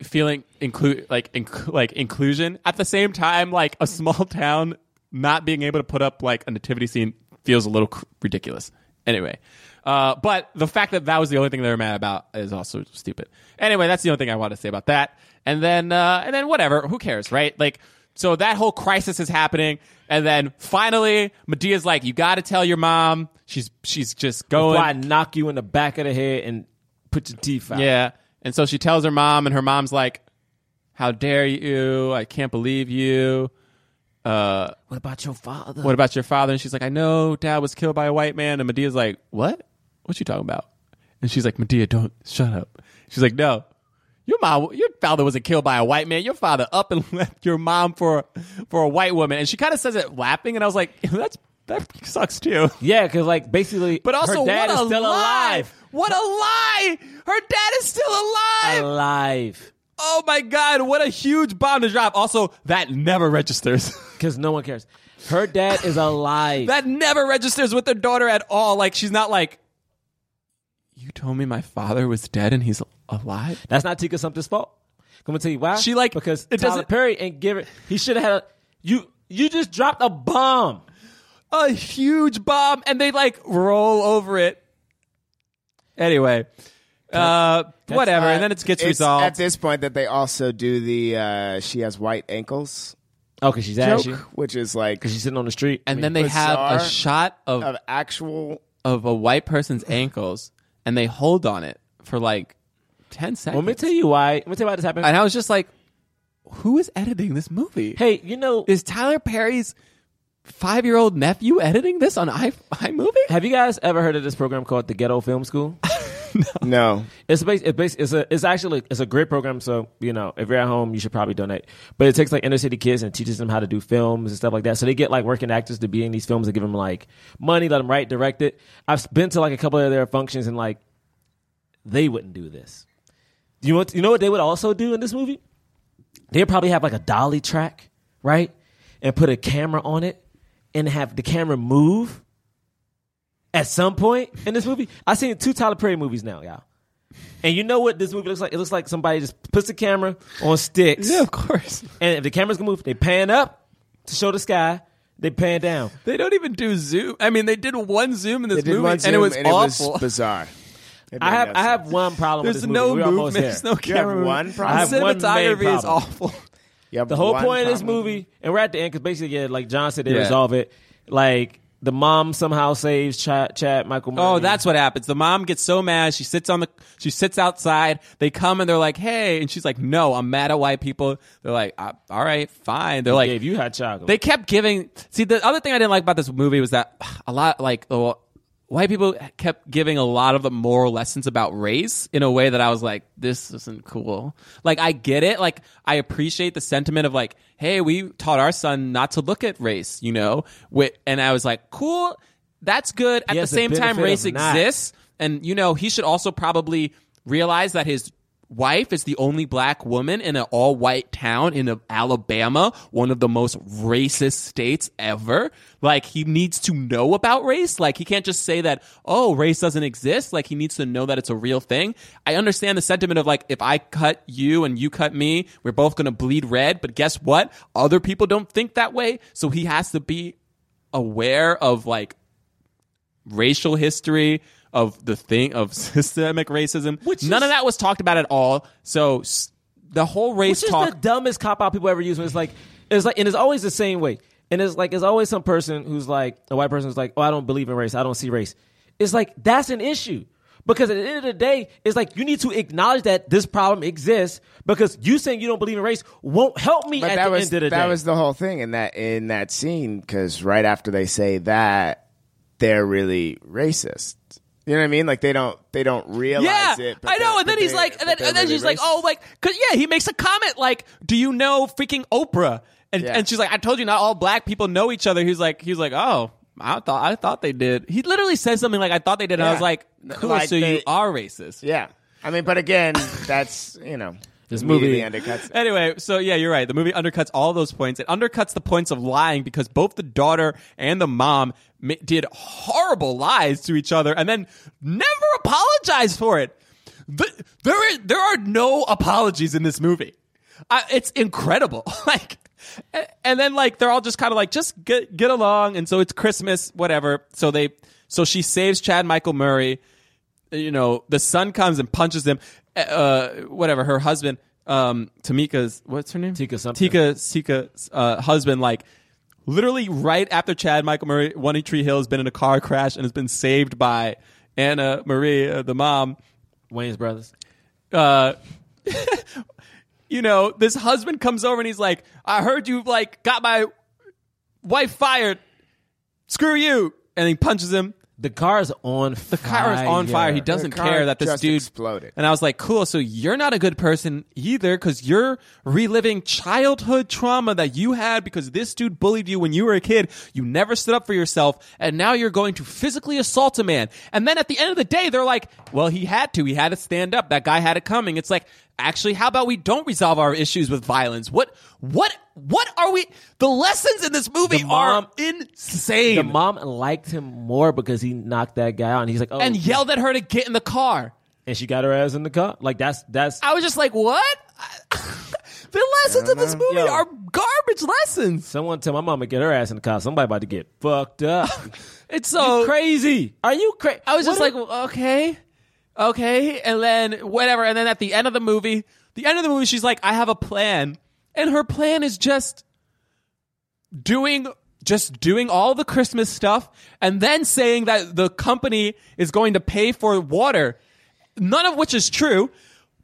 S2: feeling include like inc- like inclusion. At the same time, like a small town not being able to put up like a nativity scene feels a little cr- ridiculous. Anyway, uh, but the fact that that was the only thing they were mad about is also stupid. Anyway, that's the only thing I want to say about that. And then uh, and then whatever, who cares, right? Like. So that whole crisis is happening, and then finally, Medea's like, "You got to tell your mom." She's she's just going.
S4: before I knock you in the back of the head and put your teeth out.
S2: Yeah. And so she tells her mom, and her mom's like, How dare you? I can't believe you. Uh,
S4: What about your father?
S2: what about your father? And she's like, I know dad was killed by a white man. And Medea's like, What? What you talking about? And she's like, Medea, don't shut up. She's like, No. Your mom, your father wasn't killed by a white man. Your *laughs* father up and left your mom for for a white woman, and she kind of says it laughing. And I was like, *laughs* "That's that sucks too.
S4: Yeah, because like basically,
S2: But also,
S4: her dad
S2: what
S4: is
S2: a
S4: still
S2: lie!
S4: alive.
S2: What a lie! Her dad is still alive.
S4: Alive,
S2: oh my god! What a huge bomb to drop. Also, that never registers. *laughs*
S4: because no one cares. Her dad is alive.
S2: that never registers with their daughter at all. Like she's not like. You told me my father was dead and he's alive.
S4: That's not Tika Sumpter's fault. I'm gonna tell you why.
S2: She, like,
S4: because
S2: it
S4: Tyler
S2: doesn't-
S4: Perry and give it. He should have had a, you. You just dropped a bomb.
S2: A huge bomb, and they like roll over it. Anyway, uh, whatever, and then it gets resolved.
S3: At this point, that they also do the uh, she has white ankles
S4: Okay, she's
S3: joke,
S4: ashy.
S3: which is like
S4: She's sitting on the street,
S2: and then they have a
S3: bizarre
S2: shot of
S3: of
S2: *laughs*
S3: actual.
S2: of a white person's ankles and they hold on it for like 10
S4: Let
S2: seconds.
S4: me tell you why. Let me tell you why this happened.
S2: and I was just like, who is editing this movie?
S4: hey, you know,
S2: Is Tyler Perry's five year old nephew editing this on i iMovie?
S4: have you guys ever heard of this program called the Ghetto Film School?
S3: No,
S4: It's bas- it's, bas- it's a it's actually it's a great program. So you know, if you're at home, you should probably donate. But it takes like inner city kids and teaches them how to do films and stuff like that. So they get like working actors to be in these films and give them like money, let them write, direct it. I've been to like a couple of their functions and like they wouldn't do this. You know what, you know what they would also do in this movie? They'd probably have like a dolly track, right? And put a camera on it and have the camera move at some point in this movie. I've seen two Tyler Perry movies now, y'all. And you know what this movie looks like? It looks like somebody just puts the camera on sticks.
S2: Yeah, of course.
S4: And if the camera's gonna move, they pan up to show the sky, they pan down.
S2: *laughs* They don't even do Zoom. I mean, they did one Zoom in this
S3: they did
S2: movie
S3: one
S2: and it
S3: Zoom
S2: was
S3: and
S2: awful.
S3: it was bizarre. It
S4: I
S3: made
S4: have
S3: no
S4: I have
S3: sense.
S4: one problem
S2: *laughs*
S4: with
S2: There's
S4: this movie.
S2: no
S4: We're almost
S2: movement.
S4: there.
S2: There's no
S3: You have
S2: camera. movement.
S3: one
S2: The
S3: problem.
S4: I have one main
S2: cinematography is
S4: problem.
S2: awful.
S3: You have
S4: The whole
S3: one
S4: point of this
S3: problem.
S4: movie, and we're at the end because basically, yeah, like John said, they
S2: Yeah.
S4: resolve it. Like the mom somehow saves Chad, Chad Michael.
S2: *laughs*
S4: Murray.
S2: Oh, that's what happens. The mom gets so mad. She sits on the she sits outside. They come and they're like, "Hey," and she's like, "No, I'm mad at white people." They're like, "Uh, "All right, fine." They're like,
S4: gave you hot chocolate.
S2: They kept giving. See, the other thing I didn't like about this movie was that *sighs* a lot like oh, white people kept giving a lot of the moral lessons about race in a way that I was like, this isn't cool. Like I get it. Like I appreciate the sentiment of like, hey, we taught our son not to look at race, you know. Wi- And I was like, cool. That's good. At the
S4: has the
S2: same time,
S4: benefit
S2: race
S4: of not.
S2: exists, and you know he should also probably realize that his wife is the only black woman in an all-white town in uh, Alabama, one of the most racist states ever. Like he needs to know about race. Like he can't just say that oh race doesn't exist. Like he needs to know that it's a real thing. I understand the sentiment of like if I cut you and you cut me, we're both going to bleed red, but guess what? Other people don't think that way, so he has to be aware of like racial history of the thing of *laughs* systemic racism.
S4: Which
S2: None
S4: is-
S2: of that was talked about at all. So s- the whole race
S4: Which is
S2: talk.
S4: the dumbest cop out people ever use. When it's like, it's like, and it's always the same way. And it's like, it's always some person who's like, a white person who's like, oh, I don't believe in race. I don't see race. It's like that's an issue because at the end of the day, it's like you need to acknowledge that this problem exists because you saying you don't believe in race won't help me
S3: But
S4: at
S3: that
S4: the
S3: was
S4: end of the
S3: that
S4: day.
S3: was the whole thing in that in that scene because right after they say that, they're really racist. You know what I mean? Like they don't they don't realize
S2: yeah,
S3: it. but
S2: I know.
S3: they're-
S2: And then
S3: but
S2: he's
S3: they-
S2: like,
S3: but
S2: and then,
S3: they're
S2: and then
S3: really
S2: she's like,
S3: racist.
S2: oh, like, cause yeah, he makes a comment like, do you know freaking Oprah? And
S3: Yeah.
S2: and she's like, I told you not all black people know each other. He's like, he's like, oh. I thought I thought they did. He literally said something like I thought they did, and I
S3: Yeah.
S2: was like, cool,
S3: Like
S2: so you
S3: they-
S2: are racist."
S3: yeah. I mean, but again, that's you know
S4: This
S3: immediately
S4: movie-
S3: undercuts. It.
S2: Anyway, so yeah, you're right. The movie undercuts all those points. It undercuts the points of lying because both the daughter and the mom ma- did horrible lies to each other and then never apologized for it. The, there, are, there are no apologies in this movie. I, it's incredible. *laughs* like, a- and then like they're all just kind of like just get get along. And so it's Christmas, whatever. So they, so she saves Chad Michael Murray you know, the son comes and punches him. Uh, whatever her husband, um, Tamika's what's her name?
S4: Tika something.
S2: Tika Tika's uh, husband, like literally right after Chad Michael Murray, One Tree Hill has been in a car crash and has been saved by Anna Marie, uh, the mom.
S4: Wayne's brothers.
S2: Uh, you know, this husband comes over and he's like, "I heard you like got my wife fired. Screw you!" And he punches him.
S4: The car's on fire. The
S2: Kyra's on fire. He doesn't
S3: Kyra
S2: care that this
S3: just
S2: dude
S3: exploded.
S2: And I was like, cool. So you're not a good person either because you're reliving childhood trauma that you had because this dude bullied you when you were a kid. You never stood up for yourself, and now you're going to physically assault a man. And then at the end of the day, they're like, well, he had to. He had to stand up. That guy had it coming. It's like. Actually, how about we don't resolve our issues with violence? What, what, what are we? The lessons in this movie
S4: mom-
S2: are insane.
S4: The mom liked him more because he knocked that guy out, and he's like, "Oh,"
S2: and yelled at her to get in the car.
S4: and she got her ass in the car. Like that's that's
S2: I was just like, what? *laughs* the lessons in this movie
S4: Yo.
S2: are garbage lessons.
S4: someone tell my mama get her ass in the car. Somebody about to get fucked up.
S2: *laughs* It's so
S4: crazy. Are you crazy?
S2: I was just like, okay, okay, and then whatever. And then at the end of the movie, the end of the movie, she's like, I have a plan, and her plan is just doing just doing all the Christmas stuff, and then saying that the company is going to pay for water, none of which is true.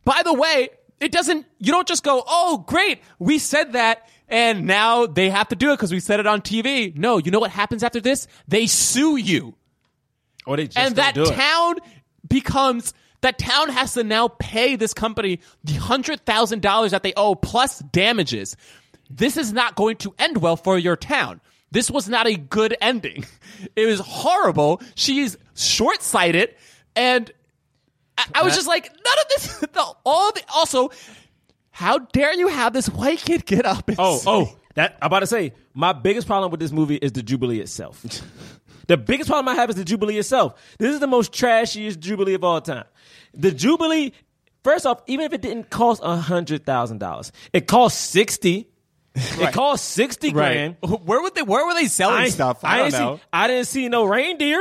S2: By the way, it doesn't. You don't just go, oh, great, we said that. And now they have to do it because we said it on TV. No, you know what happens after this? They sue you
S4: or they just
S2: and
S4: don't
S2: that
S4: do it.
S2: town becomes that town has to now pay this company the hundred thousand dollars that they owe plus damages. This is not going to end well for your town. This was not a good ending. *laughs* It was horrible. She's short sighted, and I, I was just like, none of this. *laughs* The, all the also, how dare you have this white kid get up? And
S4: Oh,
S2: say-
S4: oh, that I'm about to say. My biggest problem with this movie is the Jubilee itself. the biggest problem I have is the Jubilee itself. This is the most trashiest Jubilee of all time. The Jubilee, first off, even if it didn't cost hundred thousand dollars, it cost sixty. It cost sixty grand.
S2: Where would they? Where were they selling
S4: ain't-
S2: stuff? I, don't
S4: ain't
S2: know.
S4: See, I didn't see no reindeer.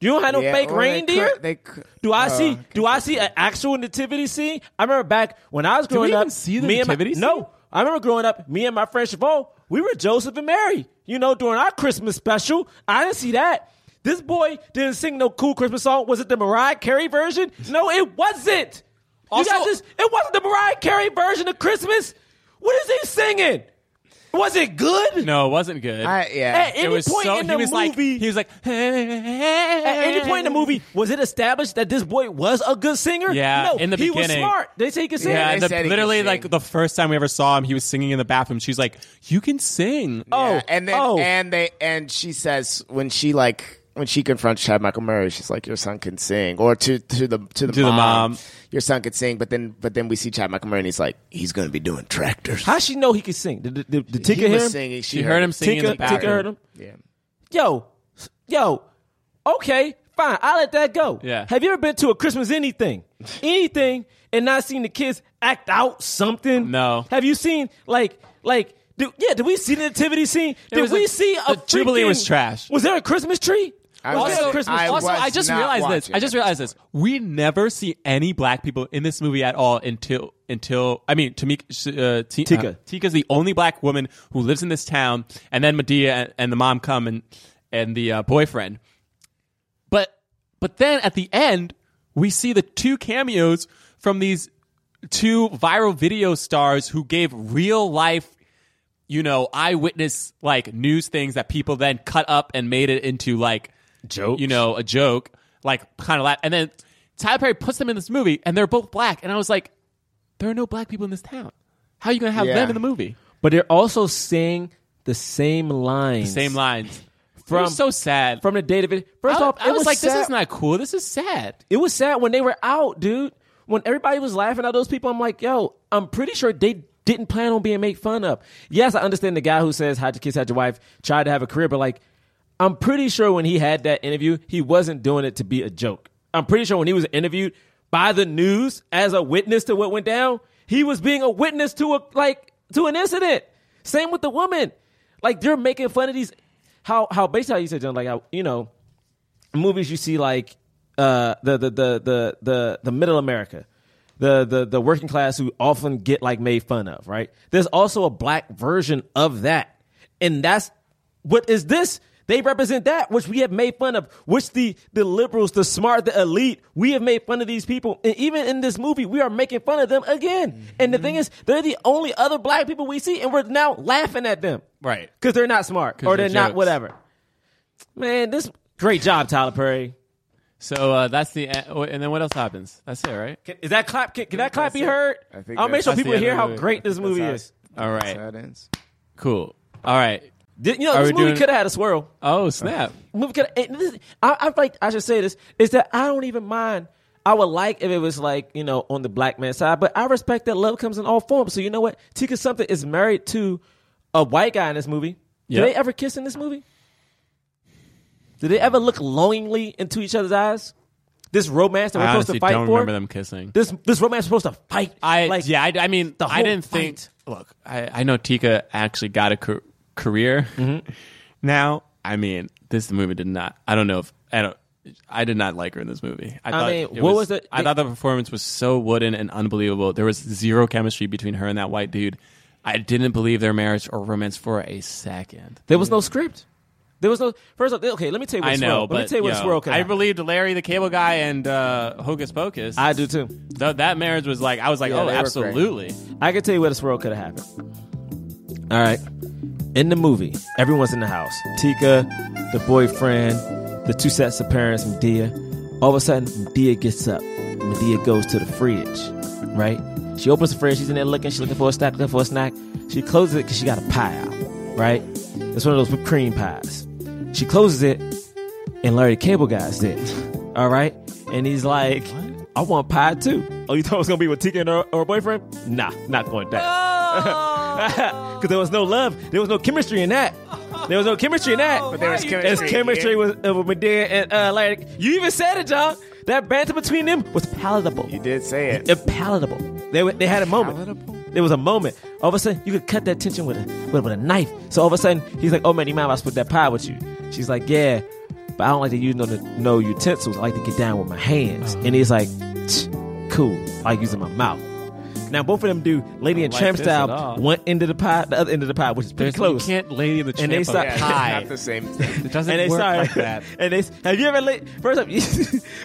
S4: You don't have no
S3: Yeah,
S4: fake
S3: or they
S4: reindeer.
S3: cou- they cou-
S4: do I
S3: uh,
S4: see? Do I see an actual nativity scene? I remember back when I was growing
S2: we
S4: up.
S2: even see the
S4: me and my-
S2: nativity scene?
S4: No, I remember growing up. Me and my friend Chavon, we were Joseph and Mary. You know, during our Christmas special, I didn't see that. This boy didn't sing no cool Christmas song. Was it the Mariah Carey version? No, it wasn't.
S2: Also-
S4: you guys just, it wasn't the Mariah Carey version of Christmas. What is he singing? Was it good?
S2: No, it wasn't good.
S3: I, yeah.
S4: At any
S2: it was
S4: point
S2: so,
S4: in
S2: he
S4: the
S2: was like
S4: movie,
S2: he was like *laughs*
S4: At any point in the movie, was it established that this boy was a good singer?
S2: Yeah,
S4: no.
S2: in the
S4: he was
S2: beginning.
S4: smart. They say he could sing.
S2: yeah,
S3: they
S2: the-
S3: said he could
S2: literally
S3: sing.
S2: like the first time we ever saw him, he was singing in the bathroom. She's like, "You can sing."
S4: oh,
S3: Yeah, and then
S4: oh.
S3: and they and she says when she like when she confronts Chad Michael Murray, she's like, "Your son can sing," or to to the to the,
S2: To the mom.
S3: "Your son can sing." But then but then we see Chad Michael Murray, and he's like, "He's gonna be doing tractors."
S4: How she know he could sing? Did, did, did, did
S3: He
S4: Tika hear
S3: was
S4: him?
S3: singing. She,
S2: She heard him singing in
S4: Tika,
S2: the bathroom.
S4: Tika heard him.
S3: Yeah.
S4: Yo, s- yo, okay, fine. I let that go.
S2: Yeah.
S4: Have you ever been to a
S3: *laughs*
S4: Christmas anything, anything, and not seen the kids act out something?
S2: No.
S4: Have you seen like like? Do, yeah, did we see the nativity scene? Did
S2: was
S4: we
S2: a-
S4: see a
S2: the Jubilee
S4: freaking-
S2: was trash.
S4: Was there a Christmas tree?
S3: I
S4: was
S3: was-
S4: there a Christmas
S3: I
S4: tree?
S2: also,
S3: was
S2: I just
S3: not
S2: realized this.
S3: watching
S2: I just
S3: at
S2: realized this. We never see any black people in this movie at all until until I mean, Tamika uh, T-
S4: Tika.
S2: uh, Tika's the only black woman who lives in this town, and then Medea and, and the mom come and and the uh, boyfriend. But but then at the end, we see the two cameos from these two viral video stars who gave real life you know eyewitness like news things that people then cut up and made it into like
S4: Jokes.
S2: you know a joke like kind of laugh and then tyler perry puts them in this movie and they're both black and i was like there are no black people in this town how are you gonna have
S3: Yeah.
S2: them in the movie
S4: But they're also saying the same lines.
S2: same lines
S4: From-
S2: from so sad
S4: From the date of it. First
S2: I,
S4: off,
S2: I
S4: it
S2: was, like
S4: sad.
S2: this is not cool this is sad
S4: It was sad when they were out, dude. When everybody was laughing at those people, I'm like, yo, I'm pretty sure they didn't plan on being made fun of. Yes, I understand the guy who says hide your kids, hide your wife, tried to have a career, but like, I'm pretty sure when he had that interview, he wasn't doing it to be a joke. I'm pretty sure when he was interviewed by the news as a witness to what went down, he was being a witness to a like to an incident. Same with the woman. Like they're making fun of these how how basically how you said John, like how you know, movies you see like uh, the, the the the the the middle America, the the the working class who often get like made fun of, right? There's also a black version of that, and that's what is this? They represent that which we have made fun of, which the the liberals, the smart, the elite, we have made fun of these people, and even in this movie, we are making fun of them again. And the thing is, they're the only other black people we see, and we're now laughing at them,
S2: Right.
S4: Because they're not smart or
S2: they're
S4: they're not
S2: jokes.
S4: whatever. Man, this Great job, Tyler Perry.
S2: So uh, that's the uh, and then what else happens? That's it, right?
S4: Can, is that clap? Can, can that clap be heard?
S3: I think
S4: I'll make
S3: that's-
S4: sure
S2: That's
S4: people
S2: the
S4: hear
S2: end
S4: how
S2: of it.
S4: great this movie
S3: how-
S4: is.
S2: All
S3: That's how
S2: right,
S3: it ends.
S2: cool. All right.
S4: Did- You know,
S2: Are
S4: this
S2: we
S4: movie
S2: doing-
S4: could have had a swirl.
S2: Oh snap!
S4: Movie could. I, I like. I should say this is that I don't even mind. I would like if it was like you know on the black man side, but I respect that love comes in all forms. So you know what? Tika something is married to a white guy in this movie.
S2: Yeah.
S4: Did they ever kiss in this movie? Did they ever look longingly into each other's eyes? This romance that we're
S2: I
S4: supposed
S2: honestly
S4: to fight
S2: don't
S4: for.
S2: remember them kissing.
S4: This this romance we're supposed to fight.
S2: I
S4: like,
S2: yeah. I, I mean,
S4: the
S2: I
S4: whole
S2: didn't think.
S4: fight.
S2: Look, I, I know Tika actually got a car- career.
S4: Mm-hmm.
S2: now, I mean, this movie did not. I don't know if I don't. I did not like her in this movie. I, thought
S4: mean,
S2: it
S4: what was the-
S2: I thought the performance was so wooden and unbelievable. There was zero chemistry between her and that white dude. I didn't believe their marriage or romance for a second.
S4: There was no script. There was no first. Off, okay, let me tell you. What
S2: I
S4: swirl,
S2: know,
S4: let
S2: but
S4: me tell you what
S2: yo,
S4: swirl could
S2: I
S4: happen.
S2: believed Larry the Cable Guy and uh, Hocus Pocus.
S4: I do too.
S2: Th- that marriage was like I was like, oh,
S4: Yeah, they were great.
S2: absolutely.
S4: I can tell you where this world could have happened. All right. In the movie, everyone's in the house. Tika, the boyfriend, the two sets of parents, Medea. All of a sudden, Medea gets up. Medea goes to the fridge, right? She opens the fridge. She's in there looking. She's looking for a snack, looking for a snack. She closes it because she got a pie out, right? It's one of those whipped cream pies. She closes it, and Larry the Cable Guy's there, *laughs* all right? And he's like, I want pie too. Oh, you thought it was going to be with Tika and her, her boyfriend? Nah, not going that. *laughs* Because there was no love. There was no chemistry in that. There was no chemistry in that. But
S3: there was chemistry.
S4: It's chemistry with, uh, with Medea and uh, Larry. You even said it, John. That banter between them was palatable.
S3: You did say it. *laughs*
S4: It palatable. They, were- they had a moment. There was a moment. All of a sudden, you could cut that tension with a with, with a knife. So all of a sudden, he's like, "Oh man, you mind if I split that pie with you?" She's like, "Yeah, but I don't like to use no no utensils. I like to get down with my hands." And he's like, "Tch, "Cool, I like using my mouth." Now both of them do Lady and
S2: like
S4: Tramp
S2: this at
S4: style.
S2: all.
S4: One end of the pie, the other end of the pie, which is pretty
S2: There's-
S4: close.
S2: You can't lady in the
S4: And they
S2: champ
S4: start-
S2: a
S3: yeah,
S2: pie.
S3: Not the same
S2: *laughs*
S3: thing.
S2: It doesn't
S4: and they
S2: work
S4: sorry,
S2: like *laughs* that.
S4: *laughs* and they have you ever laid first up?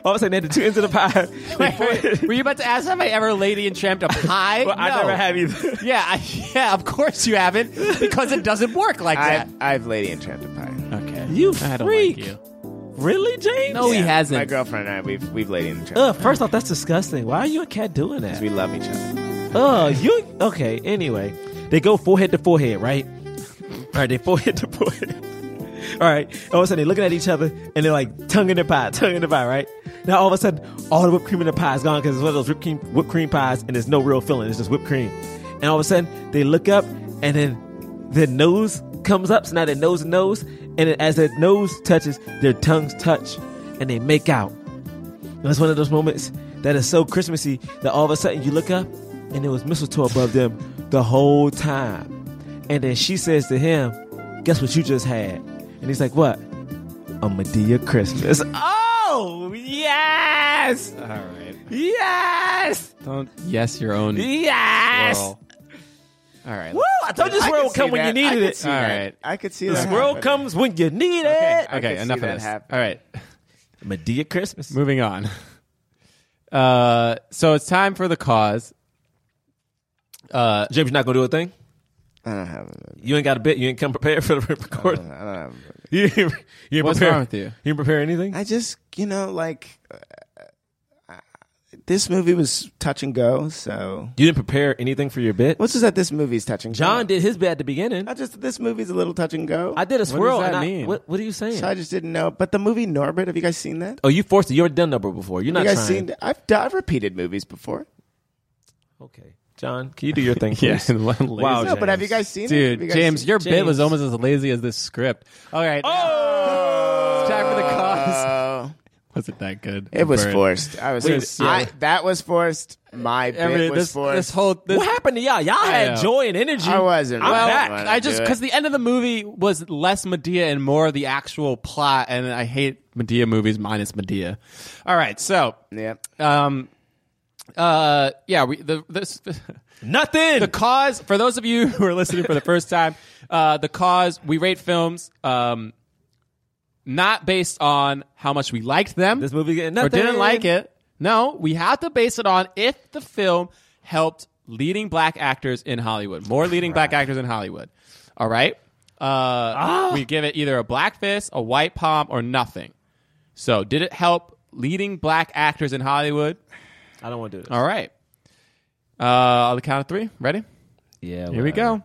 S4: all *laughs* of a sudden, they had the two ends of the pie.
S2: Were you about to ask have I ever lady and tramped a *laughs* pie?
S4: *laughs* Well, I
S2: No.
S4: never have either. *laughs*
S2: Yeah, I, yeah, of course you haven't because it doesn't work like
S3: I've, I've Lady Enchanted Pie.
S2: that. Okay,
S4: You
S2: I don't
S4: freak.
S2: like you.
S4: Really, James?
S2: No, he
S3: My
S2: hasn't.
S3: girlfriend and I, we've, we've Lady Enchanted.
S4: Ugh, Uh, first off, that's disgusting. Why are you and Cat doing that?
S3: We love each other.
S4: Oh, you okay? Anyway, they go forehead to forehead, right? All right, they forehead to *laughs* forehead. All right, all of a sudden they're looking at each other and they're like tongue in the pie, tongue in the pie, right? Now all of a sudden all the whipped cream in the pie is gone because it's one of those whipped cream, whipped cream pies and there's no real filling, it's just whipped cream. And all of a sudden they look up and then their nose comes up, so now their nose and nose, and then as their nose touches, their tongues touch and they make out. And it's one of those moments that is so Christmassy that all of a sudden you look up and there was mistletoe above them the whole time. And then she says to him, Guess what you just had? And he's like, What? A Medea Christmas. oh, yes!
S2: All right,
S4: Yes!
S2: don't yes your own.
S4: Yes!
S2: All right,
S4: Woo! I told you this
S3: I
S4: world
S3: could see
S4: come when you
S3: that. I
S4: needed
S3: could
S4: it.
S3: see that.
S2: All right.
S3: I could see
S4: This
S3: that.
S4: world
S3: happening.
S4: comes when you need it.
S3: I
S2: okay,
S3: could
S2: enough
S3: see
S2: of
S3: that
S2: this.
S3: happen.
S2: All right,
S4: Medea Christmas.
S2: moving on. *laughs* Uh, so it's time for the cause.
S4: James, you're not gonna do a thing?
S3: I don't have it.
S4: You ain't got a bit. You ain't come prepared for the *laughs* recording.
S3: Uh, I don't have it.
S4: You ain't, you ain't
S2: What's
S4: prepare-
S2: wrong with you?
S4: You ain't prepare anything?
S3: I just, you know, like uh, uh, this movie was touch and go. So
S4: you didn't prepare anything for your bit?
S3: what's just that this movie's touch and go.
S4: John did his bit at the beginning.
S3: I
S4: I,
S3: just this movie's a little touch and go. I,
S4: did a swirl.
S2: that
S4: and I-
S2: mean?
S4: what, what are you saying?
S3: so I just didn't know. But the movie Norbit, have you guys seen that?
S4: oh, you forced it. You've already done number before. You're not
S3: You guys
S4: trying.
S3: seen? I've I've repeated movies before.
S4: Okay. John, can you do
S2: *laughs*
S4: your thing, please?
S2: wow,
S4: Oh, James.
S3: No, but have you guys seen? it? Have you
S2: dude,
S3: guys
S2: James,
S3: seen-
S2: your bit was
S4: James.
S2: almost as lazy as this script. All right,
S4: Oh!
S2: it's time for the cause.
S3: Oh,
S2: Wasn't that good?
S3: it was
S2: Burn.
S3: forced. I was.
S2: Wait,
S3: I,
S2: yeah.
S3: that was forced. My bit
S2: Every-
S3: was
S2: this,
S3: forced.
S2: this whole this,
S4: What happened to y'all? Y'all had
S2: know.
S4: joy and energy.
S3: I wasn't.
S4: I'm
S3: really
S4: back.
S3: wanting
S2: I
S3: to
S2: just
S3: do it.
S2: because the end of the movie was less Medea and more of the actual plot, and I hate Medea movies minus Medea. All right, so
S3: yeah.
S2: um, uh, yeah, we the this.
S4: Nothing.
S2: The cause, for those of you who are listening for the first time, uh, the cause, we rate films um, not based on how much we liked them
S4: this movie getting
S2: or
S4: nothing.
S2: didn't like it. No, we have to base it on if the film helped leading black actors in Hollywood, more leading black actors in Hollywood.
S4: Ah.
S2: All right, uh, we give it either a black fist, a white palm, or nothing. So, did it help leading black actors in Hollywood?
S4: I don't want to do this.
S2: All right. Uh, on the count of three, ready?
S4: Yeah.
S2: Here we go.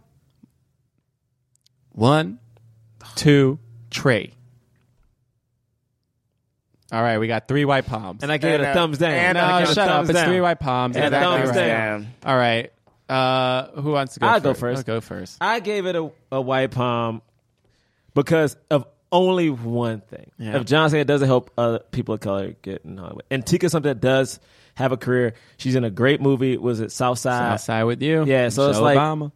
S2: One, two, Trey. All right, we got three white palms.
S4: And I gave it
S3: And
S4: a
S3: a-
S4: thumbs down.
S3: and uh,
S2: no,
S3: I
S4: I gave it a
S2: shut up.
S4: thumbs
S2: It's
S4: down.
S2: three white palms.
S4: And a
S2: Exactly
S4: thumbs
S2: right.
S4: down.
S2: All right. Uh, who wants to go?
S4: I'll
S2: first?
S4: go first.
S2: Let's go first.
S4: I gave it a, a white palm because of only one thing.
S2: Yeah.
S4: If John said it doesn't help other people of color get in Hollywood. And Tika's something that does have a career. She's in a great movie. Was it Southside?
S2: Outside with you.
S4: Uh, Yeah, so it's
S2: Michelle
S4: like-
S2: Obama.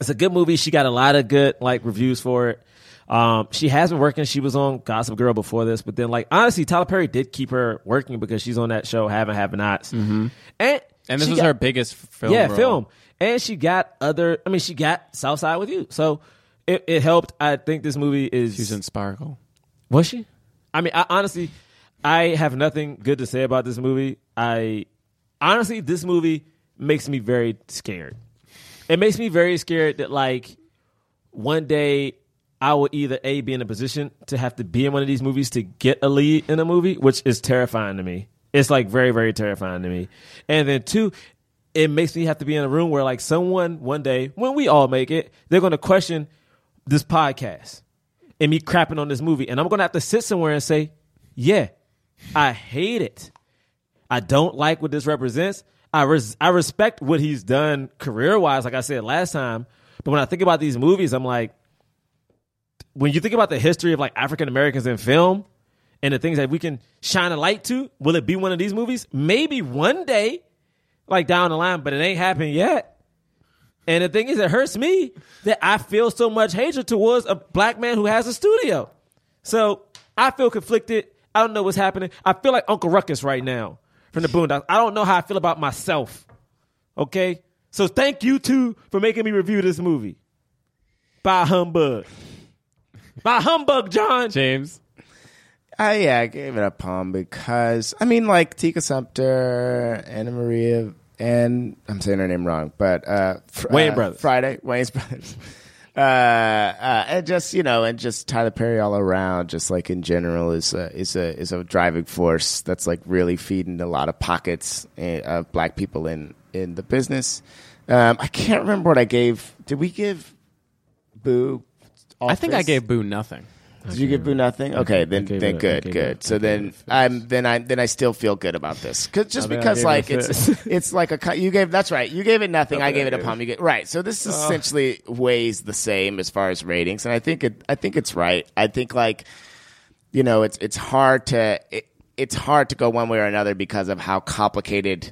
S4: It's a good movie. She got a lot of good like reviews for it. Um, she has been working. She was on Gossip Girl before this, but then like honestly, Tyler Perry did keep her working because she's on that show, Haven't Have Nots. Mm-hmm. And
S2: And this
S4: she
S2: was
S4: got-
S2: her biggest film.
S4: yeah,
S2: role.
S4: film. And she got other. I mean, she got Southside with you, so it, it helped. I think this movie is.
S2: She's in Sparkle.
S4: was she? I mean, I honestly, I have nothing good to say about this movie. I honestly, this movie makes me very scared. It makes me very scared that like one day I will either a be in a position to have to be in one of these movies to get a lead in a movie, which is terrifying to me. It's like very very terrifying to me. And then two, it makes me have to be in a room where like someone one day when we all make it, they're going to question this podcast and me crapping on this movie, and I'm going to have to sit somewhere and say, yeah, I hate it. I don't like what this represents. I res- I respect what he's done career wise, like I said last time. But when I think about these movies, I'm like, when you think about the history of like African Americans in film and the things that we can shine a light to, will it be one of these movies? Maybe one day, like down the line, but it ain't happened yet. And the thing is, it hurts me that I feel so much hatred towards a black man who has a studio. So I feel conflicted. I don't know what's happening. I feel like Uncle Ruckus right now from the Boondocks. I don't know how I feel about myself. Okay? So thank you two for making me review this movie. By humbug. By humbug, John.
S2: James.
S3: I yeah, I gave it a palm because I mean like Tika Sumpter, Anna Maria, and I'm saying her name wrong, but uh, fr-
S4: Wayans
S3: uh,
S4: Brothers.
S3: Friday Wayne's *laughs* Brothers, uh, uh, and just you know, and just Tyler Perry all around, just like in general is a, is a is a driving force that's like really feeding a lot of pockets uh, of black people in in the business. Um, I can't remember what I gave. Did we give Boo?
S2: I think I
S3: Office?
S2: gave Boo nothing.
S3: Did you give Boo nothing? Okay, then
S4: gave
S3: then
S4: it- I
S3: good,
S4: gave
S3: good.
S4: it-
S3: So
S4: I
S3: then I'm then I then I still feel good about this 'Cause- just
S4: think I
S3: because
S4: gave it a
S3: like it's
S4: *laughs* fifth.
S3: it's like a co- you gave that's right you gave it nothing I gave it a palm you gave, right so this is essentially weighs the same as far as ratings and I think it I think it's right I think like you know it's it's hard to it, it's hard to go one way or another because of how complicated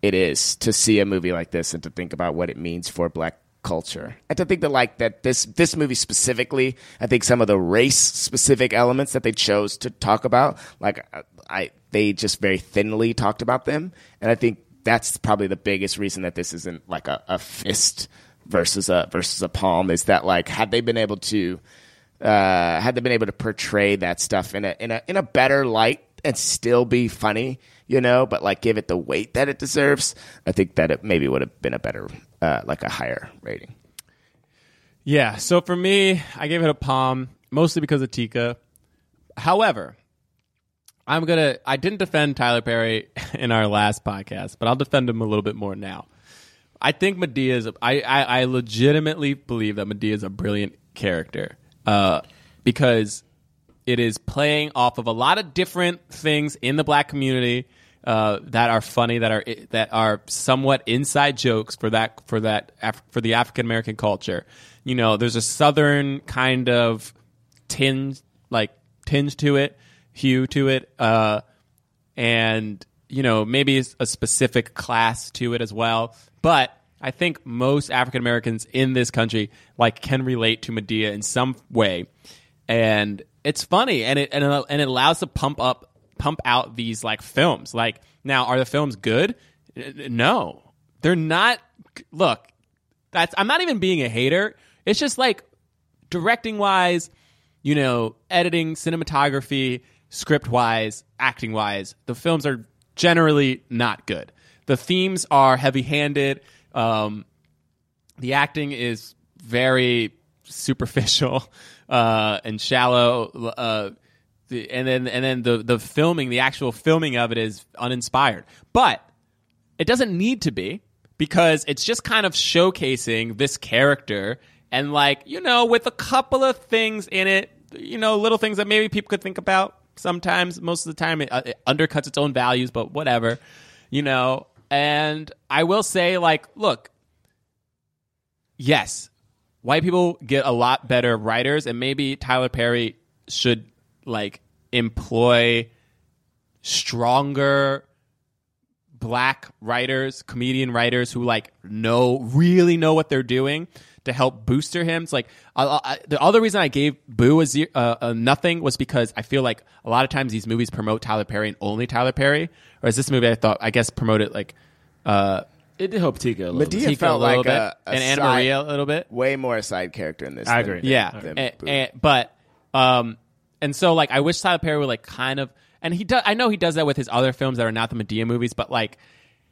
S3: it is to see a movie like this and to think about what it means for black culture and to think that like that this this movie specifically i think some of the race specific elements that they chose to talk about like I- i they just very thinly talked about them and i think that's probably the biggest reason that this isn't like a, a fist versus a versus a palm is that like had they been able to uh, had they been able to portray that stuff in a in a in a better light and still be funny, you know, but like give it the weight that it deserves, I think that it maybe would have been a better uh, like a higher rating.
S2: Yeah, so for me, I gave it a palm mostly because of Tika. However, I'm going to I didn't defend Tyler Perry *laughs* in our last podcast, but I'll defend him a little bit more now. I think Medea is. I, I, I legitimately believe that Medea is a brilliant character uh, because it is playing off of a lot of different things in the black community uh, that are funny, that are that are somewhat inside jokes for that for that Af- for the African American culture. You know, there's a southern kind of tinge, like tinge to it, hue to it. Uh, and you know maybe it's a specific class to it as well but i think most african americans in this country like can relate to medea in some way and it's funny and it and it, and it allows to pump up pump out these like films like now are the films good N- no they're not look that's i'm not even being a hater it's just like directing wise, you know, editing, cinematography, script wise, acting wise, the films are generally not good. The themes are heavy handed. Um, the acting is *laughs* very superficial uh, and shallow. Uh, the, and then and then the the filming, the actual filming of it is uninspired. But it doesn't need to be because it's just kind of showcasing this character and like you know with a couple of things in it, you know, little things that maybe people could think about. Sometimes, most of the time, it, uh, it undercuts its own values, but whatever, you know. And I will say, like, look, yes, white people get a lot better writers, and maybe Tyler Perry should like employ stronger black writers, comedian writers who like know really know what they're doing to help booster him. It's like I, I, the other reason I gave Boo a, ze- uh, a nothing was because I feel like a lot of times these movies promote Tyler Perry and only Tyler Perry, whereas this movie I thought I guess promoted like uh,
S4: It did help Tika a little
S3: Medea
S4: bit.
S2: Tika a
S3: felt
S2: little
S3: like
S2: bit
S3: a- a
S2: and Anna
S3: side-
S2: Maria a little bit.
S3: way more a side character in this.
S4: I
S3: than-
S4: agree.
S2: Yeah,
S3: than
S2: and-
S3: Boo.
S2: and- but um, and so like I wish Tyler Perry would like kind of, and he does. I know he does that with his other films that are not the Medea movies, but like,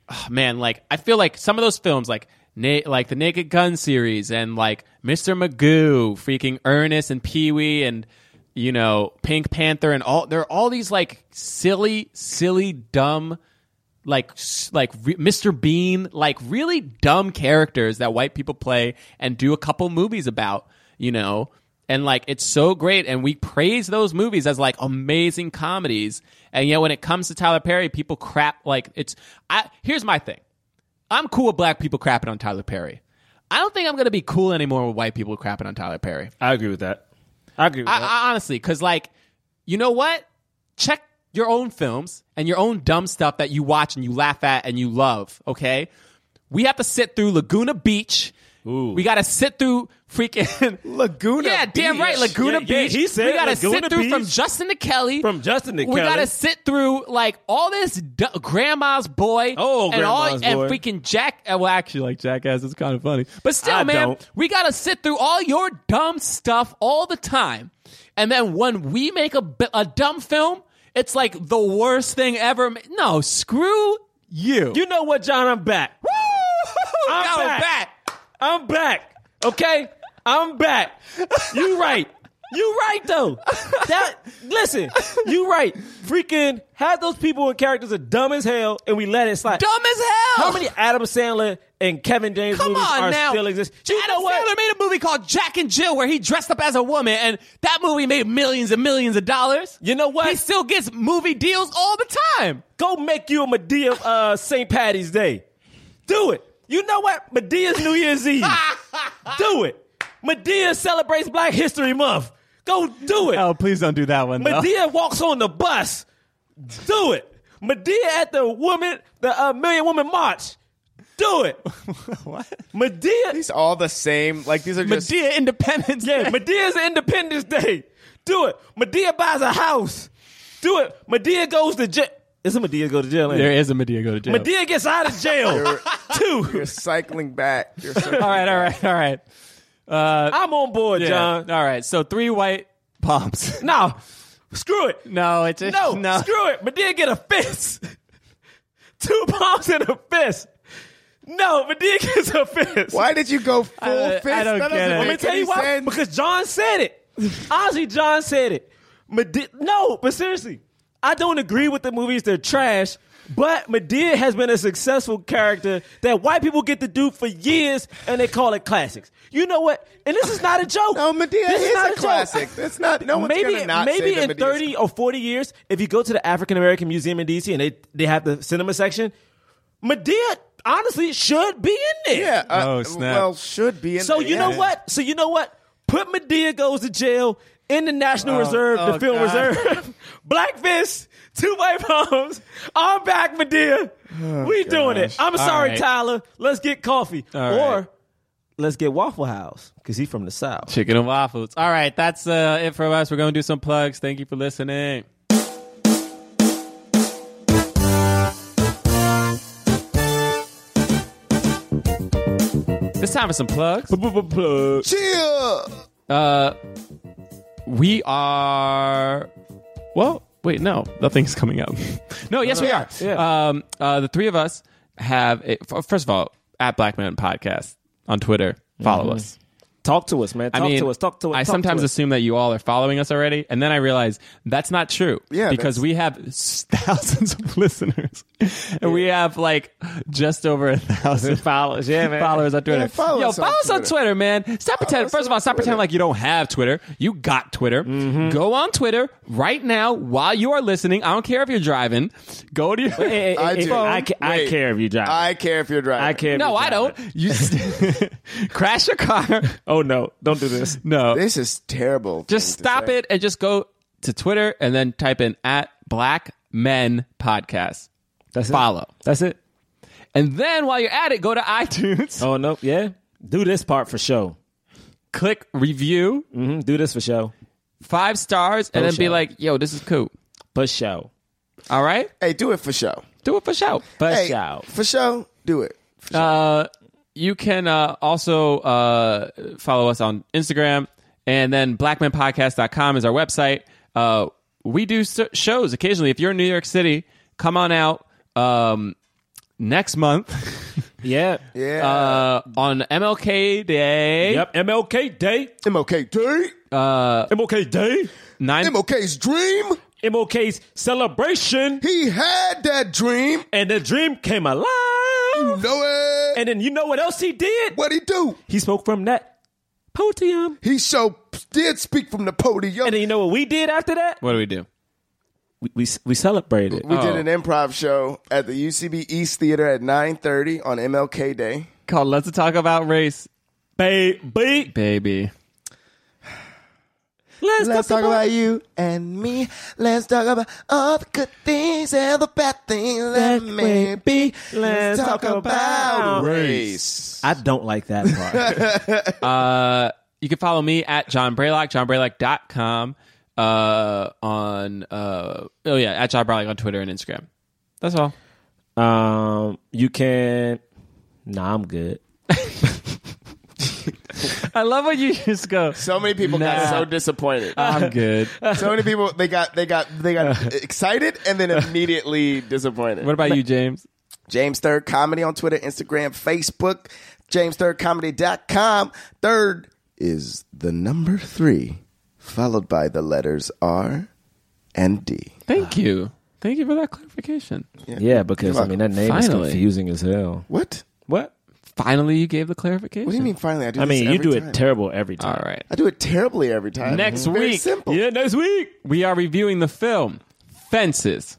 S2: ugh, man, like I feel like some of those films, like na- like the Naked Gun series and like Mr. Magoo, freaking Ernest and Pee Wee and you know Pink Panther and all there are all these like silly, silly, dumb like s- like re- Mr. Bean, like really dumb characters that white people play and do a couple movies about, you know. And like it's so great and we praise those movies as like amazing comedies. And yet when it comes to Tyler Perry, people crap like it's I here's my thing. I'm cool with black people crapping on Tyler Perry. I don't think I'm going to be cool anymore with white people crapping on Tyler Perry.
S4: I agree with that. I agree with
S2: I,
S4: that.
S2: I honestly, because like, you know what? Check your own films and your own dumb stuff that you watch and you laugh at and you love. Okay, we have to sit through Laguna Beach.
S4: Ooh.
S2: We got to sit through
S4: *laughs*
S2: freaking
S3: Laguna.
S2: Yeah, damn
S3: Beach.
S2: right, Laguna
S4: Yeah, yeah,
S2: Beach.
S4: he said
S2: we gotta
S4: Laguna
S2: sit through from
S4: Beach.
S2: Justin to Kelly.
S4: From Justin to
S2: we
S4: Kelly.
S2: gotta sit through like all this d- grandma's boy.
S4: Oh,
S2: and all
S4: Grandma's
S2: and
S4: Boy.
S2: freaking Jack. uh, Well, actually, like Jackass is kind of funny, but still,
S4: I
S2: man,
S4: don't.
S2: we gotta sit through all your dumb stuff all the time, and then when we make a bi- a dumb film, it's like the worst thing ever. ma- No, screw you. *laughs*
S4: you know what, John? I'm back.
S2: I'm
S4: I'm
S2: going
S4: back.
S2: back.
S4: I'm back. Okay, I'm back. You right. You right though. That listen. You right. Freaking have those people and characters are dumb as hell, and we let it slide.
S2: Dumb as hell.
S4: How many Adam Sandler and Kevin James
S2: Come
S4: movies
S2: on
S4: are
S2: now.
S4: still exist? You
S2: Adam
S4: know what?
S2: Sandler made a movie called Jack and Jill where he dressed up as a woman, and that movie made millions and millions of dollars.
S4: You know what?
S2: He still gets movie deals all the time.
S4: Go make you a Medea uh, St. Patty's Day. Do it. You know what? Medea's New Year's
S2: *laughs*
S4: Eve. do it. Medea celebrates Black History Month. Go do it.
S2: please don't do that one.
S4: Medea walks on the bus. Do it. Medea at the woman, the uh, Million Woman March.
S2: *laughs*
S4: Do it.
S2: what?
S4: Medea.
S3: These all the same. Like these are just.
S2: Medea Independence.
S4: Yeah,
S2: Day.
S4: Medea's Independence Day. Do it. Medea buys a house. Do it. Medea goes to jail. Isn't Medea go to jail? ain't it?
S2: there is a Medea go to jail.
S4: Medea gets out of *laughs* jail. Two.
S3: *laughs* You're cycling back.
S2: *laughs*
S3: You're circling
S2: All right, all right, all right.
S4: I'm on board,
S2: Yeah.
S4: John.
S2: All right. So three white pomps.
S4: No, screw it.
S2: no, it's just,
S4: No,
S2: no.
S4: screw it. Medea get a fist. *laughs* Two bombs and a fist. No, Medea gets a fist.
S3: Why did you go full
S2: I
S3: fist?
S2: don't get it.
S3: that doesn't
S2: Let
S4: Let me
S3: make
S4: tell
S3: any
S4: you why.
S3: sense.
S4: Because John said it. Honestly, John said it. Mede- no, but seriously, I don't agree with the movies. They're trash. But Medea has been a successful character that white people get to do for years, and they call it classics. You know what? And this is not a joke.
S3: No, Medea
S4: This
S3: is
S4: not
S3: a
S4: joke.
S3: classic. That's not. No one's
S4: maybe
S3: gonna not say
S4: maybe
S3: that
S4: in
S3: Medea's-
S4: 30 or 40 years, if you go to the African American Museum in DC and they, they have the cinema section, Medea honestly should be in there.
S3: Yeah. Uh,
S2: Oh, snap.
S3: Well, should be. In
S4: So
S3: there,
S4: you know
S3: yeah.
S4: what? So you know what? Put Medea goes to jail in the National Reserve,
S2: oh,
S4: the Film
S2: God.
S4: Reserve. Black fist, two white palms. I'm back, Medea. we doing it. I'm sorry,
S2: right.
S4: Tyler. Let's get coffee
S2: All
S4: or
S2: right.
S4: let's get Waffle House because he's from the
S2: *laughs* *laughs*
S4: South.
S2: Chicken and waffles. All right, that's uh, it for us. We're going to do some plugs. Thank you for listening. It's time for some plugs.
S3: Chill.
S2: Uh, we are. Well, wait, no, nothing's coming up. *laughs* no, yes, we are.
S4: Yeah.
S2: Um, uh, the three of us have. A, f- first of all, at Black Man Podcast on Twitter, follow us.
S4: Talk to us, man. Talk
S2: I mean,
S4: to us. Talk to us.
S2: I
S4: talk
S2: sometimes
S4: to us.
S2: assume that you all are following us already, and then I realize that's not true.
S3: Yeah,
S2: because
S3: that's-
S2: we have s- *laughs* thousands of listeners, and we have like *laughs* just over a thousand
S4: Followers, *laughs* yeah, man.
S2: followers on Twitter.
S3: Yeah, follow
S2: Yo,
S3: us on
S2: follow us on
S3: Twitter.
S2: Twitter, man. Stop pretending.
S3: us
S2: First of
S3: on
S2: all, stop pretending
S3: Twitter. Mm-hmm.
S2: like you don't have Twitter. You got Twitter. Go on Twitter right now while you are listening. I don't care if you're driving. Go to your.
S4: Hey, hey,
S3: I
S4: hey,
S3: do.
S4: I, ca- I
S3: Wait.
S4: care if you drive.
S3: I care if you're driving.
S4: I care. If
S2: no,
S4: you
S2: I
S4: drive.
S2: don't.
S4: *laughs*
S2: You st- *laughs* crash your car.
S4: Oh no! Don't do this.
S2: No,
S3: This is terrible.
S2: just
S3: thing to
S2: stop
S3: say.
S2: it and just go to Twitter and then type in at Black Men Podcast.
S4: That's it.
S2: Follow.
S4: That's it.
S2: And then while you're at it, go to
S4: *laughs*
S2: iTunes,
S4: Oh no! Yeah, do this part for show.
S2: click review,
S4: hmm Do this for show.
S2: five stars, and
S4: Oh,
S2: then be
S4: show.
S2: like, yo, this is cool.
S4: For show.
S2: All right?
S3: Hey, do it for show.
S2: Do it for show.
S4: For
S3: Hey,
S4: show.
S3: for show, do it.
S2: Uh, you can uh, also uh, follow us on Instagram, and then blackmanpodcast.com is our website. Uh, we do s shows occasionally. If you're in New York City, come on out um, next month *laughs*
S4: Yeah.
S3: Yeah.
S2: uh, on MLK Day,
S4: Yep. MLK Day.
S3: MLK Day.
S4: Uh. MLK Day.
S2: 9
S3: MLK's dream.
S4: MLK's celebration,
S3: He had that dream.
S4: and the dream came alive.
S3: Know it.
S4: And then you know what else he did?
S3: What'd he do?
S4: He spoke from that podium.
S3: He so did speak from the podium.
S4: And then you know what we did after that?
S2: What do we do?
S4: We we, we celebrated.
S3: we did an improv show at the UCB East Theater at 9:30 on MLK Day.
S2: Called Let's Talk About Race,
S4: Baby,
S2: baby.
S4: let's,
S3: you and me. Let's talk about all the good things and the bad things
S4: That may be. Let's talk about
S3: race.
S4: I don't like that part.
S2: You can follow me at John Braylock, johnbraylock.com, uh, on, uh, oh yeah, at John Braylock on Twitter and Instagram. That's all.
S4: *laughs* um, you can. Nah, I'm good.
S2: I love when you just go.
S3: So many people got so disappointed.
S2: I'm
S4: *laughs*
S2: good.
S3: so many people they got they got they *laughs* got excited and then immediately disappointed.
S2: What about you, James?
S3: James Third Comedy on Twitter, Instagram, Facebook, jamesthirdcomedy.com. Third is the number 3 followed by the letters R and D.
S2: Thank you. Thank you for that clarification.
S4: Yeah, because I mean that name
S2: Finally.
S4: is confusing as hell.
S3: What?
S4: What?
S2: Finally, you gave the clarification.
S3: What do you mean finally? I do
S4: I
S3: this
S4: mean, you
S3: every
S4: do it
S3: time.
S4: terrible every time.
S2: All right.
S3: I do it terribly every time.
S2: Next
S3: It's very
S2: week.
S3: simple.
S4: Yeah, next week.
S2: We are reviewing the film Fences,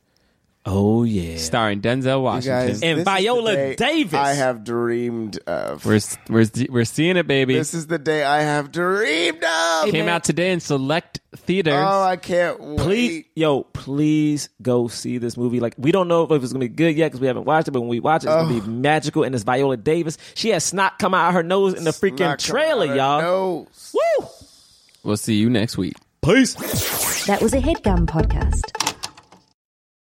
S4: Oh yeah.
S2: starring Denzel
S3: You
S2: Washington.
S3: guys, this is
S4: And
S3: the
S4: Viola
S3: day
S4: Davis.
S3: I have dreamed of.
S2: we're, we're, we're seeing it, baby.
S3: This is the day I have dreamed of.
S2: Came out today in select theaters.
S3: Oh, I can't wait.
S4: Please, yo, please go see this movie. Like, we don't know if it's gonna be good yet because we haven't watched it, but when we watch it, it's gonna be magical. And it's Viola Davis. She has snot come out her nose in the freaking
S3: Not coming
S4: trailer,
S3: out of
S4: y'all.
S3: nose.
S4: Woo!
S2: We'll see you next week.
S4: Peace.
S1: That was a headgum podcast.